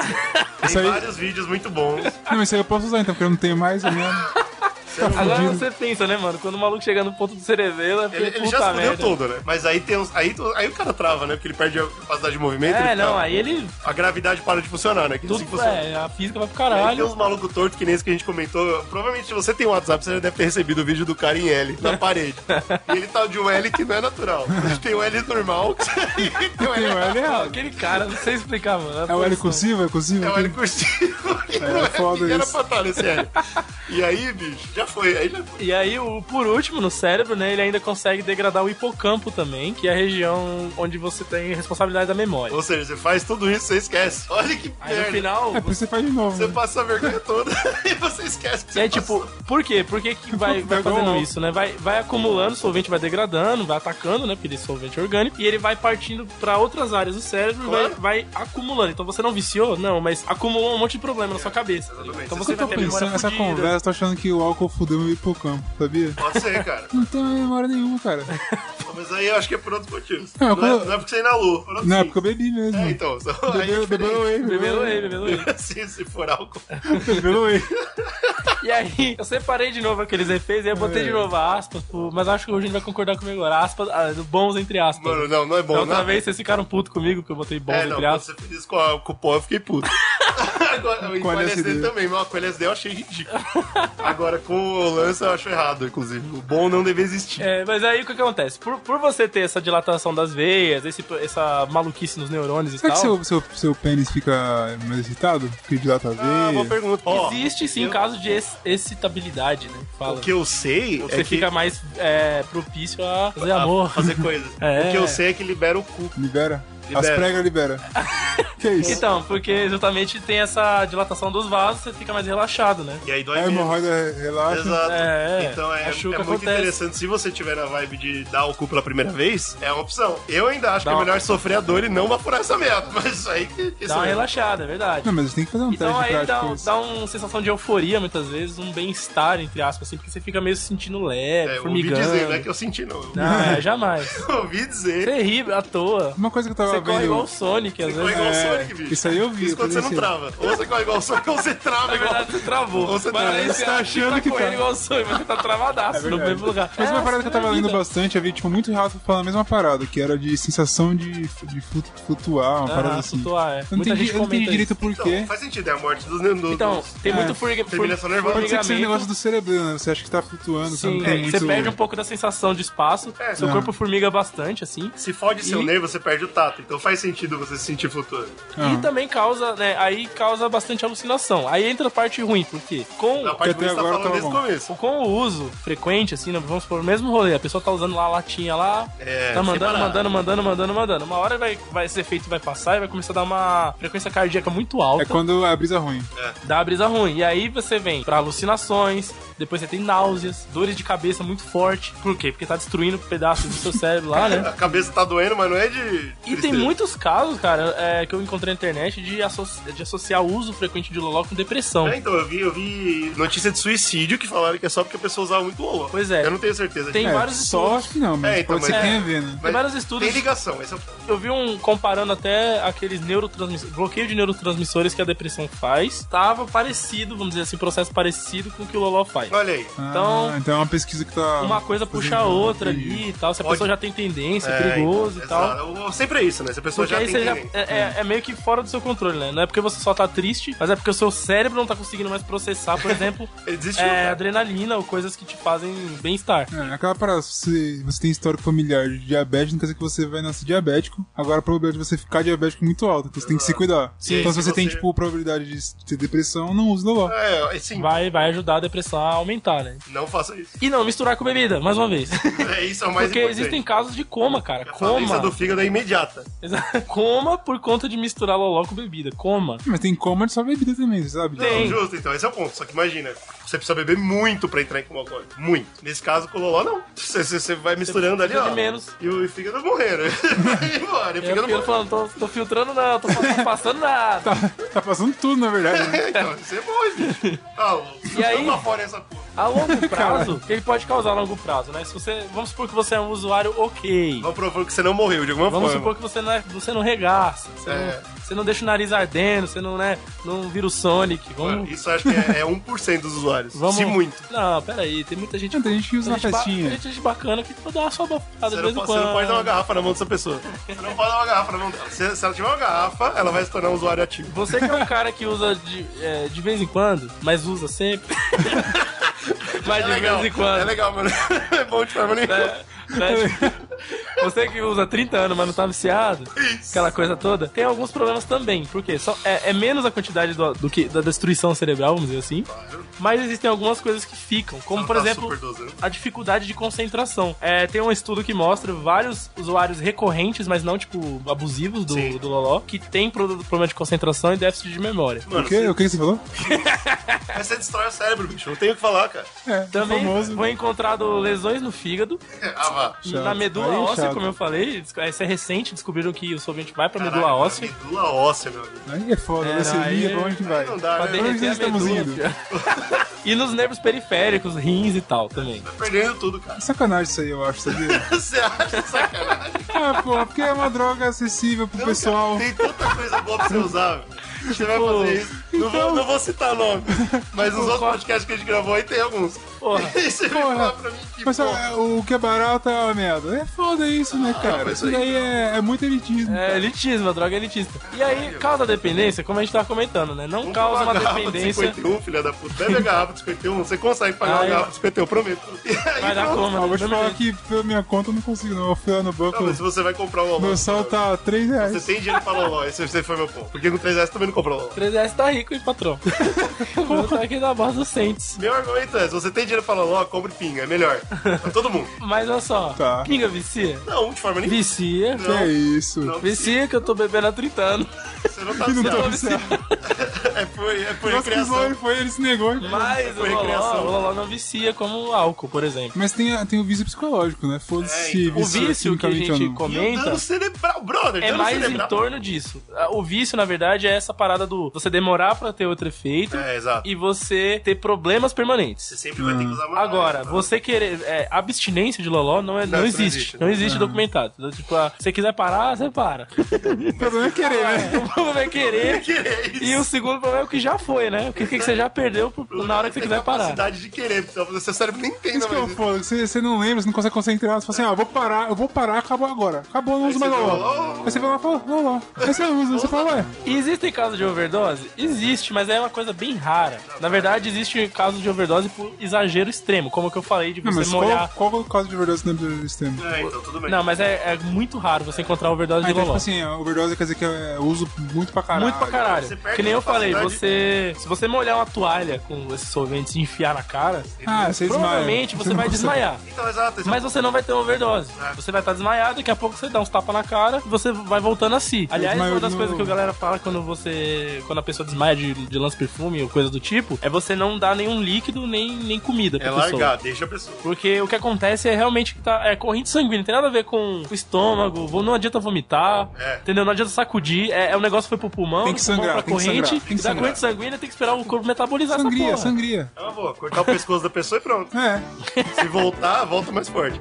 Speaker 3: Isso aí-
Speaker 2: vários vídeos muito bons.
Speaker 3: Não, mas isso aí eu posso usar então, porque eu não tenho mais, Tá eu mesmo.
Speaker 1: Agora você pensa, né, mano? Quando o maluco chega no ponto do cerebelo, é porque,
Speaker 2: Ele, ele
Speaker 1: puta
Speaker 2: já se fudeu
Speaker 1: merda.
Speaker 2: todo, né? Mas aí tem uns. Aí, aí o cara trava, né? Porque ele perde a capacidade de movimento.
Speaker 1: É,
Speaker 2: ele
Speaker 1: não,
Speaker 2: trava.
Speaker 1: aí ele.
Speaker 2: A gravidade para de funcionar, né? Que assim Então, que
Speaker 1: Tudo,
Speaker 2: funciona.
Speaker 1: é, a física vai pro
Speaker 2: E Aí tem
Speaker 1: caralho.
Speaker 2: uns malucos tortos que nem esse que a gente comentou. Provavelmente se você tem um WhatsApp, você já deve ter recebido o vídeo do cara em L
Speaker 1: <laughs>
Speaker 2: na parede. E ele tá de um L que não é natural. A gente tem um L normal <laughs> e tem
Speaker 1: é
Speaker 2: um L,
Speaker 3: Tem o L
Speaker 1: Não,
Speaker 3: é errado.
Speaker 1: aquele cara, não sei explicar, mano. a
Speaker 3: É o L
Speaker 1: posição.
Speaker 3: cursivo? É cursivo?
Speaker 2: é um L
Speaker 1: <laughs>
Speaker 2: cursivo. que não é,
Speaker 3: foda
Speaker 2: que era
Speaker 3: isso.
Speaker 2: pra estar nesse L. E aí, bicho, já foi. Aí já foi.
Speaker 1: E aí, o, por último, no cérebro, né, ele ainda consegue degradar o hipocampo também, que é a região onde você tem responsabilidade da memória.
Speaker 2: Ou seja, você faz tudo isso, você esquece. Olha que
Speaker 1: Aí no
Speaker 2: merda.
Speaker 1: final.
Speaker 3: <laughs> É, por isso você faz de novo.
Speaker 2: Você
Speaker 3: né?
Speaker 2: passa a vergonha toda <laughs> e você esquece que
Speaker 1: E
Speaker 2: você
Speaker 1: aí, tipo, por quê? Por que, que vai, vai
Speaker 3: Pegou
Speaker 1: fazendo
Speaker 3: um.
Speaker 1: isso, né? Vai, vai acumulando, o solvente vai degradando, vai atacando, né? Porque ele é solvente orgânico. E ele vai partindo pra outras áreas do cérebro e
Speaker 2: Claro.
Speaker 1: vai, vai acumulando. Então você não viciou? Não, mas acumulou um monte de problema na sua cabeça. tá ligado?
Speaker 2: É, exatamente.
Speaker 1: Então
Speaker 2: Isso
Speaker 1: você
Speaker 3: Eu tô
Speaker 1: vai ter memória
Speaker 3: pensando nessa
Speaker 1: fudida.
Speaker 3: conversa, eu tô achando que o álcool fudeu meu hipocampo, sabia?
Speaker 2: Pode ser, cara.
Speaker 3: Não tenho memória nenhuma, cara.
Speaker 2: Mas aí eu acho que é por outros motivos.
Speaker 3: Não,
Speaker 2: Não,
Speaker 3: quando-
Speaker 2: é, não é porque você inalou. Por outros
Speaker 3: Não, é
Speaker 2: motivos.
Speaker 3: porque eu bebi mesmo.
Speaker 2: É, então. só- aí é
Speaker 3: Bebeu,
Speaker 2: diferente.
Speaker 3: bebeu whey,
Speaker 1: Bebeu
Speaker 3: bebeu
Speaker 1: ele,
Speaker 3: whey.
Speaker 1: bebeu ele.
Speaker 2: <laughs> se, se for álcool.
Speaker 1: <laughs>
Speaker 3: Bebeu whey.
Speaker 1: E aí, eu separei de novo aqueles efeitos, aí eu botei
Speaker 3: É.
Speaker 1: de novo aspas, pô, mas acho que o Júnior vai concordar comigo agora. Aspas, ah, bons entre aspas.
Speaker 2: Mano, não, não é bom.
Speaker 1: da outra
Speaker 2: não.
Speaker 1: vez vocês ficaram puto comigo que eu botei bons
Speaker 2: É, não,
Speaker 1: entre
Speaker 2: quando
Speaker 1: aspas.
Speaker 2: você fez isso com, a, com o pó, eu fiquei puto. <laughs> Agora, e com
Speaker 3: Com
Speaker 2: o LSD,
Speaker 3: LSD.
Speaker 2: também, mas com o LSD eu achei ridículo. Agora, com o lance eu acho errado, inclusive. O bom não deve existir.
Speaker 1: É, mas aí o que que acontece? Por, por você ter essa dilatação das veias, esse, essa maluquice nos neurônios e
Speaker 3: Será
Speaker 1: tal.
Speaker 3: que seu, seu, seu pênis fica mais excitado? Fica de lata
Speaker 2: Ah, boa
Speaker 3: veia?
Speaker 2: pergunta.
Speaker 1: Existe sim
Speaker 2: eu-
Speaker 1: caso de ex- excitabilidade, né? Fala.
Speaker 2: o que eu sei
Speaker 1: você
Speaker 2: é que...
Speaker 1: fica mais é, propício a fazer
Speaker 2: a
Speaker 1: É amor.
Speaker 2: Fazer coisas.
Speaker 1: <laughs> É.
Speaker 2: O que eu sei é que libera o cu.
Speaker 3: Libera? As
Speaker 2: Libera.
Speaker 1: <laughs>
Speaker 3: pregas libera. que isso?
Speaker 1: Então, porque justamente tem essa dilatação dos vasos, você fica mais relaxado, né?
Speaker 2: E aí dói
Speaker 3: A
Speaker 2: menos.
Speaker 3: hemorroida relaxa.
Speaker 2: Exato.
Speaker 1: É, é.
Speaker 2: Então é,
Speaker 1: Acho que
Speaker 2: é muito
Speaker 1: acontece.
Speaker 2: interessante. Se você tiver na vibe de dar o cu pela primeira vez, é uma opção. Eu ainda acho
Speaker 1: Dá
Speaker 2: que é
Speaker 1: uma-
Speaker 2: melhor sofrer a dor e não vaporar essa merda. <laughs> Mas isso aí que. Isso
Speaker 1: Dá uma
Speaker 2: aí.
Speaker 1: relaxada, é verdade.
Speaker 3: Não, mas tem que fazer um
Speaker 1: Então
Speaker 3: teste
Speaker 1: aí dá,
Speaker 3: prático.
Speaker 1: um-
Speaker 3: isso.
Speaker 1: dá uma sensação de euforia muitas vezes, um bem-estar, entre aspas, assim, porque você fica meio se sentindo leve,
Speaker 2: É, eu ouvi
Speaker 1: formigando.
Speaker 2: dizer, não é que <laughs> eu senti, não. Eu
Speaker 1: Não, jamais.
Speaker 2: ouvi dizer.
Speaker 1: Terrível, à toa.
Speaker 3: Uma coisa que eu tava
Speaker 1: Você corre igual o Sonic, às
Speaker 2: Corre
Speaker 1: vezes.
Speaker 2: igual o
Speaker 3: É,
Speaker 2: Sonic, bicho.
Speaker 3: isso aí eu vi,
Speaker 2: Isso quando você
Speaker 3: eu
Speaker 2: não
Speaker 3: pensei.
Speaker 2: trava. Ou você corre igual o Sonic, ou você trava
Speaker 1: Na
Speaker 2: igual.
Speaker 1: É verdade, você travou.
Speaker 2: Você
Speaker 1: mas
Speaker 2: tá-
Speaker 1: aí
Speaker 3: você tá achando
Speaker 1: tá
Speaker 3: que
Speaker 1: correndo
Speaker 3: tá. É
Speaker 1: igual o Sonic, mas você tá travadaço no
Speaker 3: verdade.
Speaker 1: mesmo lugar.
Speaker 3: Mas uma
Speaker 1: É,
Speaker 3: parada que eu tava
Speaker 1: assim é a
Speaker 3: lendo
Speaker 1: vida.
Speaker 3: bastante, eu vi, tipo, muito rato falando a mesma parada, que era de sensação de, de flutu- flutuar, uma parada
Speaker 1: Ah,
Speaker 3: assim.
Speaker 1: flutuar, é.
Speaker 3: Eu não
Speaker 1: Muita
Speaker 3: entendi,
Speaker 1: gente
Speaker 3: eu não entendi
Speaker 1: comenta
Speaker 3: direito por
Speaker 2: Então,
Speaker 3: quê.
Speaker 2: faz sentido, é a morte dos nendos.
Speaker 1: Então, tem
Speaker 3: É.
Speaker 1: muito formiga-
Speaker 2: Terminação
Speaker 1: formiga-
Speaker 2: nervosa.
Speaker 3: Pode ser que seja um
Speaker 1: formigamento.
Speaker 3: negócio do cerebelo, né? Você acha que tá flutuando, você
Speaker 1: Sim,
Speaker 3: não tem muito...
Speaker 1: você perde um pouco da sensação de espaço.
Speaker 2: É,
Speaker 1: seu
Speaker 2: é.
Speaker 1: corpo formiga bastante, assim.
Speaker 2: se fode seu
Speaker 1: E-
Speaker 2: nervo, você perde o tato. Então faz sentido você se sentir flutuando.
Speaker 3: Aham.
Speaker 1: E também causa, né? Aí causa bastante alucinação. Aí entra a parte ruim, porque com,
Speaker 2: A parte
Speaker 3: até
Speaker 2: que você tá
Speaker 3: agora
Speaker 2: falando
Speaker 3: tava
Speaker 2: desde o
Speaker 3: bom.
Speaker 2: começo.
Speaker 1: com o uso frequente, assim, né, vamos supor, o mesmo rolê, a pessoa tá usando lá a latinha lá,
Speaker 2: É,
Speaker 1: tá
Speaker 2: sem
Speaker 1: mandando,
Speaker 2: parar.
Speaker 1: mandando, mandando, mandando, mandando. Uma hora vai, vai, esse efeito vai passar e vai começar a dar uma frequência cardíaca muito alta.
Speaker 3: É quando a brisa é ruim.
Speaker 1: dá a brisa ruim. E aí você vem pra alucinações, depois você tem náuseas, dores de cabeça muito forte. Por quê? Porque tá destruindo pedaços do seu cérebro lá,
Speaker 2: <laughs>
Speaker 1: né?
Speaker 2: A cabeça tá doendo, mas não é de.
Speaker 1: E tem
Speaker 2: tristeza.
Speaker 1: muitos casos, cara, é, que eu encontrei na internet de, asso- de associar o uso frequente de loló com depressão.
Speaker 2: É, então, eu vi, eu vi notícia de suicídio que falaram que é só porque a pessoa usava muito olá.
Speaker 1: Pois é.
Speaker 2: Eu não tenho certeza.
Speaker 1: Tem
Speaker 3: é,
Speaker 1: vários
Speaker 3: só
Speaker 1: estudos.
Speaker 3: acho que não, mas
Speaker 2: É, então,
Speaker 3: pode ser
Speaker 2: mas-
Speaker 3: que
Speaker 2: é.
Speaker 3: tenha a ver, né?
Speaker 2: Mas
Speaker 1: vários estudos-
Speaker 2: Tem ligação, esse é o ponto.
Speaker 1: Eu vi um comparando até aqueles neurotransmissores, bloqueio de neurotransmissores que a depressão faz, tava parecido, vamos dizer assim, processo parecido com o que o loló faz.
Speaker 2: Olha aí.
Speaker 3: Ah,
Speaker 1: Então,
Speaker 3: então é uma pesquisa que tá...
Speaker 1: Uma coisa puxa a
Speaker 3: fazendo-
Speaker 1: outra
Speaker 3: entendi.
Speaker 1: ali e tal, se a
Speaker 2: Pode-
Speaker 1: pessoa já tem tendência, é,
Speaker 2: É,
Speaker 1: perigoso
Speaker 2: então,
Speaker 1: e tal.
Speaker 2: exato. Eu- eu- Sempre é isso, né? Se a pessoa
Speaker 1: Porque
Speaker 2: já
Speaker 1: aí
Speaker 2: tem
Speaker 1: você já. É,
Speaker 2: tendência. Hum.
Speaker 1: é- é meio que fora do seu controle, né? Não é porque você só tá triste, mas é porque o seu cérebro não tá conseguindo mais processar, por
Speaker 2: <laughs>
Speaker 1: exemplo,
Speaker 2: Ele desistiu,
Speaker 1: é,
Speaker 2: cara.
Speaker 1: adrenalina ou coisas que te fazem bem-estar.
Speaker 3: É, aquela parada, se você, você tem histórico familiar de diabetes, não quer dizer que você vai nascer diabético. Agora a probabilidade de você ficar diabético é muito alta, então você tem que se cuidar.
Speaker 2: Sim,
Speaker 3: então se
Speaker 2: se
Speaker 3: você tem,
Speaker 2: você-
Speaker 3: tipo, probabilidade de ter depressão, não use loló.
Speaker 2: É, assim,
Speaker 1: Vai, vai ajudar a depressão a aumentar, né?
Speaker 2: não faça isso.
Speaker 1: E não misturar com bebida, mais uma vez.
Speaker 2: É isso, é o mais
Speaker 1: Porque
Speaker 2: importante.
Speaker 1: existem casos de coma, cara.
Speaker 2: A falência
Speaker 1: Coma.
Speaker 2: do fígado é imediata.
Speaker 1: Exato. <laughs> Coma por conta de misturar loló com bebida. Coma.
Speaker 3: Mas tem coma de só bebida também, você sabe?
Speaker 1: Tem.
Speaker 2: Não, justo, então, esse é o ponto. Só que imagina, você precisa beber muito pra entrar em coma alcoólico. Muito. Nesse caso, com o Loló, não. Você, você- você vai misturando ali,
Speaker 1: precisa
Speaker 2: ó.
Speaker 1: de menos.
Speaker 2: E o fígado
Speaker 1: <laughs>
Speaker 2: morrendo. Vai embora, e
Speaker 1: Eu,
Speaker 2: o fígado
Speaker 1: eu
Speaker 2: morrendo.
Speaker 1: falando, tô, tô filtrando não, tô passando, passando
Speaker 2: <laughs>
Speaker 1: nada.
Speaker 3: Tá, tá passando tudo, na verdade. Né?
Speaker 2: Então, isso é bom, gente. Ah, Lolo,
Speaker 1: E aí?
Speaker 2: toma fora essa porra.
Speaker 1: A
Speaker 2: <laughs>
Speaker 1: longo prazo, ele pode causar a longo prazo, né? Se você, vamos supor que você é um usuário ok.
Speaker 2: Vamos provar que você não morreu, de alguma
Speaker 1: Vamos
Speaker 2: forma.
Speaker 1: supor que você não, é- você não regaça, você,
Speaker 2: É.
Speaker 1: não, você não deixa o nariz ardendo, você não, né, não vira o Sonic. Vamos,
Speaker 2: Isso acho que é, é 1% dos usuários.
Speaker 1: vamos...
Speaker 2: Se muito.
Speaker 1: Não, peraí, tem muita gente...
Speaker 3: Não, tem gente que usa na
Speaker 1: ba-
Speaker 3: festinha.
Speaker 1: tem gente bacana que pode dar uma sua bofada
Speaker 2: Você
Speaker 1: de
Speaker 2: não,
Speaker 1: vez em
Speaker 2: pode, você não
Speaker 1: quando.
Speaker 2: pode dar uma garrafa na mão dessa pessoa. Você não pode dar uma garrafa na mão dela. Se, se ela tiver uma garrafa, ela vai se tornar um usuário ativo.
Speaker 1: Você que é um cara que usa de, é, de vez em quando, mas usa
Speaker 2: <laughs>
Speaker 1: sempre. mas
Speaker 2: É
Speaker 1: de
Speaker 2: legal,
Speaker 1: vez em quando.
Speaker 2: É legal, mano. <laughs> É bom de forma nenhuma.
Speaker 1: né? Né? Você que usa 30 anos, mas não tá viciado, aquela coisa toda, tem alguns problemas também. Por quê? Só, é, é menos a quantidade do, do que, da destruição cerebral, vamos dizer assim. Mas existem algumas coisas que ficam, como
Speaker 2: Ela
Speaker 1: por
Speaker 2: tá
Speaker 1: exemplo.
Speaker 2: superdose, né?
Speaker 1: A dificuldade de concentração. É, tem um estudo que mostra vários usuários recorrentes, mas não tipo abusivos do,
Speaker 2: Sim.
Speaker 1: do Loló, que tem pro- problema de concentração e déficit de memória.
Speaker 2: Mano,
Speaker 3: O quê? O que você falou?
Speaker 2: Mas você destrói o cérebro, bicho. Não tem o que falar, cara.
Speaker 3: É,
Speaker 1: Também
Speaker 3: famoso.
Speaker 1: foi encontrado lesões no fígado,
Speaker 2: <laughs> Ah, vá.
Speaker 3: Chato.
Speaker 1: na medula
Speaker 3: Aí é
Speaker 1: óssea,
Speaker 3: chato.
Speaker 1: como eu falei. Isso é recente, descobriram que o somente vai pra
Speaker 2: Caraca,
Speaker 1: medula óssea.
Speaker 2: Medula óssea, meu amigo.
Speaker 3: Aí é foda,
Speaker 1: É,
Speaker 3: é,
Speaker 1: não, aí-
Speaker 3: leucemia, pra onde que vai?
Speaker 2: Não dá,
Speaker 1: Pra
Speaker 2: né?
Speaker 1: derreter a
Speaker 3: onde estamos
Speaker 1: medula,
Speaker 3: tá indo?
Speaker 1: pior. <laughs> E nos nervos periféricos, rins e tal também.
Speaker 2: Tá perdendo tudo, cara.
Speaker 3: É Sacanagem isso aí, eu acho, sabia?
Speaker 2: <laughs>
Speaker 3: <laughs>
Speaker 2: Você acha sacanagem?
Speaker 1: <laughs>
Speaker 3: ah, porra, porque é uma droga acessível pro
Speaker 2: Não,
Speaker 3: pessoal.
Speaker 2: cara, Tem tanta coisa boa pra você usar, velho. Você vai fazer isso. Não, vou, não vou citar nome. Mas os outros podcasts que a gente gravou aí tem alguns.
Speaker 1: Porra.
Speaker 2: <laughs> E você vai
Speaker 3: Porra.
Speaker 2: falar pra mim que
Speaker 3: Mas
Speaker 2: porra.
Speaker 3: ah, o que é barato é uma merda. É foda isso, né, cara?
Speaker 2: Ah, mas
Speaker 3: Isso
Speaker 2: aí-
Speaker 3: daí é, é muito elitismo.
Speaker 1: É elitismo, a droga é elitista. E aí, causa dependência, como a gente tava comentando, né? Não
Speaker 2: Compra
Speaker 1: causa uma
Speaker 2: garrafa De
Speaker 1: dependência.
Speaker 2: 51, filha da puta. Bebe a garrafa de 51, você consegue pagar
Speaker 1: Ai,
Speaker 2: uma garrafa de 51, prometo. E
Speaker 1: <laughs>
Speaker 2: aí,
Speaker 1: Vai dar
Speaker 2: pronto.
Speaker 1: coma,
Speaker 3: Ah,
Speaker 1: né?
Speaker 3: vou te
Speaker 1: Mesmo
Speaker 3: falar
Speaker 1: jeito.
Speaker 3: que pela minha conta eu não consigo, não. Eu fui lá no banco.
Speaker 2: Não, mas se você vai comprar um
Speaker 3: Meu
Speaker 2: almoço,
Speaker 3: sal tá 3 reais.
Speaker 2: Você tem dinheiro pra Loló, esse, esse foi meu ponto. Porque com 3 reais também não comprou Loló.
Speaker 1: 3S tá rico, hein,
Speaker 3: <laughs>
Speaker 1: patrão? Vou tá aqui na base dos centes.
Speaker 2: Meu argumento é, se você tem dinheiro pra Loló, compre pinga, é melhor. Pra todo mundo.
Speaker 1: Mas olha só,
Speaker 3: Tá.
Speaker 1: pinga vicia?
Speaker 2: Não, de forma nenhuma.
Speaker 1: Vicia.
Speaker 3: Que é isso?
Speaker 2: Não.
Speaker 1: Vicia que eu tô bebendo há 30 anos.
Speaker 2: Você não tá
Speaker 3: E não
Speaker 2: viciado.
Speaker 3: tô viciado.
Speaker 2: É por, é por
Speaker 3: Nossa, que foi,
Speaker 2: recreação.
Speaker 3: foi, ele se negou.
Speaker 1: Mas o
Speaker 2: Foi recreação.
Speaker 1: Loló, um o Loló não vicia como álcool, por exemplo.
Speaker 3: Mas tem, a- tem o vício psicológico, né? Foda-se
Speaker 2: É, então.
Speaker 1: O
Speaker 3: vício
Speaker 1: vício que a
Speaker 3: quimicamente ou
Speaker 1: gente
Speaker 3: não.
Speaker 2: E o
Speaker 1: comenta.
Speaker 2: dano cerebral Não, brother,
Speaker 1: É
Speaker 2: dano
Speaker 1: mais em
Speaker 2: cerebral.
Speaker 1: torno disso. O vício, na verdade, é essa parada do você demorar pra ter outro efeito
Speaker 2: É, exato.
Speaker 1: e você ter problemas permanentes.
Speaker 2: Você sempre vai ter que usar manual.
Speaker 1: Agora, você querer. é, abstinência de Loló não, é, não,
Speaker 2: Não, isso não
Speaker 1: existe.
Speaker 2: existe.
Speaker 1: Não existe documentado. Então, Tipo, ah, se você quiser parar, você para.
Speaker 3: O problema é querer, né?
Speaker 1: O povo vai querer.
Speaker 2: Querer isso.
Speaker 1: E o segundo problema é o que já foi, né? O que, o que que você já perdeu por- na hora que você
Speaker 2: Tem
Speaker 1: quiser parar.
Speaker 2: capacidade de querer, porque talvez o seu cérebro nem entenda
Speaker 3: Isso que é
Speaker 2: mais.
Speaker 3: eu
Speaker 2: isso.
Speaker 3: falo, você, você não lembra, você não consegue concentrar, você fala assim, ah, vou parar, eu vou parar, acabou agora. Acabou, não uso
Speaker 2: você
Speaker 3: mais
Speaker 2: fala,
Speaker 3: loló.
Speaker 2: "Oh".
Speaker 3: Aí você vai lá e fala, loló. Aí você usa, você fala, ué,
Speaker 1: E Existem casos de overdose? Existe, mas é uma coisa bem rara. Na verdade, existe casos de overdose por exagero extremo, como que eu falei de
Speaker 3: não,
Speaker 1: você
Speaker 3: mas
Speaker 1: molhar.
Speaker 3: qual, qual é o caso de overdose dentro do sistema?
Speaker 2: É, então tudo bem.
Speaker 1: Não, mas é, é muito raro você encontrar overdose
Speaker 3: Ah,
Speaker 1: de
Speaker 3: então,
Speaker 1: loló.
Speaker 3: tipo assim, a overdose quer dizer que é uso muito pra caralho.
Speaker 1: muito pra caralho.
Speaker 2: Você perde
Speaker 1: Que nem eu
Speaker 2: a
Speaker 1: falei,
Speaker 2: capacidade-
Speaker 1: você. Se você molhar uma toalha com esse solvente e enfiar na cara,
Speaker 3: Ah, você desmaia.
Speaker 1: provavelmente você vai
Speaker 3: não consegue.
Speaker 1: desmaiar.
Speaker 2: Então, exato.
Speaker 1: Mas você não vai ter uma overdose.
Speaker 2: É.
Speaker 1: Você vai estar desmaiado, daqui a pouco você dá uns tapas na cara e você vai voltando a si. Aliás,
Speaker 3: desmaio
Speaker 1: uma das
Speaker 3: de
Speaker 1: coisas que a
Speaker 3: novo.
Speaker 1: galera fala quando você. Quando a pessoa desmaia de, de lance perfume ou coisa do tipo, é você não dar nenhum líquido nem, nem comida pra
Speaker 2: É
Speaker 1: pessoa.
Speaker 2: largar, deixa a pessoa.
Speaker 1: Porque o que acontece é realmente que tá. É corrente sanguínea, não tem nada a ver com o estômago, vo- não adianta vomitar,
Speaker 2: É.
Speaker 1: entendeu? Não adianta sacudir. É, é um negócio que foi pro pulmão,
Speaker 3: Tem que
Speaker 1: do pulmão
Speaker 3: sangrar,
Speaker 1: pra
Speaker 3: tem que
Speaker 1: corrente.
Speaker 3: sangrar, tem que
Speaker 1: da
Speaker 3: sangrar.
Speaker 1: corrente sanguínea tem que esperar o corpo metabolizar
Speaker 3: Sangria,
Speaker 1: essa porra.
Speaker 3: sangria.
Speaker 2: É uma boa, cortar o pescoço da pessoa e pronto.
Speaker 3: É.
Speaker 2: Se voltar, volta mais forte.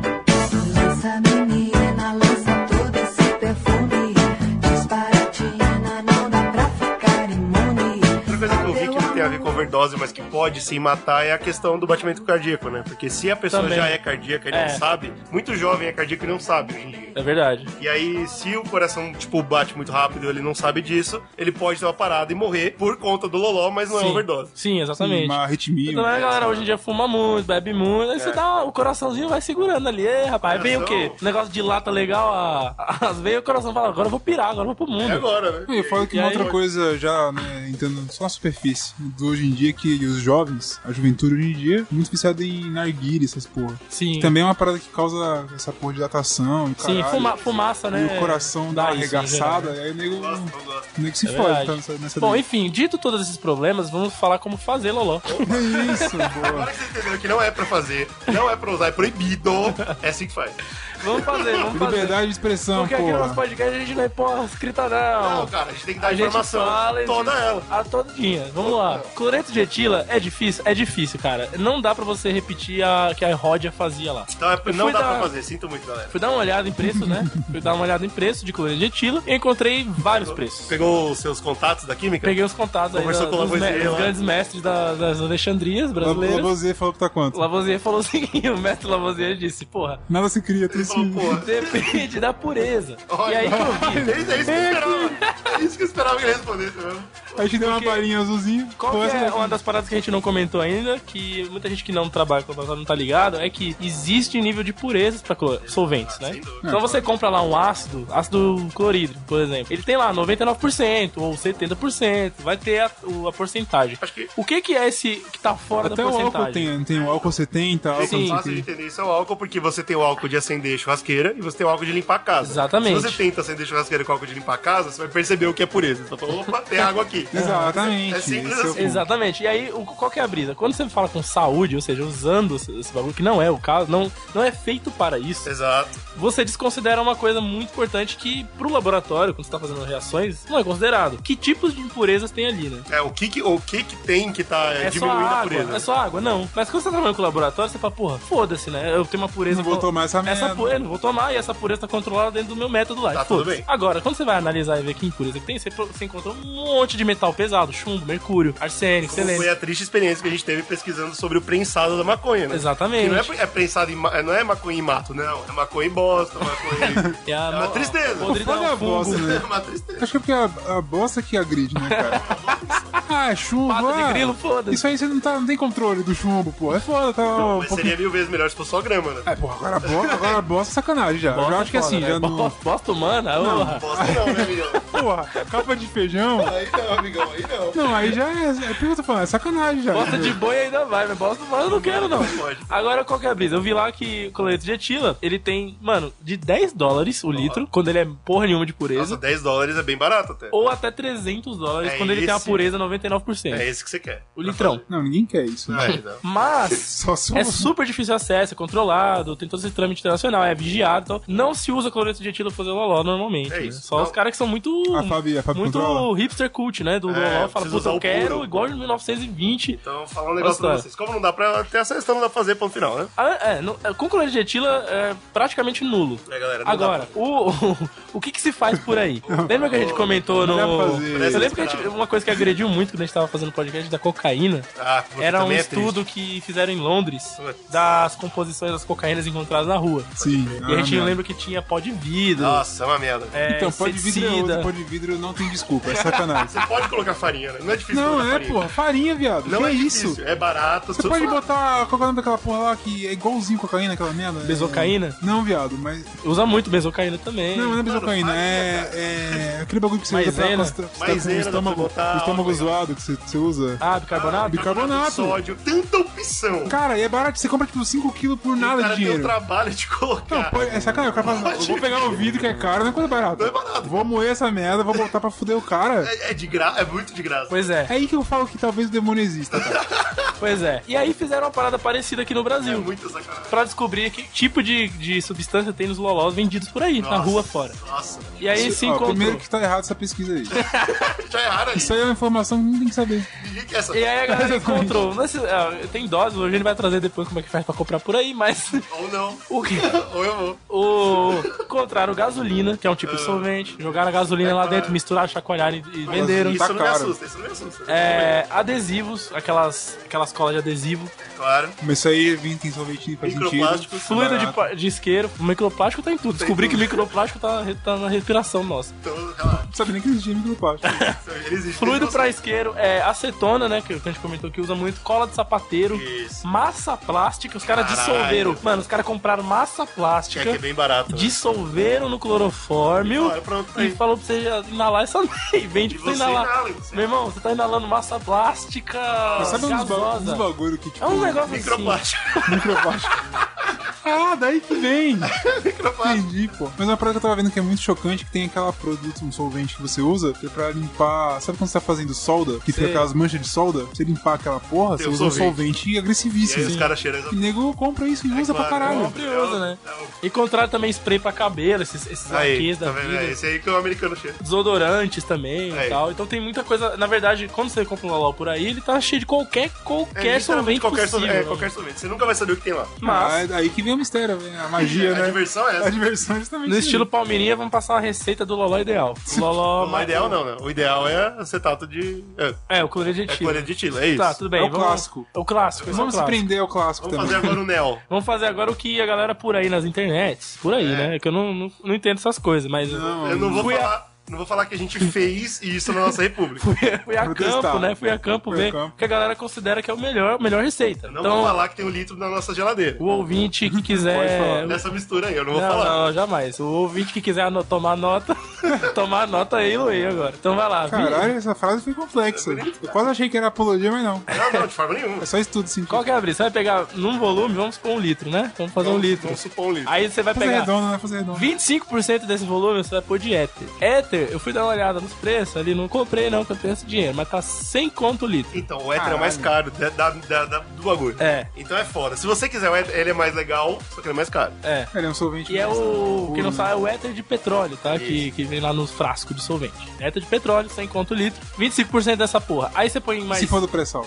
Speaker 5: Lança menina, lança todo esse perfume. Disparatina, não dá pra ficar imune.
Speaker 2: Outra coisa que eu vi um que não tem a ver com overdose, mas que pode sim matar é a questão do batimento cardíaco, né? Porque se a pessoa
Speaker 1: Também.
Speaker 2: já é cardíaca e
Speaker 1: É.
Speaker 2: não sabe, muito jovem é cardíaco e não sabe hoje em dia.
Speaker 1: É verdade.
Speaker 2: E aí, se o coração, tipo, bate muito rápido e ele não sabe disso, ele pode ter uma parada e morrer por conta do loló, mas não
Speaker 1: Sim.
Speaker 2: é overdose.
Speaker 1: Sim, exatamente.
Speaker 3: Uma arritmia. um-
Speaker 1: Então, a galera hoje em dia fuma muito, bebe muito, aí você dá o coraçãozinho vai segurando ali, ei, rapaz, vem o quê?
Speaker 2: Coração.
Speaker 1: O negócio de lata legal, a- as veias, o coração fala, agora eu vou pirar, agora eu vou pro
Speaker 2: É
Speaker 1: mundo.
Speaker 2: agora, né?
Speaker 3: Eu falo que
Speaker 1: E
Speaker 3: uma
Speaker 1: aí-
Speaker 3: outra coisa já, né, entrando só na superfície, do hoje em dia que os jovens, a juventude hoje em dia, é muito viciada em narguile, essas porra.
Speaker 1: Sim.
Speaker 3: Que também é uma parada que causa essa porra de dilatação e
Speaker 1: Sim,
Speaker 3: caralho.
Speaker 1: fuma- fumaça, né?
Speaker 3: E o coração dá
Speaker 1: Dá
Speaker 3: uma
Speaker 1: isso,
Speaker 3: arregaçada, aí o nego,
Speaker 2: Gosto, eu gosto.
Speaker 3: o nego se
Speaker 1: É
Speaker 3: fode
Speaker 1: verdade.
Speaker 3: tá, nessa, nessa
Speaker 1: Bom,
Speaker 3: daí.
Speaker 1: enfim, dito todos esses problemas, vamos falar como fazer, Loló.
Speaker 3: É isso, boa.
Speaker 2: Agora que você entendeu que não é pra fazer, não é pra usar, é proibido, é assim que
Speaker 1: <laughs>
Speaker 2: faz.
Speaker 1: Vamos fazer, vamos fazer.
Speaker 3: Liberdade de expressão,
Speaker 1: Porque aqui no nosso
Speaker 3: porra.
Speaker 1: podcast a gente não é porra escrita, não.
Speaker 2: Não, cara, a gente tem que dar
Speaker 1: A gente
Speaker 2: informação,
Speaker 1: fala e-
Speaker 2: toda ela.
Speaker 1: A todinha, vamos lá. Cloreto de etila é difícil? É difícil, cara. Não dá pra você repetir a que a Rodia fazia lá.
Speaker 2: Então é-
Speaker 1: Eu
Speaker 2: não
Speaker 1: fui
Speaker 2: dá
Speaker 1: dar-
Speaker 2: pra fazer, sinto muito, galera.
Speaker 1: Fui dar uma olhada em preço, né? Fui dar uma olhada em preço de cloreto de etila e encontrei vários preços.
Speaker 2: Pegou os seus contatos da química?
Speaker 1: Peguei os contatos aí
Speaker 2: Conversou
Speaker 1: da-
Speaker 2: com o
Speaker 1: dos, me-
Speaker 2: Lavoisier
Speaker 1: dos
Speaker 2: lá.
Speaker 1: grandes mestres da- das Alexandrias brasileiras.
Speaker 3: Lavoisier falou que tá quanto?
Speaker 1: Lavoisier falou o seguinte, <laughs> o mestre Lavoisier disse, porra,
Speaker 3: Nada se cria, tudo
Speaker 2: Ele
Speaker 3: se...
Speaker 2: falou, porra.
Speaker 1: depende da pureza. E
Speaker 2: Olha.
Speaker 1: aí que eu vi,
Speaker 2: É isso, é isso que eu esperava. É isso que eu esperava que ele respondesse né? mesmo.
Speaker 3: Aí te deu uma balinha azulzinha.
Speaker 1: Qual
Speaker 3: pô,
Speaker 1: que
Speaker 3: essa
Speaker 1: é
Speaker 3: daqui.
Speaker 1: uma das paradas que a gente não comentou ainda, que muita gente que não trabalha com batata não tá ligado, é que existe nível de pureza pra clo- solventes, né?
Speaker 2: sem
Speaker 3: Hum.
Speaker 2: dúvida.
Speaker 1: Então você compra lá um ácido, ácido clorídrico, por exemplo. Ele tem lá 99% ou 70%, vai ter a, o- a porcentagem.
Speaker 2: Acho que-
Speaker 1: O que que é esse que tá fora
Speaker 3: Até
Speaker 1: da
Speaker 3: o álcool
Speaker 1: porcentagem?
Speaker 3: tem, né? tem o álcool 70, álcool
Speaker 1: Sim.
Speaker 2: Sim.
Speaker 3: não
Speaker 2: Fácil
Speaker 3: sei
Speaker 2: de
Speaker 3: o quê.
Speaker 2: entender isso é o álcool, porque você tem o álcool de acender churrasqueira e você tem o álcool de limpar a casa.
Speaker 1: Exatamente.
Speaker 2: Se você tenta acender churrasqueira com álcool de limpar a casa, você vai perceber o que é pureza. Você vai falar, opa, tem
Speaker 1: <laughs>
Speaker 2: água aqui.
Speaker 3: Exatamente.
Speaker 2: É simples
Speaker 3: esse é o
Speaker 2: assim.
Speaker 3: ponto.
Speaker 1: Exatamente. E aí, o- qual que é a brisa? Quando você fala com saúde, ou seja, usando esse, esse bagulho, que não é o caso, não, não é feito para isso,
Speaker 2: Exato.
Speaker 1: você desconsidera uma coisa muito importante que, pro laboratório, quando você tá fazendo reações, não é considerado. Que tipos de impurezas tem ali, né?
Speaker 2: É, o que que, o que, que tem que tá é,
Speaker 1: É só
Speaker 2: diminuindo a,
Speaker 1: água,
Speaker 2: pureza?
Speaker 1: é só água, não. Mas quando você tá trabalhando com o laboratório, você fala, porra, foda-se, né? Eu tenho uma pureza...
Speaker 3: Não vou
Speaker 1: co-
Speaker 3: tomar essa merda.
Speaker 1: pureza, é, não vou tomar, e essa pureza tá controlada dentro do meu método lá.
Speaker 2: Tá,
Speaker 1: e foda-se.
Speaker 2: tudo bem.
Speaker 1: Agora, quando você vai analisar e ver que impureza que tem, você, pro- você encontra um monte de metal pesado, chumbo, mercúrio, arsênico,
Speaker 2: Como
Speaker 1: selênio.
Speaker 2: Foi a triste experiência que a gente teve pesquisando sobre o prensado da maconha, né?
Speaker 1: Exatamente.
Speaker 2: Que não é, pre- é prensado em, ma- não é maconha em mato, não. É maconha em bosta, maconha
Speaker 1: <laughs>
Speaker 2: em...
Speaker 1: É a-
Speaker 2: É uma tristeza.
Speaker 1: podridão,
Speaker 3: Foda a
Speaker 1: fungo.
Speaker 3: bosta,
Speaker 2: É
Speaker 3: né?
Speaker 2: uma tristeza.
Speaker 3: Acho que é porque é a, a bosta que agride,
Speaker 1: <laughs>
Speaker 3: né, cara? ah, chuva.
Speaker 1: Pata de
Speaker 3: ah,
Speaker 1: grilo, foda-se.
Speaker 3: Isso aí você não, tá, não tem controle do chumbo, pô. É foda, tá um
Speaker 2: Mas
Speaker 3: pouquinho...
Speaker 2: seria mil vezes melhor se fosse só grama, né?
Speaker 3: É, pô, agora a bosta, agora a bosta é sacanagem já. eu
Speaker 1: Bosta
Speaker 3: já acho que
Speaker 1: é
Speaker 3: assim,
Speaker 1: foda,
Speaker 3: já
Speaker 1: né?
Speaker 3: não...
Speaker 1: Bosta- Bosta humana, porra.
Speaker 2: Bosta não, né, amigão?
Speaker 3: Porra, capa de feijão...
Speaker 2: Aí não, amigão, aí não.
Speaker 3: Não, aí já é... É por que eu tô falando, é sacanagem já.
Speaker 1: Bosta de boi ainda vai, mas bosta humana eu não quero, não.
Speaker 2: pode.
Speaker 1: Agora, qual que é a brisa? Eu vi lá que o colete de etila, ele tem, mano, de 10 dólares o litro, quando ele é porra nenhuma de
Speaker 2: Nossa,
Speaker 1: pureza,
Speaker 2: 10 dólares é bem barato até.
Speaker 1: ou até 300 dólares
Speaker 2: É
Speaker 1: quando ele tem uma
Speaker 2: esse.
Speaker 1: pureza 99%.
Speaker 2: É esse que você quer.
Speaker 1: O litrão.
Speaker 3: Não, ninguém quer isso. né?
Speaker 2: É, não.
Speaker 1: Mas
Speaker 3: Só se
Speaker 1: é super difícil acesso, é controlado, tem todo esse trâmite internacional, é vigiado e tal. Não se usa cloreto de etilo pra fazer loló normalmente.
Speaker 2: É
Speaker 1: né?
Speaker 2: isso.
Speaker 1: Só
Speaker 2: Não.
Speaker 1: os caras que são muito.
Speaker 3: A Fabi- a Fabi
Speaker 1: muito
Speaker 3: controla?
Speaker 1: hipster cult, né? Do
Speaker 2: É,
Speaker 1: loló fala,
Speaker 2: precisa
Speaker 1: puta,
Speaker 2: usar
Speaker 1: eu
Speaker 2: o
Speaker 1: quero
Speaker 2: puro.
Speaker 1: igual de 1920.
Speaker 2: Então, vou falar um negócio pra
Speaker 1: Nossa.
Speaker 2: vocês. Como não dá pra ter acesso, então não dá pra fazer ponto final, né?
Speaker 1: Ah, é, não- é, com cloreto de etila é praticamente nulo.
Speaker 2: É, galera, não
Speaker 1: Agora, o, <laughs> o que que se faz por
Speaker 2: <laughs>
Speaker 1: aí? Lembra que a gente comentou no.
Speaker 3: dá pra fazer.
Speaker 1: Eu lembro que a gente- uma coisa que agrediu muito quando a gente tava fazendo podcast da cocaína.
Speaker 2: Ah, puta,
Speaker 1: Era um
Speaker 2: também é triste.
Speaker 1: estudo que fizeram em Londres
Speaker 2: Putz.
Speaker 1: das composições das cocaínas encontradas na rua.
Speaker 3: Sim.
Speaker 1: E a
Speaker 3: ah,
Speaker 1: gente
Speaker 3: não.
Speaker 1: lembra que tinha pó de vidro.
Speaker 2: Nossa, é uma merda.
Speaker 1: é,
Speaker 3: Então, pó de vidro é
Speaker 1: ceticida.
Speaker 3: outro, pó de vidro não tem desculpa, é
Speaker 2: <laughs>
Speaker 3: sacanagem.
Speaker 2: Você pode colocar farinha, né? Não é difícil
Speaker 3: não,
Speaker 2: colocar
Speaker 3: é,
Speaker 2: farinha.
Speaker 3: porra, farinha, viado.
Speaker 2: Não
Speaker 3: que
Speaker 2: é
Speaker 3: é
Speaker 2: difícil.
Speaker 3: isso?
Speaker 2: É barato.
Speaker 3: Você pode botar qual que é o nome daquela porra lá que é igualzinho cocaína, aquela merda? É-
Speaker 1: Bezocaína?
Speaker 3: Não, viado, mas.
Speaker 1: Usa muito benzocaína também.
Speaker 3: Não, não é bezocaína,
Speaker 2: farinha,
Speaker 3: é, é. Aquele bagulho que você usa pra
Speaker 1: Maisena.
Speaker 3: costa- você tá com
Speaker 2: Maisena,
Speaker 3: o
Speaker 2: dá pra
Speaker 3: estômago,
Speaker 2: botar,
Speaker 3: o estômago
Speaker 2: ó,
Speaker 3: zoado que você, você usa.
Speaker 1: Ah, bicarbonato?
Speaker 3: bicarbonato.
Speaker 2: Sódio. Tanta opção.
Speaker 3: Cara, e é barato, você compra tipo 5kg por
Speaker 2: o
Speaker 3: nada
Speaker 2: cara
Speaker 3: de
Speaker 2: tem o
Speaker 3: dinheiro.
Speaker 2: trabalho de
Speaker 3: Não,
Speaker 2: colocar.
Speaker 3: pô, é sacanagem, o cara fala, "Não, eu vou pegar o vidro que é caro, não é coisa barata.
Speaker 2: Não é barato.
Speaker 3: Vou moer essa merda, vou botar pra fuder o cara.
Speaker 2: É, é de graça. É muito de graça.
Speaker 1: Pois
Speaker 3: É
Speaker 1: é,
Speaker 3: aí que eu falo que talvez o demônio exista, cara.
Speaker 1: pois é. E aí fizeram uma parada parecida aqui no
Speaker 2: É
Speaker 1: Brasil.
Speaker 2: muita sacanagem.
Speaker 1: Pra descobrir que tipo de, de substância tem nos lolós vendidos por aí, na
Speaker 2: Nossa,
Speaker 1: rua fora.
Speaker 2: Nossa.
Speaker 1: E aí se
Speaker 3: Ó,
Speaker 1: encontrou.
Speaker 3: primeiro que tá errado essa pesquisa aí.
Speaker 2: Já erraram aí.
Speaker 3: Isso aí é uma informação que ninguém tem que saber.
Speaker 2: Ninguém quer essa.
Speaker 1: E aí a
Speaker 3: <laughs>
Speaker 1: galera
Speaker 3: Exatamente.
Speaker 1: encontrou. Nesse, ah, tem doses, hoje ele vai trazer depois como é que faz pra comprar por aí, mas <laughs>
Speaker 2: Ou não.
Speaker 1: o que?
Speaker 2: Ou eu vou.
Speaker 1: O... Encontraram gasolina, que é um tipo de solvente. Jogaram a gasolina lá dentro, misturaram, chacoalharam e, e venderam.
Speaker 2: Isso
Speaker 3: tá
Speaker 2: não me
Speaker 3: caro.
Speaker 2: assusta. Isso não me assusta.
Speaker 1: É, adesivos, aquelas, aquelas colas de adesivo.
Speaker 2: Claro.
Speaker 3: Mas isso aí vem, tem sorvetinho, faz sentido.
Speaker 2: Microplásticos.
Speaker 1: Fluido de,
Speaker 3: barato.
Speaker 1: pa- de isqueiro. O microplástico tá em tudo. Descobri que o microplástico tá, re- tá na respiração nossa.
Speaker 2: Então, relaxa.
Speaker 3: Não sabe nem que existia microplástico.
Speaker 2: Ele existe.
Speaker 1: Fluido
Speaker 2: Ele
Speaker 1: pra isqueiro é acetona, né? Que a gente comentou que usa muito. Cola de sapateiro.
Speaker 2: Isso.
Speaker 1: Massa plástica. Os caras
Speaker 2: Caralho.
Speaker 1: dissolveram. Mano, os caras compraram massa
Speaker 2: É que é
Speaker 1: plástica.
Speaker 2: bem barato. né?
Speaker 1: Dissolveram no clorofórmio
Speaker 2: Olha, pronto, tá
Speaker 1: e
Speaker 2: aí.
Speaker 1: falou pra você inalar essa <laughs> e vende
Speaker 2: E
Speaker 1: pra você
Speaker 2: você
Speaker 1: inalar.
Speaker 2: inala, você-
Speaker 1: Meu irmão, você tá inalando massa plástica.
Speaker 3: Sabe uns, ba uns
Speaker 1: gasosa.
Speaker 3: bagulho que tipo.
Speaker 1: É um negócio assim.
Speaker 2: Microplástico.
Speaker 3: microplástico. Ah, daí que vem!
Speaker 2: <laughs> Microplástico.
Speaker 3: Entendi, pô. Mas uma parada que eu tava vendo que é muito chocante que tem aquela produto, um solvente que você usa que é pra limpar. Sabe quando você tá fazendo solda? Que fica
Speaker 1: Sei.
Speaker 3: aquelas manchas de solda? Pra Você limpar aquela porra,
Speaker 2: Tem
Speaker 3: você
Speaker 2: um
Speaker 3: usa um
Speaker 2: solvente.
Speaker 3: solvente
Speaker 2: E aí
Speaker 3: agressivíssimo.
Speaker 2: os
Speaker 3: assim.
Speaker 2: caras cheiram
Speaker 3: E
Speaker 2: exatamente.
Speaker 3: nego compra isso e
Speaker 2: claro,
Speaker 3: usa
Speaker 2: é
Speaker 3: pra caralho.
Speaker 1: Compra e usa, né? Encontraram também spray pra cabelo, esses, esses
Speaker 2: Aí,
Speaker 1: arquês
Speaker 2: tá
Speaker 1: da
Speaker 2: vendo?
Speaker 1: vida.
Speaker 2: É esse aí que o americano cheira.
Speaker 1: Desodorantes também e
Speaker 2: Aí.
Speaker 1: tal. Então tem muita coisa. Na verdade, quando você compra um LOL por aí, ele tá cheio de qualquer,
Speaker 2: É,
Speaker 1: qualquer
Speaker 2: literalmente
Speaker 1: solvente
Speaker 2: qualquer
Speaker 1: possível.
Speaker 2: sorvete. É,
Speaker 1: né?
Speaker 2: qualquer sorvete. Você nunca vai saber o que tem lá.
Speaker 1: Mas,
Speaker 3: Ah, aí que vem o mistério, vem a magia,
Speaker 2: <laughs> a
Speaker 3: né?
Speaker 2: diversão é
Speaker 3: A
Speaker 2: essa.
Speaker 3: diversão é justamente
Speaker 1: no
Speaker 3: isso.
Speaker 1: estilo palmeirinha, vamos passar uma receita do loló ideal.
Speaker 2: <laughs>
Speaker 1: O loló...
Speaker 2: Não é ideal, não, né? O ideal é acetato de. É,
Speaker 1: É, o cloreto de
Speaker 2: é
Speaker 1: etilo.
Speaker 2: cloreto de etilo, é isso.
Speaker 1: Tá, tudo bem. Tá
Speaker 3: É o
Speaker 1: vamos-
Speaker 3: clássico.
Speaker 1: É o clássico, esse
Speaker 3: Vamos
Speaker 1: é
Speaker 3: se
Speaker 1: o clássico.
Speaker 3: prender ao clássico
Speaker 2: Vamos fazer
Speaker 3: também.
Speaker 2: agora o Neo.
Speaker 1: Vamos fazer agora o que a galera por aí nas internets, por
Speaker 2: É.
Speaker 1: aí, né? Que eu não, não, não entendo essas coisas, mas
Speaker 2: Eu não vou
Speaker 1: Fui a-
Speaker 2: falar. Não vou falar que a gente fez isso na nossa república.
Speaker 1: <laughs> fui a
Speaker 3: Protestar.
Speaker 1: campo, né? Fui a campo
Speaker 3: Fui a
Speaker 1: ver
Speaker 3: campo.
Speaker 1: o que a galera considera que é o melhor, a melhor receita.
Speaker 2: Eu Não vou
Speaker 1: então,
Speaker 2: falar que tem um litro na nossa geladeira.
Speaker 1: o ouvinte
Speaker 3: <laughs>
Speaker 1: que quiser.
Speaker 2: Dessa mistura aí, eu não vou
Speaker 1: Não,
Speaker 2: falar.
Speaker 1: não, jamais. O ouvinte que quiser ano- tomar nota, <laughs> tomar nota aí, Luí, agora. Então vai lá. Vi-
Speaker 3: Caralho, essa frase foi complexa. Eu quase achei que era apologia, mas não.
Speaker 2: Não, não, de forma nenhuma.
Speaker 3: É só estudo científico.
Speaker 1: Qual que é a brisa? Você vai pegar num volume, vamos supor um litro, né? Vamos fazer um litro.
Speaker 2: Vamos supor um litro.
Speaker 1: Aí você vai
Speaker 3: Fazer
Speaker 1: pegar.
Speaker 3: redondo, né? Fazer redondo.
Speaker 1: 25% desse volume você vai pôr de éter. Éter, eu fui dar uma olhada nos preços ali, não comprei não, porque eu tenho esse dinheiro, mas tá 100 conto o litro.
Speaker 2: Então, o hétero é mais caro da- da- da- da- do bagulho.
Speaker 1: É.
Speaker 2: Então é foda. Se você quiser o hétero, ele é mais legal, só que ele é mais caro.
Speaker 1: É.
Speaker 3: Ele é um solvente.
Speaker 1: E é o.
Speaker 3: puro,
Speaker 1: Que não
Speaker 3: né?
Speaker 1: sabe, é o éter de petróleo, tá? Que, que vem lá nos frascos de solvente. Éter de petróleo, 100 conto o litro, 25% dessa porra. Aí você põe mais.
Speaker 3: Se for do pré-sal.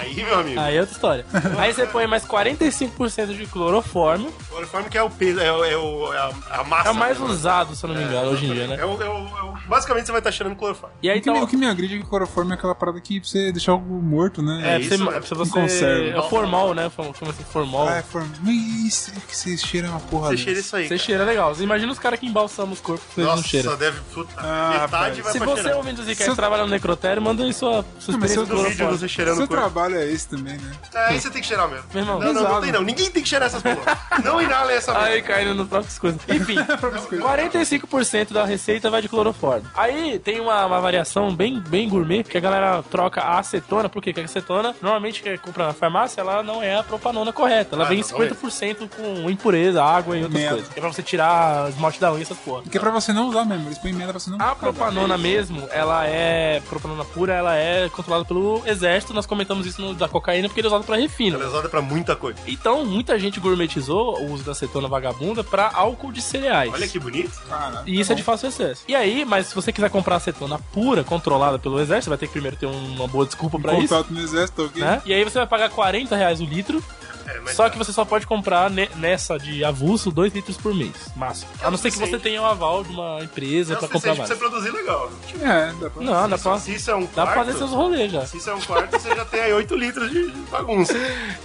Speaker 2: Aí, meu amigo,
Speaker 1: Aí é outra história. Aí você põe mais 45% de clorofórmio.
Speaker 2: o cloroforme que é o peso, é, o- é o- é a, a massa.
Speaker 1: É o mais
Speaker 2: né?
Speaker 1: usado, se eu não me engano, hoje em dia, né?
Speaker 2: É o, é o- é o- basicamente você vai estar cheirando cloroforme.
Speaker 1: E aí
Speaker 3: O que, me,
Speaker 1: então.
Speaker 3: o que me agride é que o cloroforme é aquela parada que pra você deixar algo morto, né?
Speaker 1: É, pra
Speaker 2: É
Speaker 1: você,
Speaker 2: isso,
Speaker 1: é pra você.
Speaker 3: Conserva.
Speaker 1: É o formal, né? Chama assim, formal.
Speaker 3: Ah, é forma. Mas isso é que vocês cheiram uma porra
Speaker 2: Você
Speaker 3: dessa.
Speaker 2: cheira isso aí.
Speaker 1: Você
Speaker 2: cara.
Speaker 1: cheira legal. Você Imagina os caras que embalsamam os corpos, vocês não
Speaker 2: Nossa,
Speaker 1: cheiram.
Speaker 2: deve. Puta,
Speaker 3: Ah,
Speaker 2: metade
Speaker 3: rapaz.
Speaker 2: vai
Speaker 1: Se
Speaker 2: pra
Speaker 1: você
Speaker 2: cheirar.
Speaker 1: é ouvinte do Zicast
Speaker 3: Seu-
Speaker 1: trabalha no necrotério, manda aí sua, sua
Speaker 3: Não, mas
Speaker 1: experiência
Speaker 3: seu-
Speaker 1: do
Speaker 2: Do vídeo
Speaker 1: clorofórmio.
Speaker 2: você cheirando
Speaker 3: Seu
Speaker 2: cloroforme.
Speaker 3: trabalho é esse também, né?
Speaker 2: É, Aí você tem que cheirar mesmo.
Speaker 1: Meu irmão,
Speaker 2: não, não, não
Speaker 3: pesado.
Speaker 2: tem não. Ninguém tem que cheirar essas porra. não inala essa
Speaker 1: Aí
Speaker 2: merda.
Speaker 1: caindo nas próprias coisas. <laughs> Enfim, 45% da receita vai de cloroforme. Aí tem uma, uma variação bem, bem gourmet, que a galera troca a acetona, por quê? Porque a acetona, normalmente, que compra na farmácia, ela não é a propanona correta. Ela
Speaker 2: Ah,
Speaker 1: vem em
Speaker 2: não, não é.
Speaker 1: 50% com impureza, água e outras
Speaker 3: Merda.
Speaker 1: coisas. Que é pra você tirar esmalte da unha, essas porra.
Speaker 3: Que é pra você não usar mesmo. mas eles põem merda pra você não.
Speaker 1: A propanona mesmo, ela é. Propanona pura, ela é controlada pelo exército. Nós comentamos isso no, da cocaína porque ele é usado pra refino.
Speaker 2: Ela é usada pra muita coisa.
Speaker 1: Então, muita gente gourmetizou o uso da acetona vagabunda pra álcool de cereais.
Speaker 2: Olha que bonito.
Speaker 3: Cara,
Speaker 1: E isso é de fácil acesso. E aí, mas se você quiser comprar acetona pura, controlada pelo exército, você vai ter que primeiro ter uma boa desculpa pra isso.
Speaker 3: Contato no exército, ok?
Speaker 1: Né? E aí você vai pagar 40 reais o litro,
Speaker 2: É, mas
Speaker 1: só que você só pode comprar ne- nessa de avulso 2 litros por mês, máximo. A não ser que você
Speaker 2: suficiente.
Speaker 1: tenha o aval de uma
Speaker 2: é
Speaker 1: empresa
Speaker 2: o
Speaker 1: pra
Speaker 2: suficiente
Speaker 1: comprar
Speaker 2: pra você
Speaker 1: mais.
Speaker 2: produzir legal.
Speaker 3: É, dá pra.
Speaker 1: Não, dá pra,
Speaker 2: Se isso é um quarto...
Speaker 1: dá pra fazer seus rolês já.
Speaker 2: Se isso é um quarto, você já tem aí 8 litros de de
Speaker 1: <laughs>
Speaker 2: bagunça.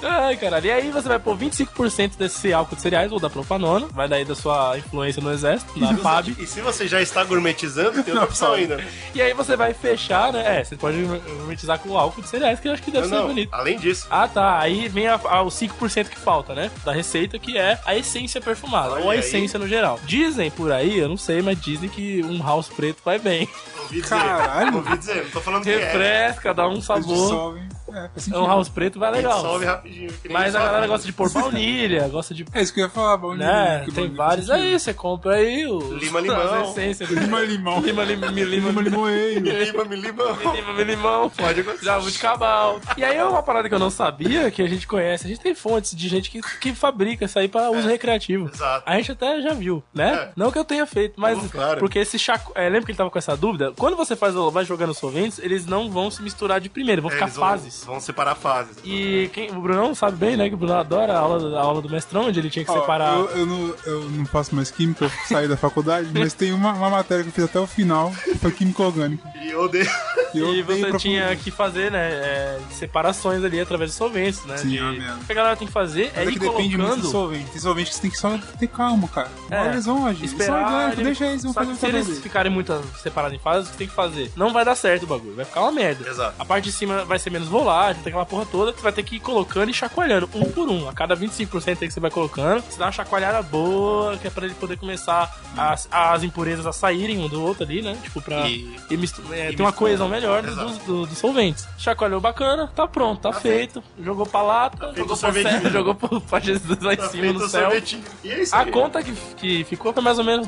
Speaker 1: Ai, caralho. E aí você vai pôr 25% desse álcool de cereais, ou da propanona, vai daí da sua influência no exército,
Speaker 2: <laughs>
Speaker 1: na FAB.
Speaker 2: E se você já está gourmetizando, tem outra opção ainda.
Speaker 1: E aí você vai fechar, né? É, você pode gourmetizar com álcool de cereais, que eu acho que deve
Speaker 2: Não,
Speaker 1: ser
Speaker 2: não.
Speaker 1: bonito.
Speaker 2: Além disso,
Speaker 1: Ah, tá. Aí vem a, a, os 5% que falta, né? Da receita, que é a essência perfumada,
Speaker 2: Olha
Speaker 1: ou a
Speaker 2: aí.
Speaker 1: essência no geral. Dizem por aí, eu não sei, mas dizem que um house preto vai bem.
Speaker 2: ouvi dizer.
Speaker 3: Caralho.
Speaker 2: Ouvi dizer, não tô falando que é.
Speaker 1: Refresca, dá um
Speaker 3: Eles
Speaker 1: sabor.
Speaker 3: dissolvem. É, faz sentido.
Speaker 1: Um house preto vai legal.
Speaker 2: Dissolve rapidinho. que nem
Speaker 1: Mas a
Speaker 2: dissolve.
Speaker 1: galera gosta de pôr baunilha, gosta
Speaker 2: <laughs>
Speaker 1: de
Speaker 3: É isso que eu ia falar, bom
Speaker 1: né? Tem vários aí, você compra aí o
Speaker 2: Lima-limão.
Speaker 1: as essências do-
Speaker 3: <laughs> Lima limão.
Speaker 1: lima lima lima é
Speaker 3: Lima
Speaker 1: lima
Speaker 3: limoeiro.
Speaker 2: Me lima, me
Speaker 1: <laughs>
Speaker 2: lima.
Speaker 1: lima limão.
Speaker 2: Pode acontecer.
Speaker 1: Já de cabal. E aí é uma parada que eu não sabia, que a gente conhece. A gente tem fontes de gente que, que fabrica isso aí para uso
Speaker 2: É.
Speaker 1: recreativo.
Speaker 2: exato.
Speaker 1: A gente até já viu, né?
Speaker 2: É.
Speaker 1: Não que eu tenha feito, mas
Speaker 2: Não, claro.
Speaker 1: porque esse chaco... é, lembra que ele tava com essa dúvida? Quando você faz o- vai jogando os solventes, eles não vão se misturar de primeiro, vão
Speaker 2: É,
Speaker 1: ficar
Speaker 2: eles vão-
Speaker 1: fases.
Speaker 2: Vão separar fases.
Speaker 1: E quem, o Brunão sabe bem, né? Que o Brunão adora a aula, a aula do mestrão, onde ele tinha que
Speaker 3: Ó,
Speaker 1: separar.
Speaker 3: Eu, eu não, eu não faço mais química, eu saí da faculdade, mas tem uma, uma matéria que eu fiz até o final, que foi química orgânica.
Speaker 2: E eu odeio. <laughs>
Speaker 3: E, eu
Speaker 1: E
Speaker 3: odeio
Speaker 1: você
Speaker 3: pra
Speaker 1: tinha
Speaker 3: faculdade.
Speaker 1: que fazer, né? é, separações ali através dos solventes, né?
Speaker 3: Sim,
Speaker 1: de-
Speaker 3: é uma merda.
Speaker 1: O que a galera tem que fazer é
Speaker 3: Mas é
Speaker 1: ir
Speaker 3: que depende muito do
Speaker 1: colocando.
Speaker 3: solvente. Tem solvente que você tem que só ter calma, cara. Uma
Speaker 1: É,
Speaker 3: hora eles vão agir. Isso é
Speaker 1: Esperar,
Speaker 3: orgânico,
Speaker 1: ele-
Speaker 3: deixa eles, vão
Speaker 1: Só
Speaker 3: fazer o
Speaker 1: que
Speaker 3: que
Speaker 1: se eles
Speaker 3: eles...
Speaker 1: ficarem muito separados em fases, o que tem que fazer? Não vai dar certo o bagulho, vai ficar uma merda.
Speaker 2: Exato.
Speaker 1: A parte de cima vai ser menos volátil, tem aquela porra toda, você vai ter que ir colocando e chacoalhando, um por um. A cada 25% aí que você vai colocando, você dá uma chacoalhada boa, que é pra ele poder começar as, as impurezas a saírem um do outro ali, né? Tipo, pra.
Speaker 2: E-
Speaker 1: e mistu- é,
Speaker 2: e
Speaker 1: ter uma
Speaker 2: mistura.
Speaker 1: coesão melhor dos,
Speaker 2: Exato.
Speaker 1: dos- do- dos solventes. Chacoalhou bacana, tá pronto, tá, feito. Jogou pra lata,
Speaker 2: feito
Speaker 1: jogou
Speaker 2: o
Speaker 1: pra
Speaker 2: sorvetinho.
Speaker 1: céu, jogou pro- pra Jesus lá em
Speaker 2: Tá
Speaker 1: cima
Speaker 2: feito
Speaker 1: no
Speaker 2: o
Speaker 1: céu.
Speaker 2: sorvetinho. E é isso
Speaker 1: A
Speaker 2: aí.
Speaker 1: conta que, que ficou foi mais ou menos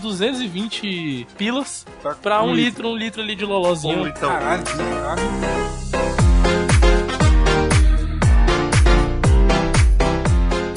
Speaker 1: 220 pilas
Speaker 3: Tá
Speaker 1: pra
Speaker 3: com
Speaker 1: um
Speaker 3: um
Speaker 1: litro, um litro ali de lolozinho.
Speaker 2: Ou então,
Speaker 3: Caralho, né? caralho.
Speaker 1: <laughs>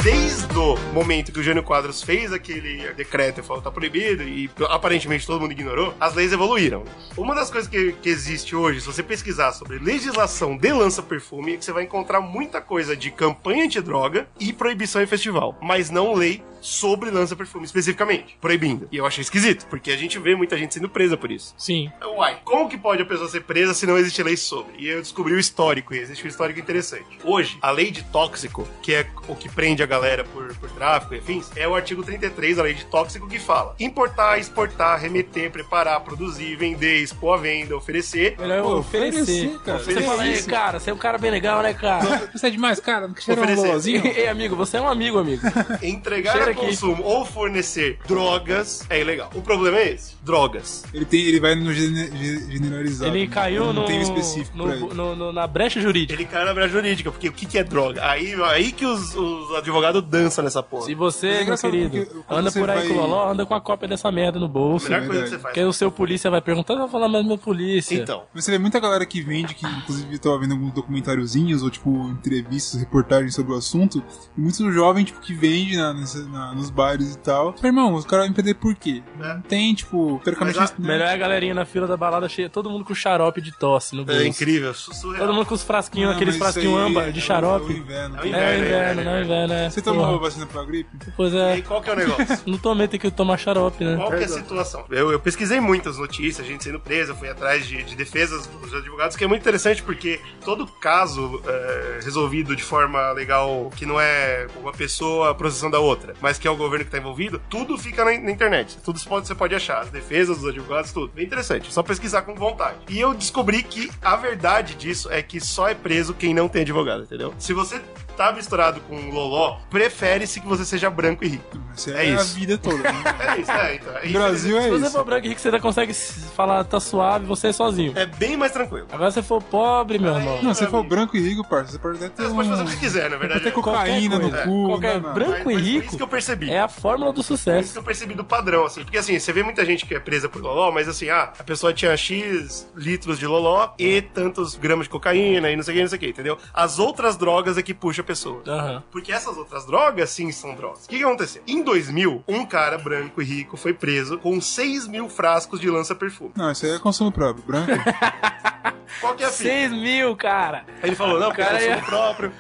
Speaker 2: desde o momento que o Jânio Quadros fez aquele decreto e falou tá proibido e aparentemente todo mundo ignorou, as leis evoluíram. Uma das coisas que, que existe hoje, se você pesquisar sobre legislação de lança-perfume, você vai encontrar muita coisa de campanha antidroga e proibição em festival, mas não lei sobre lança-perfume especificamente, proibindo. E eu achei esquisito, porque a gente vê muita gente sendo presa por isso.
Speaker 1: Sim.
Speaker 2: Uai, como que pode a pessoa ser presa se não existe lei sobre? E eu descobri o histórico, e existe um histórico interessante. Hoje, a lei de tóxico, que é o que prende a galera por, por tráfico e afins, é o artigo 33 da lei de tóxico que fala importar, exportar, remeter, preparar, produzir, vender, expor à
Speaker 1: <laughs>
Speaker 2: venda, oferecer.
Speaker 1: Melhor eu
Speaker 3: Pô,
Speaker 1: oferecer.
Speaker 3: oferecer, cara.
Speaker 1: Você fala, ei,
Speaker 2: Oferecer.
Speaker 1: cara, você é um cara bem legal, né, cara?
Speaker 3: Você é demais, cara. Não quer cheirar um
Speaker 2: Oferecer.
Speaker 3: lolozinho?
Speaker 1: ei, amigo, você é um amigo, amigo.
Speaker 2: Entregar
Speaker 1: Cheira
Speaker 2: a
Speaker 1: aqui.
Speaker 2: consumo ou fornecer drogas é ilegal. O problema é esse: drogas.
Speaker 3: Ele, tem, ele vai no gene- ge- generalizado.
Speaker 1: Ele caiu
Speaker 3: não
Speaker 1: no,
Speaker 3: tem um específico pra
Speaker 1: no-
Speaker 3: ele.
Speaker 1: no- no- na brecha jurídica.
Speaker 2: Ele cai na brecha jurídica, porque o que, que é droga? Aí, aí que os, os advogados dançam nessa porra.
Speaker 1: Se
Speaker 3: Mas
Speaker 1: você,
Speaker 3: é
Speaker 1: meu
Speaker 3: engraçado
Speaker 1: querido,
Speaker 3: porque quando
Speaker 1: anda
Speaker 3: você
Speaker 1: por aí
Speaker 3: vai-
Speaker 1: com o Loló, anda com a cópia dessa merda no
Speaker 2: A
Speaker 1: bolso.
Speaker 2: melhor coisa que
Speaker 3: verdade.
Speaker 2: você faz.
Speaker 1: Porque o seu polícia vai perguntar, você vai falar, mas meu polícia.
Speaker 2: Então.
Speaker 3: Mas você vê muita galera que vende, que inclusive eu tava vendo alguns documentáriozinhos ou tipo entrevistas, reportagens sobre o assunto, e muito jovem, tipo, que vende na, nessa- na- nos bares e tal. Mas, irmão, os caras vão entender por quê.
Speaker 2: Né?
Speaker 3: Não tem, tipo, teoricamente.
Speaker 2: Mas a-
Speaker 3: eles- né?
Speaker 1: Melhor é a galerinha na fila da balada cheia, todo mundo com xarope de tosse no bolso.
Speaker 2: É incrível, su- surreal.
Speaker 1: Todo mundo com os frasquinhos,
Speaker 3: Não,
Speaker 1: aqueles
Speaker 3: um mas isso
Speaker 1: frasquinhos
Speaker 3: aí
Speaker 1: âmbar
Speaker 3: é
Speaker 1: de
Speaker 3: o- É o
Speaker 1: xarope.
Speaker 3: inverno.
Speaker 2: É o
Speaker 1: É o inverno,
Speaker 2: inverno,
Speaker 1: não é o inverno, é.
Speaker 3: Você tomou
Speaker 1: Porra.
Speaker 3: a vacina pra gripe?
Speaker 1: Pois
Speaker 2: E
Speaker 1: é,
Speaker 2: aí, qual que é o negócio?
Speaker 1: não tomei, tem que tomar xarope, né?
Speaker 2: Qual que é a situação? Eu, eu pesquisei muitas notícias, gente sendo presa, fui atrás de, de defesas dos advogados, que é muito interessante porque todo caso é, resolvido de forma legal, que não é uma pessoa processando a outra, mas que é o governo que está envolvido, tudo fica na, na internet. Tudo você pode, você pode achar, as defesas dos advogados, tudo. Bem interessante, só pesquisar com vontade. E eu descobri que a verdade disso é que só é preso quem não tem advogado, entendeu? Se você tá misturado com loló, prefere-se que você seja branco e rico.
Speaker 3: Isso
Speaker 2: É
Speaker 3: é, a
Speaker 2: isso.
Speaker 3: vida toda.
Speaker 2: <laughs>
Speaker 3: Né?
Speaker 2: É isso, é. Então, é
Speaker 3: O Brasil é
Speaker 1: Se você
Speaker 3: isso.
Speaker 1: for branco e rico, você ainda consegue s- falar, tá suave, você é sozinho.
Speaker 2: É bem mais tranquilo.
Speaker 1: Agora se você for pobre, meu irmão.
Speaker 3: Não, se você for branco e rico, parça, você pode até ter
Speaker 2: É, Você
Speaker 3: um...
Speaker 2: pode fazer o que quiser, na verdade. né?
Speaker 3: até cocaína no
Speaker 1: coisa. É,
Speaker 3: cu.
Speaker 1: Qualquer
Speaker 3: né,
Speaker 1: branco
Speaker 2: Mas-
Speaker 1: e
Speaker 2: mas Foi isso que eu
Speaker 1: rico
Speaker 2: percebi.
Speaker 1: é a fórmula do
Speaker 2: Foi isso que
Speaker 1: sucesso.
Speaker 2: eu percebi do padrão, assim. Porque assim, você vê muita gente que é presa por loló, mas assim, ah, a pessoa tinha X litros de loló e tantos gramas de cocaína e não sei o que, não sei o que, entendeu? As outras drogas é que puxa a pessoa.
Speaker 1: Aham.
Speaker 2: Porque essas outras drogas, sim, são drogas. O que, que aconteceu? Em 2000, um cara branco e rico foi preso com 6 mil frascos de lança-perfume.
Speaker 3: Não, isso aí é consumo próprio. Branco.
Speaker 2: <laughs> Qual que é a fita?
Speaker 1: 6 mil, cara.
Speaker 2: Ele falou, não, cara,
Speaker 1: Cara,
Speaker 2: é
Speaker 1: é-
Speaker 2: próprio.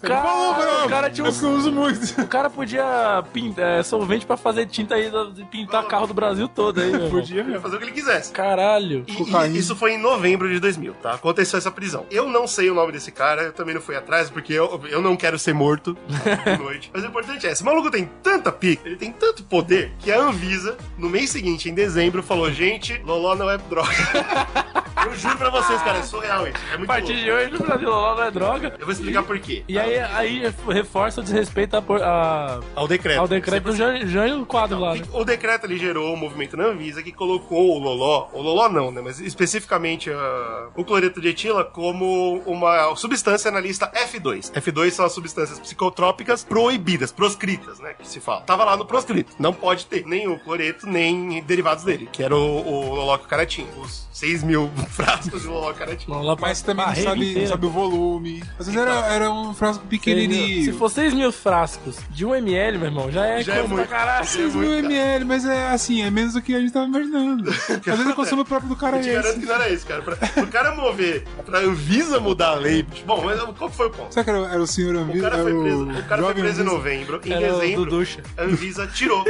Speaker 1: Cara,
Speaker 3: branco.
Speaker 1: o cara tinha
Speaker 3: É
Speaker 1: uns
Speaker 3: porque eu uso muito.
Speaker 1: O cara podia pintar é, solvente pra fazer tinta aí, de pintar carro do Brasil todo aí, meu irmão.
Speaker 3: Podia
Speaker 2: Ele
Speaker 3: mesmo.
Speaker 2: fazer o que ele quisesse.
Speaker 1: Caralho.
Speaker 2: E- e
Speaker 3: Cocaína.
Speaker 2: isso foi em novembro de 2000, tá? Aconteceu essa prisão. Eu não sei o nome desse cara, eu também não fui atrás, porque eu, eu não quero ser morto
Speaker 1: <laughs>
Speaker 2: de noite. Mas o importante é, esse maluco tem tanta pica, ele tem tanto poder, que a Anvisa, no mês seguinte, em dezembro, falou, gente, Loló não é
Speaker 1: <laughs>
Speaker 2: droga. eu juro pra vocês, cara, é surreal isso. É
Speaker 1: A
Speaker 2: muito
Speaker 1: partir
Speaker 2: louco.
Speaker 1: de hoje, o Brasil logo é droga.
Speaker 2: Eu vou explicar por quê.
Speaker 1: E aí, aí reforça o desrespeito à por- à-
Speaker 2: Ao decreto.
Speaker 1: ao decreto do Jânio Jânio Quadro lá, né?
Speaker 2: O decreto ele gerou um movimento na Anvisa que colocou o Loló, o Loló não, né? Mas especificamente ah, o cloreto de etila como uma substância na lista F2. F2 são as substâncias psicotrópicas proibidas, proscritas, né? Que se fala. Tava lá no proscrito. Não pode ter nem o cloreto, nem derivados dele, que era o, o Loló que o cara tinha. Os 6 mil <laughs> frascos de Loló que o cara tinha.
Speaker 1: Não, lá pra-
Speaker 3: Mas também não
Speaker 1: barreira
Speaker 3: sabe, não
Speaker 1: inteira. Então,
Speaker 3: sabe o volume. Às vezes era, era um frasco
Speaker 1: Se
Speaker 3: pequenininho.
Speaker 1: for 6 mil frascos de 1 ml, meu irmão, já é
Speaker 2: Já é
Speaker 1: coisa pra
Speaker 2: muito.
Speaker 1: caralho.
Speaker 2: Já é
Speaker 3: 6 mil
Speaker 2: muito, cara.
Speaker 3: ml, mas é assim, é menos do que a gente
Speaker 2: <laughs>
Speaker 3: tava imaginando. Às vezes o consumo próprio do cara
Speaker 2: Eu
Speaker 3: é
Speaker 2: te garanto
Speaker 3: esse.
Speaker 2: que não era isso, cara. Pra, pro cara mover, pra Anvisa mudar a lei. bicho. Bom, mas qual que foi o ponto?
Speaker 3: Será que era, era o senhor
Speaker 2: O
Speaker 3: Anvisa?
Speaker 2: cara
Speaker 3: era
Speaker 2: foi preso, o cara foi
Speaker 3: jovem
Speaker 2: preso em
Speaker 3: Anvisa?
Speaker 2: novembro. Em
Speaker 1: Era o
Speaker 2: dezembro,
Speaker 1: Duducha.
Speaker 2: a Anvisa
Speaker 1: <laughs>
Speaker 2: tirou.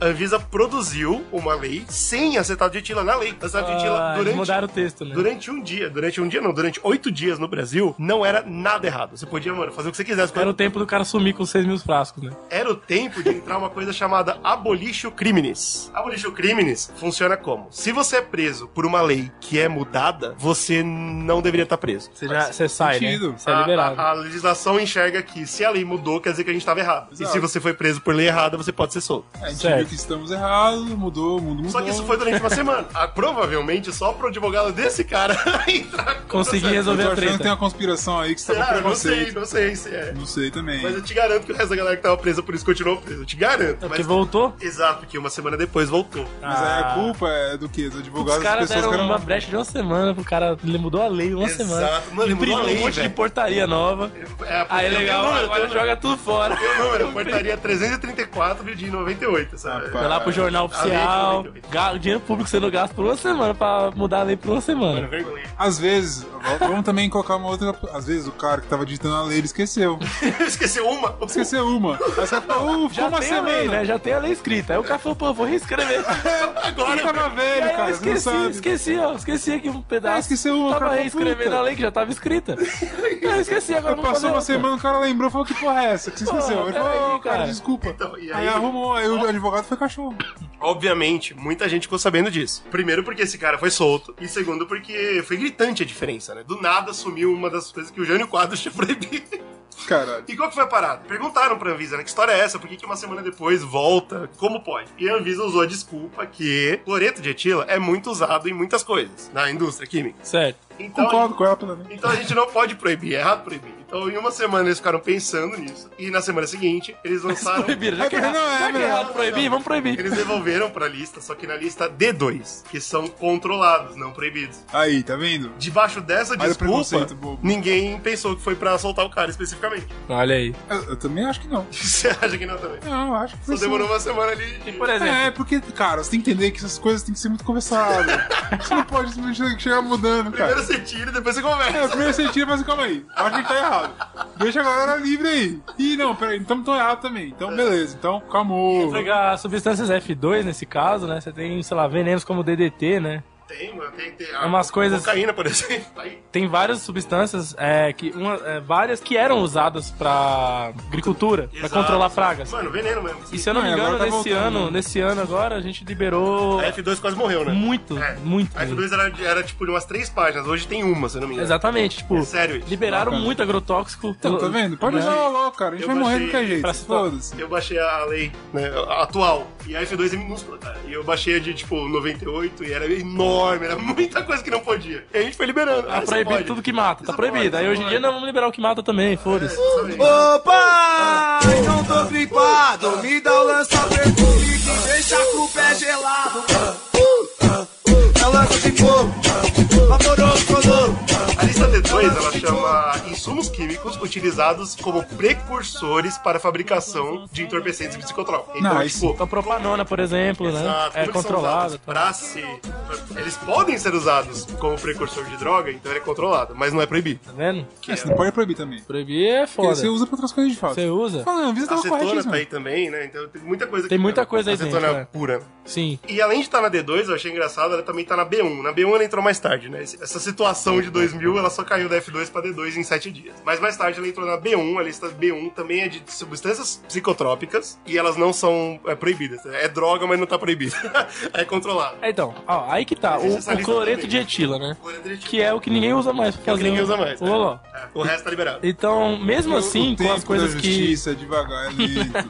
Speaker 2: A Anvisa produziu uma lei sem acetato de etila na lei. Acetato de etila
Speaker 1: Ah, eles
Speaker 2: durante,
Speaker 1: mudaram o texto, né?
Speaker 2: durante um dia, durante um dia não, durante oito dias no Brasil, não era nada errado. Você podia, mano, fazer o que você quisesse.
Speaker 1: Era o tempo do cara sumir com 6 mil frascos, né?
Speaker 2: Era o tempo de entrar uma coisa chamada abolitio criminis. Abolitio criminis funciona como? Se você é preso por uma lei que é mudada, você não deveria estar preso.
Speaker 1: Você já você sai,
Speaker 3: sentido.
Speaker 1: né? Você é
Speaker 2: A-
Speaker 1: liberado.
Speaker 2: A, a legislação enxerga que se a lei mudou, quer dizer que a gente estava errado. E
Speaker 3: Exato.
Speaker 2: se você foi preso por lei errada, você pode ser solto.
Speaker 3: A gente
Speaker 1: Certo.
Speaker 3: viu que estamos errados, mudou, o mundo mudou.
Speaker 2: Só que isso foi
Speaker 1: <laughs>
Speaker 2: durante uma semana. Ah, provavelmente só pro advogado desse cara <laughs> entrar com
Speaker 1: Consegui
Speaker 2: processo.
Speaker 3: Eu tô
Speaker 1: resolver a
Speaker 3: achando que tem
Speaker 1: treta.
Speaker 3: uma conspiração aí que você tá com
Speaker 2: Ah, não sei,
Speaker 3: preconceito.
Speaker 2: não sei se é.
Speaker 3: Não sei também.
Speaker 2: Mas eu te garanto que o resto da galera que tava presa por isso continuou preso. Eu te garanto.
Speaker 1: É
Speaker 2: Mas...
Speaker 1: Porque voltou?
Speaker 2: Exato, porque uma semana depois voltou.
Speaker 3: Mas aí a culpa é do quê? Dos
Speaker 1: Ah. Os
Speaker 3: advogados das
Speaker 1: caras
Speaker 3: pessoas
Speaker 1: deram
Speaker 3: que eram...
Speaker 1: uma brecha de uma semana pro cara. Ele mudou a lei uma
Speaker 2: Exato.
Speaker 1: semana.
Speaker 2: Mano, ele mudou
Speaker 1: Imprimiu
Speaker 2: a lei,
Speaker 1: um monte
Speaker 2: velho.
Speaker 1: de portaria nova.
Speaker 2: É,
Speaker 1: Aí legal,
Speaker 2: Tem o número,
Speaker 1: agora
Speaker 2: tem o número.
Speaker 1: joga tudo fora.
Speaker 2: Tem o
Speaker 1: <laughs>
Speaker 2: número, portaria 334 de 98, sabe?
Speaker 3: Rapaz.
Speaker 1: Vai
Speaker 2: <laughs>
Speaker 1: lá pro jornal
Speaker 2: A lei
Speaker 1: oficial.
Speaker 2: de 98.
Speaker 1: ga- Dinheiro público sendo gasto por uma semana pra mudar a lei por uma
Speaker 2: Mano,
Speaker 1: semana.
Speaker 2: vergonha.
Speaker 3: Às vezes, v- vamos também colocar uma outra. Às vezes o cara que tava digitando a lei ele esqueceu.
Speaker 2: Esqueceu uma.
Speaker 3: Esqueceu uma. Aí você fala, uh, ficou
Speaker 1: Já
Speaker 3: uma
Speaker 1: tem a
Speaker 3: semana.
Speaker 1: lei, né? Já tem a lei escrita. Aí o cara falou, pô, vou
Speaker 3: <laughs>
Speaker 1: reescrever.
Speaker 3: Agora ele tava
Speaker 1: E
Speaker 3: velho,
Speaker 1: aí eu
Speaker 3: cara. você não
Speaker 1: esqueci,
Speaker 3: sabe.
Speaker 1: esqueci, ó. Esqueci aqui um pedaço.
Speaker 3: Ah, esqueceu uma,
Speaker 1: Tava
Speaker 3: cara,
Speaker 1: reescrevendo
Speaker 3: puta.
Speaker 1: a lei que já tava
Speaker 3: <laughs>
Speaker 1: escrita. Não, esqueci, agora eu vou fazer
Speaker 3: Passou uma
Speaker 1: outra.
Speaker 3: semana, o cara lembrou e falou: Que porra é essa? Que você
Speaker 1: Porra,
Speaker 3: esqueceu? Ele
Speaker 1: peraí,
Speaker 3: falou: Ô, cara,
Speaker 1: cara.
Speaker 3: desculpa.
Speaker 2: Então, e aí-
Speaker 3: aí arrumou, aí o advogado foi cachorro.
Speaker 2: Obviamente, muita gente ficou sabendo disso. Primeiro, porque esse cara foi solto. E segundo, porque foi gritante a diferença, né? Do nada sumiu uma das coisas que o Jânio Quadros <laughs> tinha proibido.
Speaker 3: Caralho.
Speaker 2: E qual que foi a parada? Perguntaram pra Anvisa, né? Que história é essa? Por que, que uma semana depois volta? Como pode? E a Anvisa usou a desculpa que cloreto de etila é muito usado em muitas coisas na indústria química.
Speaker 1: Certo.
Speaker 2: Então,
Speaker 3: Concordo com ela também.
Speaker 2: então a gente não pode proibir, é errado proibir. Então em uma semana eles ficaram pensando nisso. E na semana seguinte, eles lançaram...
Speaker 1: Proibiram, já
Speaker 3: É
Speaker 1: que
Speaker 3: porque
Speaker 1: errado,
Speaker 3: não é,
Speaker 1: já que
Speaker 3: né?
Speaker 1: errado proibir, vamos proibir.
Speaker 2: Eles devolveram pra lista, só que na lista D2, que são controlados, não proibidos.
Speaker 3: Aí, tá vendo?
Speaker 2: Debaixo dessa
Speaker 3: Olha o
Speaker 2: desculpa,
Speaker 3: preconceito, bobo.
Speaker 2: ninguém pensou que foi pra soltar o cara especificamente. <laughs>
Speaker 1: Olha aí.
Speaker 3: Eu, eu também acho que não.
Speaker 2: Você acha que não também?
Speaker 3: Não, eu acho que
Speaker 2: Só
Speaker 3: foi.
Speaker 2: demorou um uma semana ali.
Speaker 1: E por
Speaker 3: sim.
Speaker 1: exemplo,
Speaker 3: É, porque, cara, você tem que entender que essas coisas têm que ser
Speaker 2: <laughs>
Speaker 3: muito conversadas. você não pode simplesmente chegar mudando, cara.
Speaker 2: Primeiro você tira e depois você
Speaker 3: É,
Speaker 2: conversa.
Speaker 3: primeiro você tira, mas calma aí. Acho que a gente tá errado. Deixa a galera livre aí. Ih, não, peraí, não estamos tão errado também.
Speaker 2: É.
Speaker 3: Então, beleza. Então, calmou.
Speaker 1: pegar substâncias F2 nesse caso, né? Você tem, sei lá, venenos como DDT, né?
Speaker 2: Tem, mano. Tem, tem
Speaker 1: É umas coisas-
Speaker 2: Cocaína, por exemplo. Tá aí.
Speaker 1: Tem várias substâncias, é, que uma- é, várias que eram usadas pra agricultura, pra
Speaker 2: Exato.
Speaker 1: controlar pragas.
Speaker 2: Mano, veneno mesmo.
Speaker 1: E se eu não
Speaker 3: É,
Speaker 1: me engano,
Speaker 3: agora tá
Speaker 1: nesse
Speaker 3: voltando,
Speaker 1: ano,
Speaker 3: né?
Speaker 1: nesse ano agora, a gente liberou
Speaker 2: A F2 quase morreu, né?
Speaker 1: muito,
Speaker 2: É.
Speaker 1: muito.
Speaker 2: A F2 era, de- era tipo de umas três páginas, hoje tem uma, se eu não me engano.
Speaker 1: Exatamente, tipo,
Speaker 2: É sério isso.
Speaker 1: liberaram
Speaker 3: Bacana.
Speaker 1: muito agrotóxico.
Speaker 3: Então, tá vendo?
Speaker 1: Né?
Speaker 3: Pode usar o LOL, cara. A gente
Speaker 2: Eu
Speaker 3: vai morrer de
Speaker 2: baixei-
Speaker 3: qualquer
Speaker 1: pra
Speaker 3: jeito.
Speaker 1: citar-
Speaker 3: Foda-se.
Speaker 2: Eu baixei a lei né, atual e a F2 é minúscula, cara. E eu baixei a de tipo 98 e era enorme, era <laughs> muita coisa que não podia. E a gente foi liberando. Ah,
Speaker 1: Tá
Speaker 2: isso
Speaker 1: proibido
Speaker 2: pode.
Speaker 1: tudo que mata, tá
Speaker 2: Isso
Speaker 1: proibido.
Speaker 2: pode,
Speaker 1: Aí
Speaker 2: isso
Speaker 1: hoje em
Speaker 2: pode. É.
Speaker 1: dia não vamos liberar o que mata também, foda-se.
Speaker 2: Sabe?
Speaker 6: Opa, então tô gripado, me dá o lança perfume que deixa com o pé gelado. É o lança de fogo, vaporoso, colou.
Speaker 2: A lista D2 ela chama insumos químicos utilizados como precursores para a fabricação de entorpecentes psicotrópicos. Então,
Speaker 3: Não, isso-
Speaker 2: tipo,
Speaker 1: Então, propanona, por exemplo,
Speaker 2: Exato.
Speaker 1: né? É
Speaker 2: Como eles são
Speaker 1: controlada.
Speaker 2: usados Pra ser. Eles podem ser usados como precursor de droga, então ele é controlado, mas não é proibido.
Speaker 1: Tá vendo?
Speaker 3: É, você não pode proibir também.
Speaker 1: Proibir é
Speaker 3: Porque
Speaker 1: foda.
Speaker 3: você usa pra outras coisas de fato.
Speaker 1: Você usa?
Speaker 3: Fala, a Anvisa
Speaker 2: A
Speaker 3: tava
Speaker 2: acetona
Speaker 3: corretíssima.
Speaker 2: tá aí também, né? Então tem muita coisa
Speaker 1: Então, Tem muita coisa aí
Speaker 2: acetona
Speaker 1: dentro, é.
Speaker 2: pura.
Speaker 1: Sim.
Speaker 2: E além de estar na D2, eu achei engraçado, ela também tá na B1. Na B1 ela entrou mais tarde, né? Esse- Essa situação de 2000, ela só caiu da F2 pra D2 em 7 dias. Mas mais tarde ela entrou na B1, a lista B1 também é de substâncias psicotrópicas e elas não são é, proibidas. É droga, mas não tá proibida. <laughs> é controlado.
Speaker 1: É, Então, ó, aí que tá. O,
Speaker 2: Existe essa
Speaker 1: o
Speaker 2: lista
Speaker 1: cloreto
Speaker 2: também.
Speaker 1: de etila, né?
Speaker 2: Cloreto de etila.
Speaker 1: Que é o que ninguém usa mais. pra
Speaker 2: É o
Speaker 1: fazer
Speaker 2: que ninguém
Speaker 1: o-
Speaker 2: usa mais.
Speaker 1: O
Speaker 2: né?
Speaker 1: loló.
Speaker 2: É, O resto tá liberado.
Speaker 1: Então, mesmo assim, com
Speaker 3: o tempo
Speaker 1: as coisas
Speaker 3: da
Speaker 1: que.
Speaker 3: justiça, devagar, é lento.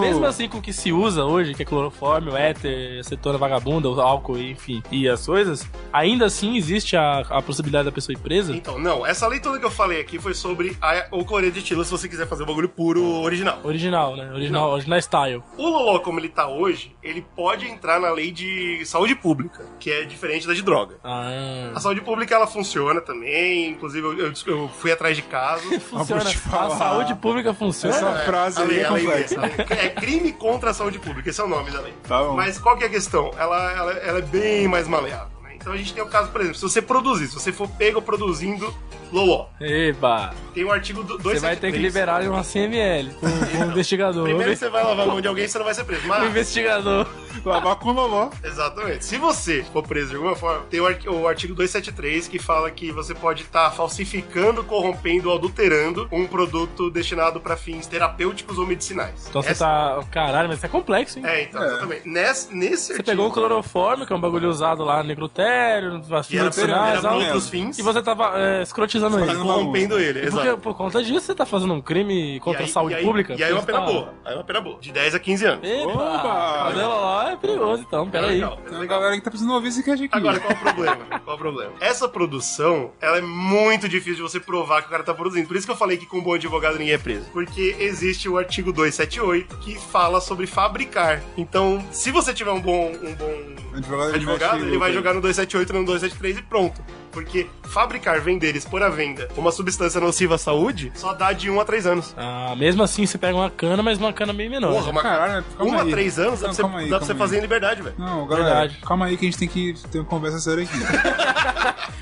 Speaker 1: <laughs> Mesmo assim, com o que se usa hoje, que é clorofórmio, éter, acetona vagabunda, o álcool, enfim, e as coisas, ainda assim existe a, a possibilidade da pessoa ir presa?
Speaker 2: Então, não, essa lei toda que eu falei aqui foi sobre a- o cloreto de etila, se você quiser fazer o bagulho puro original.
Speaker 1: Original, né? Original, original style.
Speaker 2: O Loló, como ele tá hoje, ele pode entrar na lei de saúde pública, que é diferente da de droga.
Speaker 1: Ah.
Speaker 2: A saúde pública, ela funciona também, inclusive eu, eu- eu fui atrás de casos.
Speaker 1: Funciona.
Speaker 3: vou te
Speaker 1: A
Speaker 3: falar.
Speaker 1: saúde pública funciona?
Speaker 3: <laughs> Essa frase
Speaker 2: A
Speaker 3: aí
Speaker 2: lei-
Speaker 3: é
Speaker 2: a lei
Speaker 3: complexa.
Speaker 2: dessa, É crime contra a saúde pública, esse é o nome da lei.
Speaker 3: Tá bom.
Speaker 2: Mas qual que é a questão? Ela, ela- ela é bem mais maleável. né? Então a gente tem o caso, por exemplo, se você produzir, se você for pego produzindo Loló,
Speaker 1: Eba!
Speaker 2: tem o artigo do 273.
Speaker 1: Você vai ter que liberar uma CML com com
Speaker 2: <laughs>
Speaker 1: um investigador.
Speaker 2: Primeiro que você vai lavar a
Speaker 1: né?
Speaker 2: mão de alguém, você não vai ser preso.
Speaker 1: Um
Speaker 2: Mas,
Speaker 1: investigador.
Speaker 3: Lavar com loló.
Speaker 2: exatamente. Se você for preso de alguma forma, tem o ar- o artigo 273 que fala que você pode estar falsificando, corrompendo ou adulterando um produto destinado para fins terapêuticos ou medicinais.
Speaker 1: Então você
Speaker 2: Essa-
Speaker 1: tá. Caralho, mas isso é complexo, hein?
Speaker 2: É, então, exatamente. Nesse, nesse
Speaker 1: Você
Speaker 2: artigo...
Speaker 1: pegou o cloroforme, que é um bagulho usado lá no necrotério, nas
Speaker 2: que era,
Speaker 1: finais,
Speaker 2: pra- era pra
Speaker 1: algo-
Speaker 2: outros fins, tá
Speaker 1: E você tava é, escrotizando ele.
Speaker 3: Escrotizando
Speaker 2: corrompendo ele,
Speaker 1: Porque
Speaker 2: exato.
Speaker 1: por conta disso você tá fazendo um crime
Speaker 2: E
Speaker 1: contra
Speaker 2: aí-
Speaker 1: a saúde
Speaker 2: e aí-
Speaker 1: pública?
Speaker 2: E aí é uma
Speaker 1: Você
Speaker 2: pena
Speaker 1: tá-
Speaker 2: boa. Aí é uma pena boa. De 10 a 15 anos.
Speaker 1: Eba!
Speaker 3: Opa!
Speaker 1: Fazendo lá é perigoso, então, peraí.
Speaker 2: Legal,
Speaker 3: Tem uma
Speaker 2: legal.
Speaker 3: galera que tá precisando ouvir esse cast aqui.
Speaker 2: Agora, qual o problema? Qual o problema? Essa produção, ela é muito difícil de você provar que o cara tá produzindo. Por isso que eu falei que com um bom advogado ninguém é preso. Porque existe o artigo 278 que fala sobre fabricar. Então, se você tiver um bom, um bom
Speaker 3: Advogado,
Speaker 2: advogado, ele vai
Speaker 3: chega,
Speaker 2: jogar no 278 e no 273 e pronto. Porque fabricar, vender, expor à venda uma substância nociva à saúde só dá de 1 a 3 anos.
Speaker 1: Ah, mesmo assim você pega uma cana, mas uma cana bem menor.
Speaker 2: Porra,
Speaker 1: né?
Speaker 2: uma,
Speaker 3: Caralho, mas calma
Speaker 2: 1 a
Speaker 3: aí.
Speaker 2: 3 anos dá
Speaker 3: Não,
Speaker 2: pra
Speaker 3: calma
Speaker 2: você,
Speaker 3: aí,
Speaker 2: dá pra você
Speaker 3: calma
Speaker 2: fazer em liberdade, velho.
Speaker 3: Não, galera,
Speaker 1: Verdade.
Speaker 3: calma aí que a gente tem que ter uma conversa séria aqui.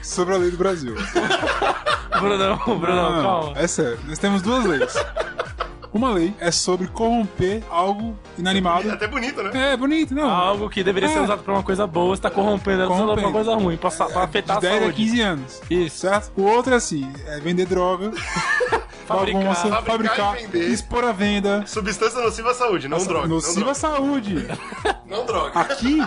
Speaker 1: <laughs>
Speaker 3: Sobre a lei do Brasil.
Speaker 1: Brunão, Brunão,
Speaker 3: Não,
Speaker 1: calma.
Speaker 3: É sério. Nós temos duas leis. Uma lei é sobre corromper algo
Speaker 2: É
Speaker 3: inanimado.
Speaker 2: até bonito, né?
Speaker 3: É, bonito, não.
Speaker 1: Algo que deveria ser
Speaker 3: É.
Speaker 1: usado pra uma coisa boa, você tá corrompendo ela usando pra uma
Speaker 3: Corrompendo. É
Speaker 1: coisa ruim, pra, sa- pra afetar
Speaker 2: Tá
Speaker 3: de
Speaker 1: a
Speaker 3: 10 a
Speaker 1: saúde.
Speaker 3: 15 anos.
Speaker 1: Isso.
Speaker 3: Certo? O outro é assim, é vender droga,
Speaker 1: Fabricar.
Speaker 3: bagunça,
Speaker 2: <laughs> Fabricar
Speaker 3: fabricar,
Speaker 2: e vender.
Speaker 3: expor à venda,
Speaker 2: Substância nociva à saúde, não droga. não
Speaker 3: nociva à
Speaker 2: droga,
Speaker 3: saúde.
Speaker 2: Não droga.
Speaker 3: Aqui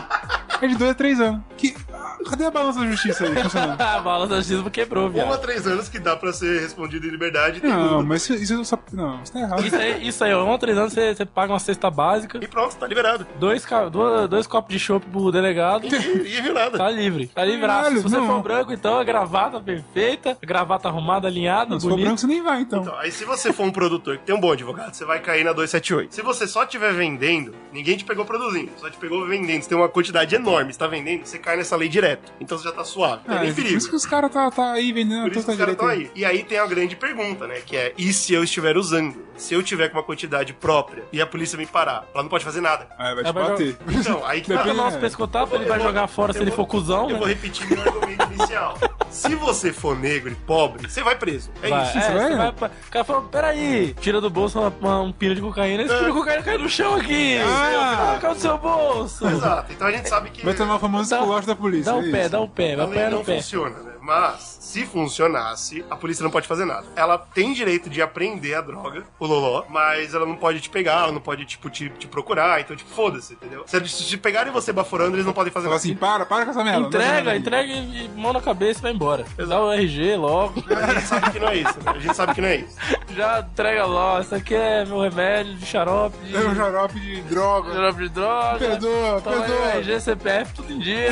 Speaker 3: é de 2 a 3 anos. Que... ah, Cadê a balança da justiça aí
Speaker 1: <laughs>
Speaker 3: funcionando?
Speaker 1: a bala da Gismo quebrou,
Speaker 2: Um a
Speaker 1: viado.
Speaker 2: três anos que dá pra ser respondido em liberdade. tem
Speaker 3: Não,
Speaker 2: tudo.
Speaker 3: mas isso, isso, eu só- não, isso tá errado.
Speaker 1: Isso aí, isso aí, ó. Um a três anos você, você paga uma cesta básica,
Speaker 2: E pronto, tá liberado.
Speaker 1: dois, ca- duas- dois copos de chopp pro
Speaker 2: <laughs>
Speaker 1: delegado.
Speaker 2: E é viu nada.
Speaker 1: Tá livre, tá livraço. Se
Speaker 3: Caralho,
Speaker 1: você
Speaker 3: não.
Speaker 1: for branco, então a gravata perfeita, a gravata arrumada, alinhada,
Speaker 2: tá
Speaker 3: Não, se for
Speaker 1: bonita.
Speaker 3: branco, você nem vai, então.
Speaker 2: Então, aí se você for um produtor que tem um bom advogado, você vai cair na 278. Se você só estiver vendendo, ninguém te pegou produzindo, só te pegou vendendo. Você tem uma quantidade enorme, você tá vendendo, você cai nessa lei direto. Então você já tá suave. Não
Speaker 3: Ah,
Speaker 2: tem nem
Speaker 3: por
Speaker 2: perigo.
Speaker 3: isso que os caras tá, tá aí vendendo
Speaker 2: Por isso que
Speaker 3: tanta
Speaker 2: os caras
Speaker 3: direita.
Speaker 2: estão aí. E aí tem a grande pergunta, né? Que é, e se eu estiver usando? Se eu tiver com uma quantidade própria e a polícia me parar, ela não pode fazer nada.
Speaker 3: Ah, vai
Speaker 1: É,
Speaker 3: te
Speaker 1: vai
Speaker 3: bater.
Speaker 2: Então, aí que
Speaker 1: Vai
Speaker 3: Depende-
Speaker 2: tá.
Speaker 1: tomar uns pescotapo, ele vai jogar fora se
Speaker 2: Eu
Speaker 1: ele
Speaker 2: vou-
Speaker 1: for cuzão,
Speaker 2: Eu vou
Speaker 1: né?
Speaker 2: repetir meu argumento inicial. Se você for negro e pobre, você vai preso. É
Speaker 1: Vai,
Speaker 2: isso.
Speaker 1: é,
Speaker 3: vai,
Speaker 1: você
Speaker 3: né?
Speaker 1: vai pra- O cara fala, peraí, tira do bolso uma, uma- um pino de cocaína, esse pino de cocaína cai no chão aqui.
Speaker 3: Ah.
Speaker 1: Coloca no seu bolso.
Speaker 2: Exato. Então a gente sabe que.
Speaker 3: <laughs> Vai tomar o famoso
Speaker 2: um
Speaker 1: Dá- um
Speaker 3: esculacho da polícia.
Speaker 1: Dá
Speaker 3: é
Speaker 1: o pé,
Speaker 3: isso.
Speaker 1: dá o pé,
Speaker 2: A
Speaker 1: vai
Speaker 2: lei
Speaker 1: pé
Speaker 2: não
Speaker 1: no pé.
Speaker 2: funciona, né? Mas, se funcionasse, a polícia não pode fazer nada. Ela tem direito de apreender a droga, o loló, mas ela não pode te pegar, ela não pode, tipo, te, te procurar, então, tipo, foda-se, entendeu? Se eles te pegarem você baforando, eles não podem fazer
Speaker 3: Fala
Speaker 2: nada.
Speaker 3: assim, para, para com essa merda. não dá merda
Speaker 1: Entrega,
Speaker 3: aí.
Speaker 1: entrega e e mão na cabeça e vai embora. Dá o RG logo.
Speaker 2: A gente sabe que não é isso, né? A gente sabe que não é isso.
Speaker 1: Já entrega logo. Isso aqui é meu remédio de xarope, de
Speaker 3: É um xarope de droga.
Speaker 1: xarope de droga.
Speaker 3: Perdoa,
Speaker 1: Toma aí,
Speaker 3: perdoa.
Speaker 1: RG, CPF, tudo em
Speaker 2: <laughs>
Speaker 1: dia.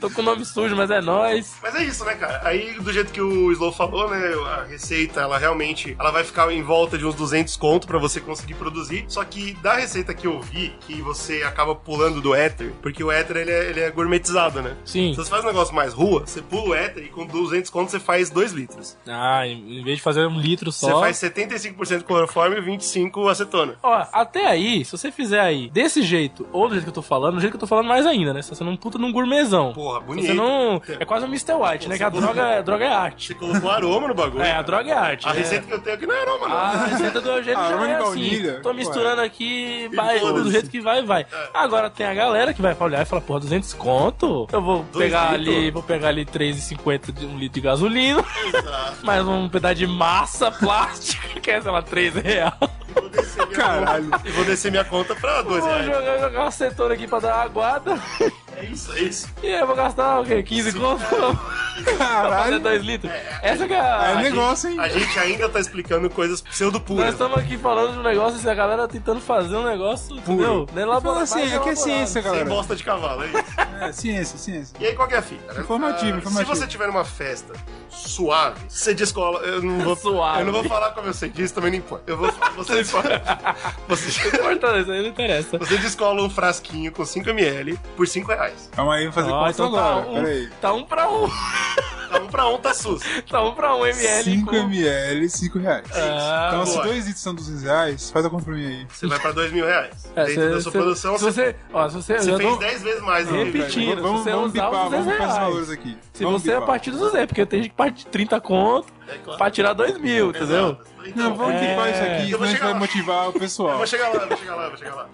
Speaker 1: Tô com o nome sujo, mas é nóis.
Speaker 2: Mas é isso, né, cara? Aí, do jeito que o Slow falou, né, a receita, ela realmente, ela vai ficar em volta de uns 200 conto pra você conseguir produzir. Só que da receita que eu vi, que você acaba pulando do éter, porque o éter, ele é, ele é gourmetizado, né?
Speaker 1: Sim.
Speaker 2: Se você faz um negócio mais rua, você pula o éter e com 200 conto você faz 2 litros.
Speaker 1: Ah, em em vez de fazer um litro só.
Speaker 2: Você faz 75% cloroforme e 25% acetona.
Speaker 1: Ó, até aí, se você fizer aí desse jeito, ou do jeito que eu tô falando, do jeito que eu tô falando mais ainda, né? Se você não puta num gourmetzão.
Speaker 2: Porra,
Speaker 1: Se
Speaker 2: bonito.
Speaker 1: Você não. É quase um Mr. White, né? Que a droga, a droga é
Speaker 2: Você
Speaker 1: arte.
Speaker 2: colocou aroma no bagulho.
Speaker 1: É, a droga é arte.
Speaker 2: A
Speaker 1: é.
Speaker 2: receita que eu tenho aqui não é aroma, não.
Speaker 1: A receita do Eugênio
Speaker 3: Ah,
Speaker 1: já
Speaker 3: aroma
Speaker 1: é
Speaker 3: de
Speaker 1: assim.
Speaker 3: baunilha.
Speaker 1: Tô misturando aqui, vai,
Speaker 2: foda-se.
Speaker 1: do jeito que vai, vai.
Speaker 3: É.
Speaker 1: Agora tem a galera que vai olhar e fala, porra, 200 conto? Eu vou
Speaker 2: Dois
Speaker 1: pegar
Speaker 2: litros?
Speaker 1: ali, vou pegar ali 3,50 de um litro de gasolina, <laughs> mais um pedaço de massa plástica, que é, sei lá, 3 reais.
Speaker 2: Vou descer minha
Speaker 3: Caralho.
Speaker 2: Conta, vou descer minha conta pra 2
Speaker 3: é.
Speaker 1: Vou
Speaker 2: reais.
Speaker 1: jogar, jogar uma cetona aqui pra dar uma aguada. <laughs>
Speaker 2: É isso, é isso.
Speaker 1: E eu vou gastar o quê? 15 conto? pra fazer
Speaker 3: Caralho.
Speaker 1: 2 litros? Essa que é a.
Speaker 3: É
Speaker 1: a gente-
Speaker 3: negócio, hein?
Speaker 2: A gente ainda tá explicando coisas
Speaker 1: Nós
Speaker 2: pseudo-puras.
Speaker 1: estamos aqui falando de um negócio e a galera tentando fazer um negócio, entendeu? Nem
Speaker 3: Fala
Speaker 1: elaborado,
Speaker 3: assim,
Speaker 1: mais
Speaker 3: é que é
Speaker 1: elaborado.
Speaker 3: ciência,
Speaker 2: Sem
Speaker 3: galera.
Speaker 2: bosta de cavalo, é isso.
Speaker 3: É, ciência, ciência.
Speaker 2: E aí, qual que é a fita? né?
Speaker 3: <laughs> Informativo,
Speaker 2: Ah,
Speaker 3: informativo.
Speaker 2: Se você tiver numa festa suave, você descola. Eu não vou,
Speaker 1: Suave.
Speaker 2: Eu não vou falar como eu sei disso, também não importa. Eu vou
Speaker 1: <laughs>
Speaker 2: você, você, <laughs>
Speaker 1: Importante, isso aí não interessa.
Speaker 2: você descola um frasquinho com 5ml por 5 reais.
Speaker 3: Calma aí, vamos fazer
Speaker 1: Ó,
Speaker 3: conta
Speaker 1: então tá
Speaker 3: agora.
Speaker 1: um,
Speaker 3: Pera aí.
Speaker 1: tá um pra um. <laughs>
Speaker 2: Tá um pra um, tá sus.
Speaker 1: Tá um pra um ml.
Speaker 3: 5
Speaker 1: com-
Speaker 3: ml, 5 reais.
Speaker 1: Ah,
Speaker 3: então, se
Speaker 2: É, boa.
Speaker 3: 2 litros são 200 reais, faz a conta pra mim aí.
Speaker 2: Você vai pra 2 mil reais.
Speaker 1: É,
Speaker 2: Dentro
Speaker 1: cê-
Speaker 2: da sua
Speaker 1: cê-
Speaker 2: produção,
Speaker 1: se
Speaker 2: você,
Speaker 1: você, ó, se você,
Speaker 2: você
Speaker 1: eu
Speaker 2: fez
Speaker 1: não-
Speaker 2: 10 vezes mais. né?
Speaker 1: Repetindo. Tira,
Speaker 3: vamos,
Speaker 1: se você
Speaker 3: vamos
Speaker 1: usar
Speaker 3: bipar,
Speaker 1: os
Speaker 3: vamos
Speaker 1: 200
Speaker 3: bipar esses
Speaker 1: reais.
Speaker 3: valores aqui.
Speaker 1: Se
Speaker 3: Vamos
Speaker 1: você a
Speaker 3: bipar.
Speaker 1: partir do Zé, porque tem gente que parte de 30 conto
Speaker 2: É claro.
Speaker 1: pra tirar 2 mil, entendeu?
Speaker 2: Então,
Speaker 3: Não, vamos
Speaker 1: É.
Speaker 3: bipar isso aqui,
Speaker 2: Eu vou
Speaker 3: senão a gente
Speaker 2: chegar
Speaker 3: vai
Speaker 2: lá.
Speaker 3: motivar o pessoal.
Speaker 2: Vou chegar lá, vou chegar lá, vou chegar lá.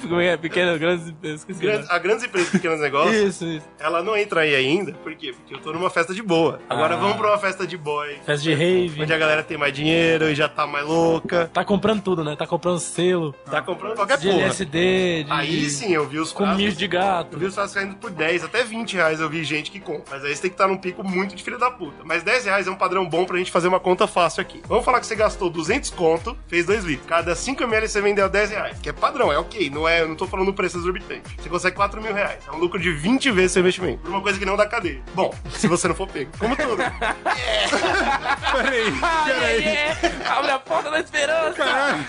Speaker 1: <laughs> Como é? Pequeno, grande, eu esqueci. né?
Speaker 2: Grandes- a grandes empresas e pequenos negócios,
Speaker 1: Isso, isso.
Speaker 2: ela não entra aí ainda. Por quê? Porque eu tô numa festa de boa. Agora
Speaker 1: Ah.
Speaker 2: vamos pra uma festa de boy.
Speaker 1: Festa de rave.
Speaker 2: Onde a galera tem mais dinheiro e já tá mais louca.
Speaker 1: Tá comprando tudo, né? Tá comprando selo
Speaker 2: Tá comprando qualquer
Speaker 1: de
Speaker 2: porra.
Speaker 1: LSD, de...
Speaker 2: Aí sim eu vi os
Speaker 1: Com
Speaker 2: frascos.
Speaker 1: mijo de
Speaker 2: Eu
Speaker 1: gato.
Speaker 2: vi os frascos caindo por 10, até 20 reais eu vi gente que compra. Mas aí você tem que estar num pico muito de filho da puta. Mas 10 reais é um padrão bom pra gente fazer uma conta fácil aqui. Vamos falar que você gastou 200 conto, fez 2 litros. Cada 5 ml você vendeu 10 reais. Que é padrão, é ok. Não é, eu não tô falando um preço exorbitante. Você consegue 4 mil reais. É um lucro de 20 vezes seu investimento. Por uma coisa que não dá cadeia. Bom, se você não for pego. Como tudo.
Speaker 3: Peraí,
Speaker 1: Ai,
Speaker 3: peraí.
Speaker 1: ai, ai. Abre a porta da esperança.
Speaker 3: Caralho,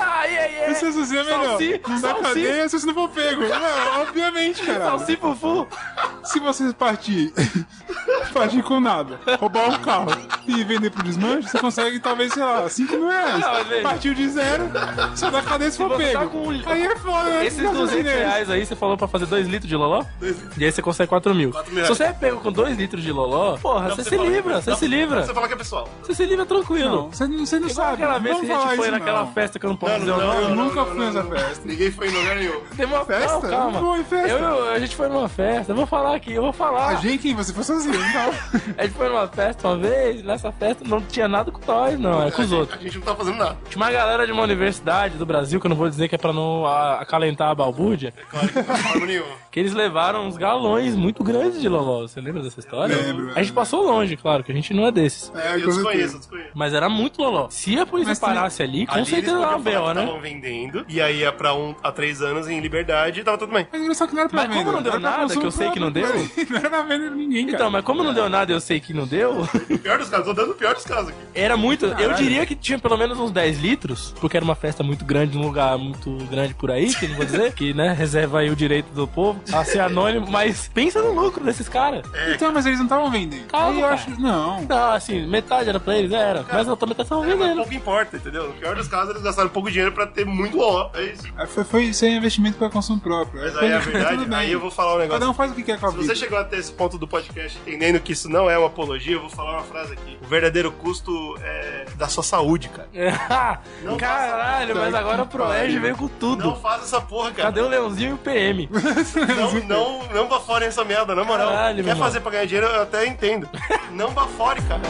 Speaker 1: Ai, ai, ai.
Speaker 3: isso é melhor.
Speaker 1: Salsi-
Speaker 3: Não dá
Speaker 1: salsi-
Speaker 3: cadeia se você não for pego. Não,
Speaker 1: um
Speaker 3: obviamente,
Speaker 2: é
Speaker 3: cara.
Speaker 1: Salsi fufu.
Speaker 3: Se vocês partir, <laughs> partir com nada, roubar um carro e vender pro desmanche, você consegue talvez, sei lá, 5 mil reais.
Speaker 1: Não, mas veja.
Speaker 3: Partiu de zero, só dá cadeia se for
Speaker 1: você
Speaker 3: pego.
Speaker 1: tá com-
Speaker 3: Aí é foda, né?
Speaker 1: Esses
Speaker 3: Fica
Speaker 1: 200
Speaker 3: fascinante.
Speaker 1: reais aí, você falou pra fazer 2 litros de loló?
Speaker 2: litros.
Speaker 1: E aí você consegue 4 mil.
Speaker 2: Quatro mil
Speaker 1: Se você é pego com 2 litros de loló, porra, você se
Speaker 2: fala-
Speaker 1: livra, você
Speaker 2: Não,
Speaker 1: se livra.
Speaker 2: Você fala que é pessoal.
Speaker 1: Você se livra
Speaker 3: Não,
Speaker 1: tranquilo.
Speaker 3: você não, você não
Speaker 1: Igual
Speaker 3: sabe.
Speaker 1: aquela vez
Speaker 3: Vamos
Speaker 1: que a gente
Speaker 3: falar
Speaker 1: foi
Speaker 3: isso,
Speaker 1: naquela
Speaker 3: não.
Speaker 1: festa que eu não posso dizer o
Speaker 3: não,
Speaker 1: nome.
Speaker 3: eu nunca fui nessa festa.
Speaker 2: Ninguém foi em lugar nenhum.
Speaker 1: Tem uma
Speaker 3: Festa?
Speaker 1: Não, calma.
Speaker 3: Não foi festa?
Speaker 1: Eu- eu- a gente foi numa festa. Eu vou falar aqui, eu vou falar.
Speaker 3: A Ah, gente, quem? Você foi sozinho, então? não
Speaker 2: <laughs>
Speaker 3: tava.
Speaker 1: A gente foi numa festa uma vez. Nessa festa não tinha nada com nós, não. Era com os
Speaker 2: A gente-
Speaker 1: outros.
Speaker 2: A gente não tá fazendo nada.
Speaker 1: Tinha uma galera de uma universidade do Brasil, que eu não vou dizer que é pra não a- acalentar a balbúrdia,
Speaker 2: Claro que não tá falando nenhum.
Speaker 1: que eles levaram uns galões muito grandes de loló. Você lembra dessa história?
Speaker 3: Lembro,
Speaker 1: A gente passou longe, claro, que a gente não é desses.
Speaker 3: É,
Speaker 2: Eu
Speaker 3: com
Speaker 2: desconheço, eu
Speaker 3: certeza.
Speaker 2: desconheço.
Speaker 1: Mas era muito loló. Se a polícia
Speaker 3: Mas tem-
Speaker 1: parasse ali, com
Speaker 2: Ali eles
Speaker 1: certeza era uma
Speaker 2: podiam
Speaker 1: B.O.,
Speaker 2: falar que
Speaker 1: né?
Speaker 2: Estavam vendendo, e aí ia pra um a três anos em liberdade e tava tudo bem.
Speaker 3: Mas engraçado que não era pra
Speaker 1: Mas como
Speaker 3: venda,
Speaker 1: não deu
Speaker 3: era pra
Speaker 1: nada,
Speaker 3: consumo
Speaker 1: que eu sei que não deu?
Speaker 3: <laughs> próprio. Não era pra venda de ninguém, cara.
Speaker 1: Então, mas como não deu <laughs> nada, eu sei que não deu.
Speaker 2: O pior dos casos, tô dando o pior dos casos aqui.
Speaker 1: Era muito. Eu diria que tinha pelo menos uns 10 litros, porque era uma festa muito grande num lugar muito grande por aí, que não vou dizer, que, né, reserva aí o direito do povo a ser anônimo, mas pensa no lucro desses caras.
Speaker 2: é.
Speaker 3: Então, mas eles não estavam vendendo.
Speaker 1: Calma,
Speaker 3: Aí eu
Speaker 1: cara.
Speaker 3: acho que. Não.
Speaker 1: Não, assim, metade era pra eles, era. Mas eu também tava só
Speaker 2: Mas
Speaker 1: vendendo.
Speaker 2: pouco importa, entendeu? No pior dos casos, eles gastaram pouco dinheiro pra ter muito ó. É isso.
Speaker 3: Aí Foi, foi sem investimento para consumo próprio.
Speaker 2: Mas
Speaker 1: <laughs>
Speaker 2: aí é a
Speaker 3: foi- tudo
Speaker 2: verdade,
Speaker 3: bem.
Speaker 2: aí eu vou falar um negócio.
Speaker 3: Cada um faz o que quer com a
Speaker 2: Se
Speaker 3: vida.
Speaker 2: você chegou até esse ponto do podcast entendendo que isso não é uma apologia, eu vou falar uma frase aqui. O verdadeiro custo é da sua saúde, cara. Não
Speaker 1: Caralho, mas agora o Proerd veio com
Speaker 2: Não Então.
Speaker 1: tudo.
Speaker 2: faça essa porra, cara.
Speaker 1: Cadê o Leãozinho e o PM?
Speaker 2: Não, não, não bafore essa merda, na moral.
Speaker 1: Caralho, meu
Speaker 2: Quer
Speaker 1: irmão.
Speaker 2: fazer pra ganhar dinheiro, eu até entendo. Não bafore, cara.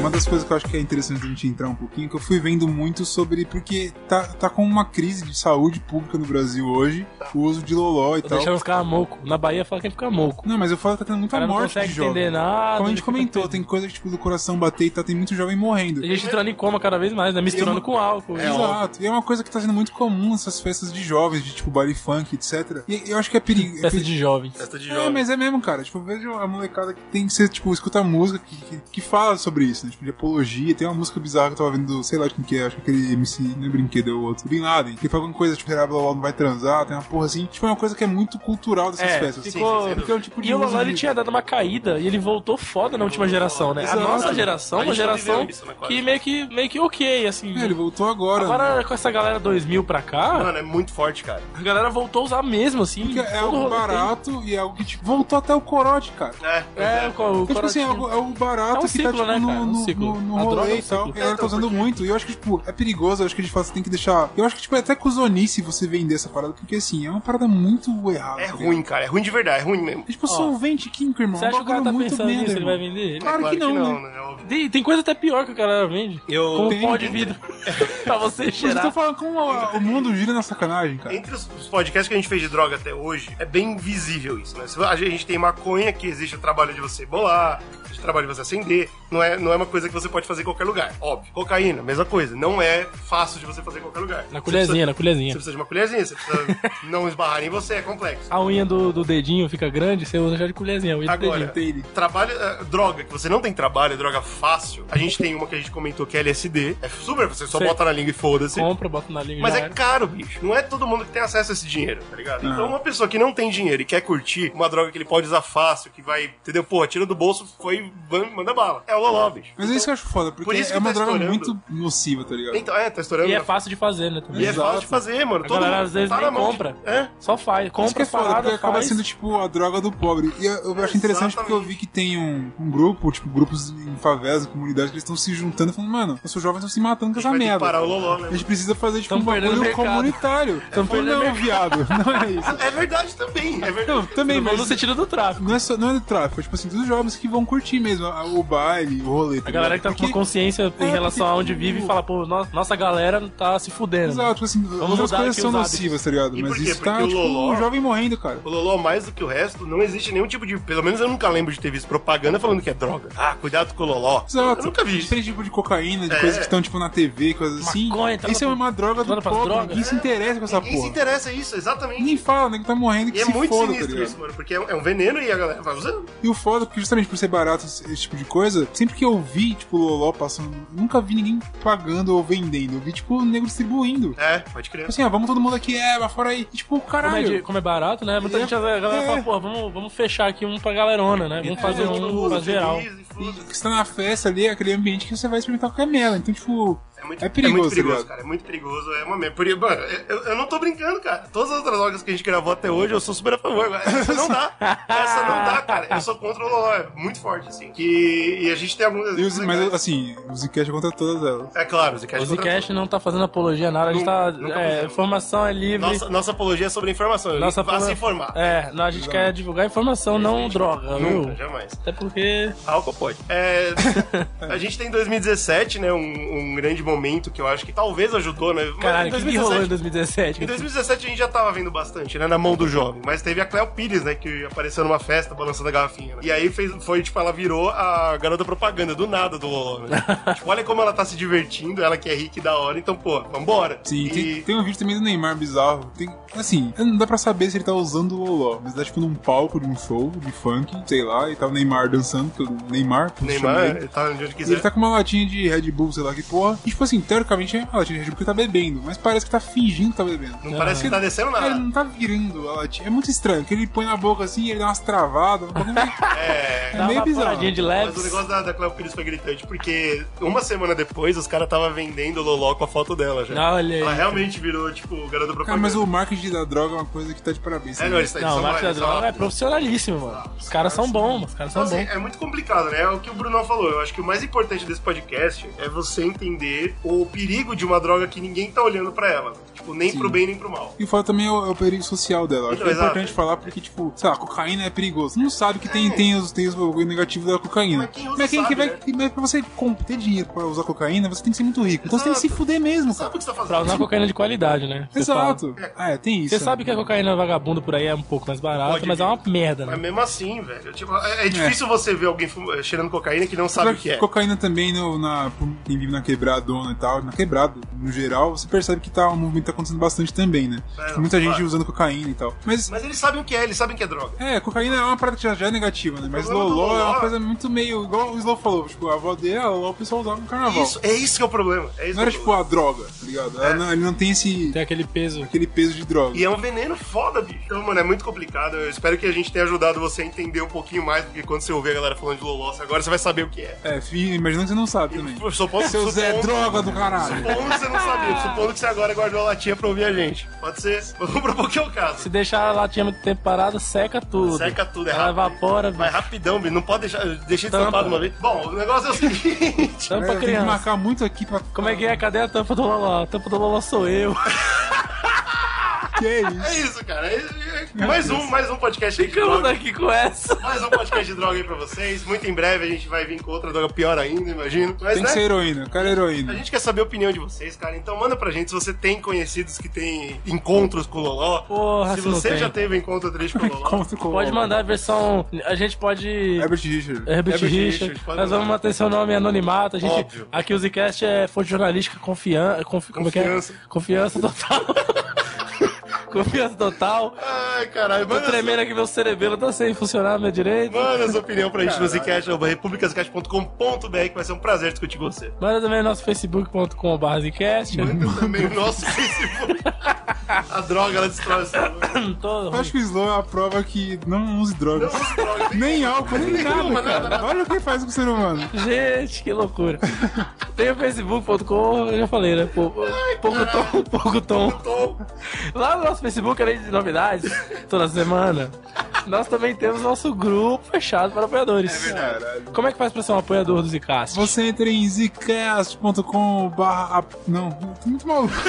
Speaker 3: Uma das coisas que eu acho que é interessante a gente entrar um pouquinho, que eu fui vendo muito sobre. Porque tá, tá com uma crise de saúde pública no Brasil hoje,
Speaker 2: Tá.
Speaker 3: o uso de loló e
Speaker 1: Tô
Speaker 3: tal.
Speaker 1: deixando os caras louco. Na Bahia fala quem fica louco.
Speaker 3: Não, mas eu falo que tá tendo
Speaker 1: O
Speaker 3: muita
Speaker 1: cara não
Speaker 3: morte de
Speaker 1: consegue entender
Speaker 3: jovem.
Speaker 1: nada. tá
Speaker 3: Como a
Speaker 1: ele
Speaker 3: gente
Speaker 1: fica
Speaker 3: comentou,
Speaker 1: perdido.
Speaker 3: tem coisa que tipo do coração bater e tá, tem muito jovem morrendo.
Speaker 1: A gente entrando em coma cada vez mais, né? Misturando
Speaker 3: Eu-
Speaker 1: com álcool.
Speaker 3: Exato. E é uma coisa que tá sendo muito comum nessas festas de jovens, de tipo baile funk, etc. E eu acho que é perigo.
Speaker 1: Festa de jovens.
Speaker 2: Festa de
Speaker 3: É,
Speaker 2: jovem.
Speaker 3: mas é mesmo, cara. Tipo, eu vejo a molecada que tem que ser, tipo, escuta música que, que, que fala sobre isso, né? Tipo, de apologia. Tem uma música bizarra que eu tava vendo, sei lá de quem que é, acho que aquele MC, não é brinquedo, é o outro. Bin Laden. Que fala alguma coisa, tipo, será Bilal não vai transar, tem uma porra assim. Tipo, é uma coisa que é muito cultural dessas
Speaker 1: É,
Speaker 3: festas.
Speaker 1: ficou-
Speaker 2: sim, sim,
Speaker 3: Porque é um tipo de
Speaker 1: E o
Speaker 3: uso
Speaker 1: Loló ele
Speaker 3: de-
Speaker 1: tinha dado uma caída e ele voltou foda na última geração, né? A
Speaker 3: Exato.
Speaker 1: nossa geração,
Speaker 2: A
Speaker 1: uma
Speaker 2: gente tá
Speaker 1: geração
Speaker 2: vivendo isso, né, quase.
Speaker 1: que meio que meio que ok, assim.
Speaker 3: É, ele voltou agora.
Speaker 1: Agora com essa galera 2000 pra cá,
Speaker 2: Mano, é muito forte, cara.
Speaker 1: a galera voltou a usar mesmo, assim.
Speaker 3: Porque é
Speaker 1: <laughs> todo
Speaker 3: algo
Speaker 1: rolê tem.
Speaker 3: barato e é algo que, tipo, voltou até o corote, cara.
Speaker 2: É,
Speaker 1: É, o, o
Speaker 3: Então, tipo assim, é algo, é algo barato
Speaker 1: É um
Speaker 3: que
Speaker 1: ciclo,
Speaker 3: tá, tipo,
Speaker 1: né,
Speaker 3: no,
Speaker 1: cara? É um
Speaker 3: no-
Speaker 1: ciclo.
Speaker 3: no- no
Speaker 1: A droga é
Speaker 3: rolê
Speaker 1: um
Speaker 3: e tal.
Speaker 1: ciclo.
Speaker 3: E ela tá
Speaker 2: Então,
Speaker 3: usando muito. E eu acho que, tipo, é perigoso. Eu acho que de fato você tem que deixar... Eu acho que, tipo, é até cuzonice você vender essa parada. Porque, assim, é uma parada muito errada.
Speaker 2: é
Speaker 3: tá
Speaker 2: ruim,
Speaker 3: ligado?
Speaker 2: cara. É ruim de verdade, é ruim mesmo.
Speaker 3: É tipo, solvente químico, irmão. É um
Speaker 1: Você acha que o cara tá
Speaker 3: bagulho muito
Speaker 1: pensando
Speaker 3: merda,
Speaker 1: nisso? Ele
Speaker 3: irmão.
Speaker 1: vai vender? Ele-
Speaker 3: Claro, que não, né?
Speaker 2: né? Óbvio.
Speaker 1: Tem, tem coisa até pior que o cara vende.
Speaker 2: Eu-
Speaker 1: Como
Speaker 3: Tem,
Speaker 1: pó de
Speaker 2: <laughs>
Speaker 3: tem.
Speaker 1: vidro. pra você
Speaker 3: Mas eu tô
Speaker 1: cheirar.
Speaker 3: falando como a- o mundo gira na sacanagem, cara.
Speaker 2: Entre os os podcasts que a gente fez de droga até hoje, é bem visível isso, né? A gente tem maconha, que existe o trabalho de você bolar, existe o trabalho de você acender. Não é, não é uma coisa que você pode fazer em qualquer lugar, óbvio. Cocaína, mesma coisa. Não é fácil de você fazer em qualquer lugar.
Speaker 1: Na
Speaker 2: Você
Speaker 1: colherzinha,
Speaker 2: precisa-
Speaker 1: na colherzinha.
Speaker 2: Você precisa de uma colherzinha, você precisa <laughs> não esbarrar em você, é complexo.
Speaker 1: A unha do, do dedinho fica grande, você usa já de colherzinha. A unha do
Speaker 2: Agora,
Speaker 1: dedinho.
Speaker 2: trabalho, eh, droga, que você não tem trabalho, droga fácil. A gente tem uma que a gente comentou que é LSD. É super, você só
Speaker 1: Sei.
Speaker 2: bota na língua e foda-se.
Speaker 1: Compra, né? bota na língua. e
Speaker 2: Mas
Speaker 1: já
Speaker 2: é
Speaker 1: era.
Speaker 2: caro, bicho. Não é todo mundo que tem acesso a esse dinheiro, tá ligado? Então, uma pessoa que não tem dinheiro e quer curtir uma droga que ele pode usar fácil, que vai, entendeu? Pô, tira do bolso, foi, van- manda bala. É o loló, bicho.
Speaker 3: Mas é isso que eu acho foda. Porque
Speaker 2: Por isso que
Speaker 3: é uma
Speaker 2: tá
Speaker 3: droga
Speaker 2: estourando.
Speaker 3: muito nociva, tá ligado?
Speaker 2: Então, é, tá estourando.
Speaker 1: E é
Speaker 2: né?
Speaker 1: fácil de fazer, né? Também.
Speaker 2: E é
Speaker 3: Exato.
Speaker 2: fácil de fazer, mano.
Speaker 1: A
Speaker 2: Todo
Speaker 1: galera
Speaker 2: mundo
Speaker 1: às vezes
Speaker 2: tá
Speaker 1: nem
Speaker 2: na mão de-
Speaker 1: compra.
Speaker 2: É.
Speaker 1: Só faz.
Speaker 3: Isso que
Speaker 1: Compra
Speaker 3: é foda, porque
Speaker 1: parada,
Speaker 3: acaba
Speaker 1: faz.
Speaker 3: sendo, tipo, a droga do pobre. E eu, eu acho interessante porque eu vi que tem um, um grupo, tipo, grupos em favelas, em comunidades, que eles estão se juntando e falando, mano, os jovens estão se matando com
Speaker 2: A gente
Speaker 3: essa
Speaker 2: vai ter que
Speaker 3: merda.
Speaker 2: parar o loló, né?
Speaker 3: A gente precisa fazer, tipo,
Speaker 1: Tão
Speaker 3: um
Speaker 1: perdendo
Speaker 3: bagulho
Speaker 1: mercado.
Speaker 3: comunitário.
Speaker 1: Tão
Speaker 3: Ou
Speaker 1: perdendo
Speaker 3: não,
Speaker 1: mercado.
Speaker 2: <laughs>
Speaker 3: viado, não é isso.
Speaker 2: É verdade também, é verdade.
Speaker 3: Não, também,
Speaker 1: Mas no
Speaker 3: mas...
Speaker 1: sentido do tráfico.
Speaker 3: Não é, só, não é do tráfico, é tipo assim, dos jovens que vão curtir mesmo a- o baile, o rolê.
Speaker 1: A galera que tá com
Speaker 3: Porque-
Speaker 1: uma consciência em
Speaker 3: É,
Speaker 1: relação a
Speaker 3: porque,
Speaker 1: onde
Speaker 3: tipo,
Speaker 1: vive e fala, pô, no- nossa galera tá se
Speaker 2: né?
Speaker 1: fudendo.
Speaker 3: Exato, tipo assim, outras
Speaker 1: mudar
Speaker 3: coisas
Speaker 1: aqui
Speaker 3: são
Speaker 1: os hábitos.
Speaker 3: nocivas, tá ligado?
Speaker 2: E
Speaker 3: Mas
Speaker 2: por quê?
Speaker 3: isso tá,
Speaker 2: Porque o
Speaker 3: tipo,
Speaker 2: loló-
Speaker 3: o jovem morrendo, cara.
Speaker 2: O Loló, mais do que o resto, não existe nenhum tipo de. Pelo menos eu nunca lembro de ter visto propaganda falando que é droga. Ah, cuidado com o Loló.
Speaker 3: Exato.
Speaker 2: Eu nunca vi isso.
Speaker 3: Diferente tipo de cocaína, de
Speaker 2: É.
Speaker 3: coisas que estão, tipo, na TV, coisas assim.
Speaker 1: Maconha, tá
Speaker 3: Isso é
Speaker 1: lá
Speaker 3: uma droga
Speaker 1: lá
Speaker 3: do
Speaker 1: pras
Speaker 3: pobre.
Speaker 1: drogas.
Speaker 3: Ninguém se interessa com essa
Speaker 2: Ninguém se
Speaker 3: porra.
Speaker 2: interessa isso, exatamente.
Speaker 3: Ninguém fala, né? Que tá morrendo, que
Speaker 2: E é
Speaker 3: se
Speaker 2: muito
Speaker 3: foda, tá
Speaker 2: sinistro
Speaker 3: ligado?
Speaker 2: isso, mano, porque é um é um veneno e a galera vai usando.
Speaker 3: E o foda, porque justamente por ser barato esse, esse tipo de coisa, sempre que eu vi, tipo, Loló passando, nunca vi ninguém pagando ou vendendo. Eu vi, tipo, o nego distribuindo.
Speaker 2: É, pode crer.
Speaker 3: Assim, ah, vamos todo mundo aqui, é, vai fora aí. E, tipo,
Speaker 1: Como é, de-
Speaker 3: caralho.
Speaker 1: como é barato, né? Muita
Speaker 3: É.
Speaker 1: gente, a galera
Speaker 3: É.
Speaker 1: fala, pô, vamos, vamos fechar aqui um pra galerona, né? Vamos fazer
Speaker 2: Tipo,
Speaker 1: um pra geral.
Speaker 3: E Você tá na festa ali, é aquele ambiente que você vai experimentar qualquer merda. Então, tipo,
Speaker 2: É muito,
Speaker 3: É perigoso,
Speaker 2: é muito perigoso,
Speaker 3: ligado?
Speaker 2: cara. É muito perigoso. É uma merda. Por- Mano, eu, eu não tô brincando, cara. Todas as outras drogas que a gente gravou até hoje, eu sou super a favor. Agora, Essa não dá. Essa não dá, cara. Eu sou contra o Loló. É muito forte, assim. Que, e a gente tem alguns
Speaker 3: e os-
Speaker 2: exemplos
Speaker 3: mas
Speaker 2: legais.
Speaker 3: assim, o Zcash é contra todas elas.
Speaker 2: É claro, o Zcash
Speaker 1: O
Speaker 2: é contra-
Speaker 1: Zcash não tá fazendo apologia a nada, a gente tá.
Speaker 2: Nunca- nunca
Speaker 1: É,
Speaker 2: fizemos.
Speaker 1: informação é livre.
Speaker 2: <laughs> Nossa, nossa apologia é sobre informação.
Speaker 1: nossa É,
Speaker 2: Vá
Speaker 1: apolo-
Speaker 2: se informar.
Speaker 1: É, não, a gente quer divulgar informação, não droga,
Speaker 2: Nunca,
Speaker 1: viu?
Speaker 2: jamais.
Speaker 1: Até porque
Speaker 2: Álcool,
Speaker 1: pode.
Speaker 2: É, a gente tem 2017, né? Um, um grande momento que eu acho que talvez ajudou, né? mas
Speaker 1: Caralho,
Speaker 2: em
Speaker 1: o que, que rolou em
Speaker 2: 2017
Speaker 1: 2017?
Speaker 2: Em 2017 a gente já tava vendo bastante, né? Na mão do jovem. Mas teve a Cleo Pires, né? Que apareceu numa festa balançando a garrafinha. Né? E aí fez, foi, tipo, ela virou a garota propaganda do nada do LOL, né? tipo, olha como ela tá se divertindo, ela que é rica e da hora, então, pô, vambora.
Speaker 3: Sim,
Speaker 2: e...
Speaker 3: tem, tem um vídeo também do Neymar bizarro. Tem, assim, não dá pra saber se ele tá usando o Loló, mas dá tipo num palco de um show de funk, sei lá, e tá o Neymar dançando, que o Neymar, que chama
Speaker 2: Neymar,
Speaker 3: ele.
Speaker 2: ele tá onde ele
Speaker 3: E
Speaker 2: quiser.
Speaker 3: ele tá com uma latinha de Red Bull, sei lá que porra. E tipo assim, teoricamente é uma latinha de Red Bull que ele tá bebendo, mas parece que tá fingindo que tá bebendo.
Speaker 2: Não parece que tá descendo
Speaker 3: É, Ele
Speaker 2: nada.
Speaker 3: não tá virando a latinha. É muito estranho, que ele põe na boca assim, ele dá umas travadas. uma coisa meio-
Speaker 2: <laughs> É,
Speaker 3: É
Speaker 1: Dá
Speaker 3: meio
Speaker 1: uma
Speaker 3: bizarro.
Speaker 1: paradinha de
Speaker 2: Mas o
Speaker 1: leves.
Speaker 2: negócio da, da Cleo Pires foi gritante, porque uma semana depois os caras tava vendendo o Loló com a foto dela já.
Speaker 1: Ah, Olha aí.
Speaker 2: Ela realmente virou, tipo, garota
Speaker 3: Cara,
Speaker 2: propaganda.
Speaker 3: mas o marketing da droga é uma coisa que tá de parabéns.
Speaker 2: É,
Speaker 3: né?
Speaker 2: não, eles, eles
Speaker 1: Não,
Speaker 2: são
Speaker 1: o Marcos da
Speaker 2: eles são
Speaker 1: Droga é
Speaker 2: rápidos.
Speaker 1: profissionalíssimo, mano. Os caras são bons, mano. Os caras
Speaker 2: Então,
Speaker 1: são
Speaker 2: assim,
Speaker 1: bons.
Speaker 2: é muito complicado, né? É o que o Bruno falou. Eu acho que o mais importante desse podcast é você entender o perigo de uma droga que ninguém tá olhando pra ela. Tipo, nem pro bem nem pro mal.
Speaker 3: E fora também é o, é o perigo social dela. Acho
Speaker 2: Então,
Speaker 3: que é
Speaker 2: exato. É.
Speaker 3: importante falar porque, tipo, sei lá, cocaína é perigoso. Você não sabe que tem, tem os, tem os bagulho negativo da cocaína.
Speaker 2: Mas quem usa
Speaker 3: que
Speaker 2: sabe,
Speaker 3: vai.
Speaker 2: né?
Speaker 3: que- Mas pra você com- ter dinheiro pra usar cocaína, você tem que ser muito rico. Então você tem que se fuder mesmo,
Speaker 2: Sabe o que
Speaker 3: cara.
Speaker 2: você tá
Speaker 1: Pra
Speaker 2: fazendo?
Speaker 1: usar cocaína de qualidade, né? Você fala.
Speaker 3: Exato. Ah, é, tem isso.
Speaker 1: Você sabe que a cocaína vagabunda por aí é um pouco mais barata,
Speaker 2: Pode
Speaker 1: mas é
Speaker 2: vir.
Speaker 1: uma merda,
Speaker 2: Mas
Speaker 1: né?
Speaker 2: mesmo assim, velho. Tipo, é, é difícil você ver alguém fum- eh, cheirando cocaína que não sabe
Speaker 3: Claro
Speaker 2: o que é.
Speaker 3: Cocaína também, no, na, por quem vive na quebradona e tal, na quebrada, no geral, você percebe que tá, um movimento tá acontecendo bastante também, né?
Speaker 2: É,
Speaker 3: Tipo, muita gente
Speaker 2: claro.
Speaker 3: usando cocaína e tal. Mas,
Speaker 2: Mas eles sabem o que é, eles sabem que é droga.
Speaker 3: É, cocaína é uma parada que já, já é negativa, né? Mas
Speaker 2: O problema do
Speaker 3: Loló é uma
Speaker 2: Loló-
Speaker 3: coisa muito meio. Igual o Slow falou, tipo, a avó dele, a Loló, o pessoal usava no carnaval.
Speaker 2: Isso, é isso que é o problema. É isso
Speaker 3: Tá Não era
Speaker 2: que é o
Speaker 3: tipo a droga, tá ligado? Ela não- ele não tem esse.
Speaker 1: Tem aquele peso.
Speaker 3: aquele peso de droga.
Speaker 2: E é um veneno foda, bicho. Então, mano, é muito complicado. Eu espero que a gente tenha ajudado você a entender um pouquinho mais, porque quando você ouvir a galera falando de Loló, você- agora você vai saber o que é.
Speaker 3: É, fi- imaginando que você não sabe também.
Speaker 2: Eu só posso
Speaker 3: Seu Zé é
Speaker 2: supondo-
Speaker 3: droga do caralho.
Speaker 2: Supondo que você não sabia, supondo que você agora guardou a latinha pra ouvir a gente. Pode ser. Vamos propor que é o
Speaker 1: Se
Speaker 2: caso.
Speaker 1: deixar a latinha muito tempo parada, seca tudo.
Speaker 2: Seca tudo, é
Speaker 1: Ela
Speaker 2: rápido.
Speaker 1: evapora,
Speaker 2: Vai
Speaker 1: bicho.
Speaker 2: rapidão, bicho. Não pode deixar. Eu deixei
Speaker 1: Tampa.
Speaker 2: estampado uma vez. Bom, o negócio é o seguinte. <laughs>
Speaker 1: Tampa
Speaker 3: eu tenho É, que
Speaker 1: criança.
Speaker 3: marcar muito aqui pra.
Speaker 1: Como é que é? Cadê a tampa do Loló? A tampa do Loló sou eu.
Speaker 3: Que é isso?
Speaker 2: É isso, cara. É- é- Mais um, mais um podcast aí de
Speaker 1: Ficamos
Speaker 2: droga.
Speaker 1: aqui com essa.
Speaker 2: Mais um podcast de droga aí pra vocês. Muito em breve a gente vai vir com outra droga pior ainda, imagino. Mas,
Speaker 3: Tem que
Speaker 2: né?
Speaker 3: ser heroína, eu quero
Speaker 2: A
Speaker 3: heroína.
Speaker 2: gente quer saber a opinião de vocês, cara. Então manda pra gente se você tem conhecidos que tem encontros com o Loló.
Speaker 1: Porra,
Speaker 2: se
Speaker 1: se não
Speaker 2: você
Speaker 1: tem.
Speaker 2: já teve um encontro triste com o Loló.
Speaker 3: Conta com o
Speaker 1: Pode
Speaker 3: Loló.
Speaker 1: mandar É, a versão. A gente pode.
Speaker 3: Herbert Richard.
Speaker 1: Herbert
Speaker 2: Herbert
Speaker 1: Richard.
Speaker 2: Richards, pode
Speaker 1: Nós vamos
Speaker 2: mandar.
Speaker 1: manter seu nome anonimato. A gente,
Speaker 2: Óbvio.
Speaker 1: Aqui o Zcast é fonte jornalística confian, confi, como é que é?
Speaker 2: Confiança.
Speaker 1: Confiança total. <laughs> Confiança total.
Speaker 2: Ai, caralho.
Speaker 1: Tô
Speaker 2: Manda,
Speaker 1: tremendo aqui meu cerebelo, tá sem funcionar meu direito.
Speaker 2: sua- manda sua opinião pra gente no zcast.republicascast.com.br que vai ser um prazer discutir com você.
Speaker 1: Manda também nosso facebook.com.br Zcast. <laughs>
Speaker 2: Manda também o nosso Facebook. A droga, ela destrói o seu
Speaker 1: Todo
Speaker 3: Eu acho que o Slow é a prova que não use droga.
Speaker 2: droga.
Speaker 3: Nem álcool, nem nada, cara. Olha o que faz com o ser humano.
Speaker 1: Gente, que loucura. Tem o facebook.com, eu já falei, né? Pou- Pouco tom, pouco tom.
Speaker 2: Tom.
Speaker 1: Lá no nosso Facebook, além de novidades, toda semana, nós também temos nosso grupo fechado para apoiadores. Como é que faz pra ser um apoiador do Zicast?
Speaker 3: Você entra em zcast.com barra... Não, tô muito maluco. <laughs>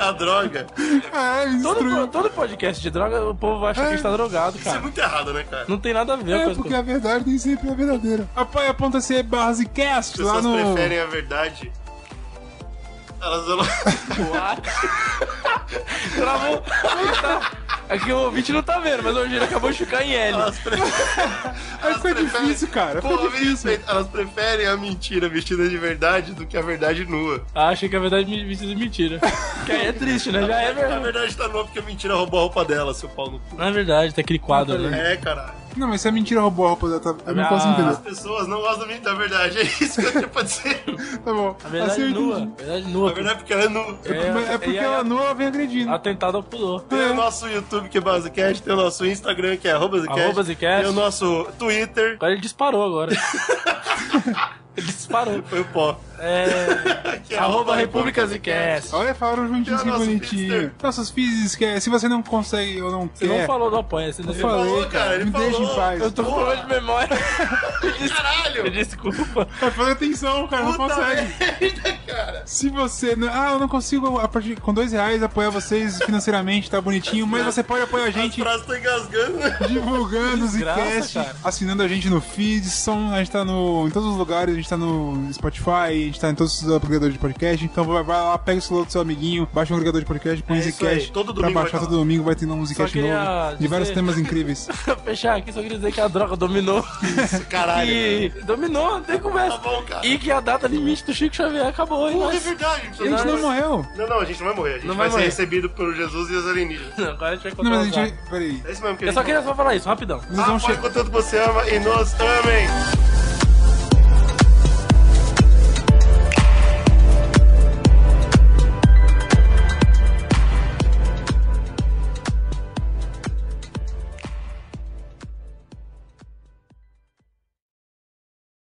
Speaker 2: A droga.
Speaker 3: É, me
Speaker 1: Todo,
Speaker 3: destruiu.
Speaker 1: todo podcast de droga, o povo vai achar que a gente tá drogado,
Speaker 2: Isso é
Speaker 1: cara.
Speaker 2: muito errado, né, cara?
Speaker 1: Não tem nada a ver com
Speaker 3: É,
Speaker 1: as
Speaker 3: porque
Speaker 1: coisas.
Speaker 3: a verdade nem sempre é verdadeira. Apoia.se barra zcast
Speaker 2: As
Speaker 3: lá
Speaker 2: pessoas
Speaker 3: no...
Speaker 2: preferem a verdade. Elas não...
Speaker 1: <laughs> Travou. Aqui tá. o ouvinte não tá vendo, mas hoje ele acabou de ficar em L. <laughs>
Speaker 2: Elas pre-
Speaker 3: Aí fica
Speaker 2: Elas preferem-
Speaker 3: difícil,
Speaker 1: É
Speaker 3: cara.
Speaker 2: Pô,
Speaker 3: Fica
Speaker 2: me
Speaker 3: difícil.
Speaker 2: respeita. Elas preferem a mentira vestida de verdade do que a verdade nua.
Speaker 1: Acha que a verdade me me diz mentira. Que aí é triste, né? Já é
Speaker 2: A
Speaker 1: verdade.
Speaker 2: verdade tá nua porque a mentira roubou a roupa dela, seu pau no cu.
Speaker 1: Na verdade, tem aquele quadro, né?
Speaker 2: É, caralho.
Speaker 3: Não, mas se a mentira roubou a roupa dela, tá- eu não posso
Speaker 1: Ah.
Speaker 2: As
Speaker 3: entender.
Speaker 2: pessoas não gostam da verdade, é isso que eu tinha pra dizer.
Speaker 3: Tá bom.
Speaker 1: A É verdade
Speaker 3: Assim eu
Speaker 1: nua.
Speaker 3: entendi.
Speaker 1: A verdade
Speaker 2: Na
Speaker 1: nua.
Speaker 2: verdade, é porque ela é nua.
Speaker 1: É,
Speaker 3: Mas é porque
Speaker 1: e aí,
Speaker 3: ela nua, ela vem agredindo.
Speaker 1: Atentado ao pudor.
Speaker 2: Tem o nosso YouTube, que é Basecast, tem o nosso Instagram, que é arroba Zcast,
Speaker 1: Arroba Zcast.
Speaker 2: tem o nosso Twitter,
Speaker 1: Agora <laughs> ele disparou agora. ele disparou.
Speaker 2: foi o pó.
Speaker 1: É.
Speaker 2: Que é
Speaker 1: arroba República Zcast.
Speaker 3: Olha, falaram juntinho
Speaker 2: Que é
Speaker 3: que
Speaker 2: nosso
Speaker 3: bonitinho.
Speaker 2: Speedster.
Speaker 3: Nossos feeds, esquece. Se você não consegue ou não
Speaker 1: Você
Speaker 3: quer.
Speaker 1: não falou do apoia, você não
Speaker 3: Eu
Speaker 1: falou.
Speaker 3: falei,
Speaker 2: falou, cara,
Speaker 3: cara.
Speaker 2: ele
Speaker 3: Me deixa
Speaker 2: falou.
Speaker 3: em paz.
Speaker 1: Eu tô com problema de <laughs> memória.
Speaker 2: Caralho!
Speaker 1: Desculpa.
Speaker 3: Vai fazer atenção, cara. não
Speaker 2: Puta
Speaker 3: consegue.
Speaker 2: merda, cara.
Speaker 3: Se você. não- Ah, eu não consigo, a partir, com dois reais, apoiar vocês financeiramente, tá bonitinho. Mas você pode apoiar a
Speaker 2: Gente,
Speaker 3: gente
Speaker 2: As frases estão tá engasgando.
Speaker 3: divulgando o
Speaker 1: Desgraça,
Speaker 3: Zcast,
Speaker 1: cara.
Speaker 3: assinando a gente no feed, som, a gente tá no, em todos os lugares, a gente tá no Spotify, a gente tá em todos os agregadores de podcast, então vai, vai lá, pega o celular do seu amiguinho, baixa um agregador de podcast, põe
Speaker 2: É
Speaker 3: o
Speaker 2: isso
Speaker 3: Zcast
Speaker 2: aí, todo
Speaker 3: pra
Speaker 2: domingo vai
Speaker 3: baixar
Speaker 2: tá lá.
Speaker 3: todo domingo, vai ter um Zcast
Speaker 1: queria
Speaker 3: novo, de vários
Speaker 1: dizer- <laughs>
Speaker 3: temas incríveis.
Speaker 1: Pra fechar aqui, só queria dizer que a droga dominou.
Speaker 2: Caralho.
Speaker 1: E dominou, não tem conversa.
Speaker 2: Tá bom, cara.
Speaker 1: E que a data limite do Chico Xavier acabou, hein?
Speaker 2: Porra, é
Speaker 1: mas-
Speaker 2: verdade.
Speaker 3: A gente não
Speaker 2: vai-
Speaker 3: morreu.
Speaker 2: Não, não, a gente não vai morrer. A gente
Speaker 1: Não
Speaker 2: vai,
Speaker 1: vai
Speaker 2: ser
Speaker 1: morrer.
Speaker 2: recebido por Jesus e as alienígenas.
Speaker 1: Agora a gente vai
Speaker 3: Não,
Speaker 1: contar
Speaker 3: mas a
Speaker 1: o azar. tá
Speaker 3: gente. Peraí.
Speaker 2: É isso mesmo que a
Speaker 1: Eu
Speaker 2: gente
Speaker 3: um
Speaker 1: só queria só falar isso, rapidão.
Speaker 3: Nós
Speaker 2: Ah,
Speaker 3: vamos
Speaker 2: apoie
Speaker 3: chegar.
Speaker 2: o tanto que você ama e nós amem.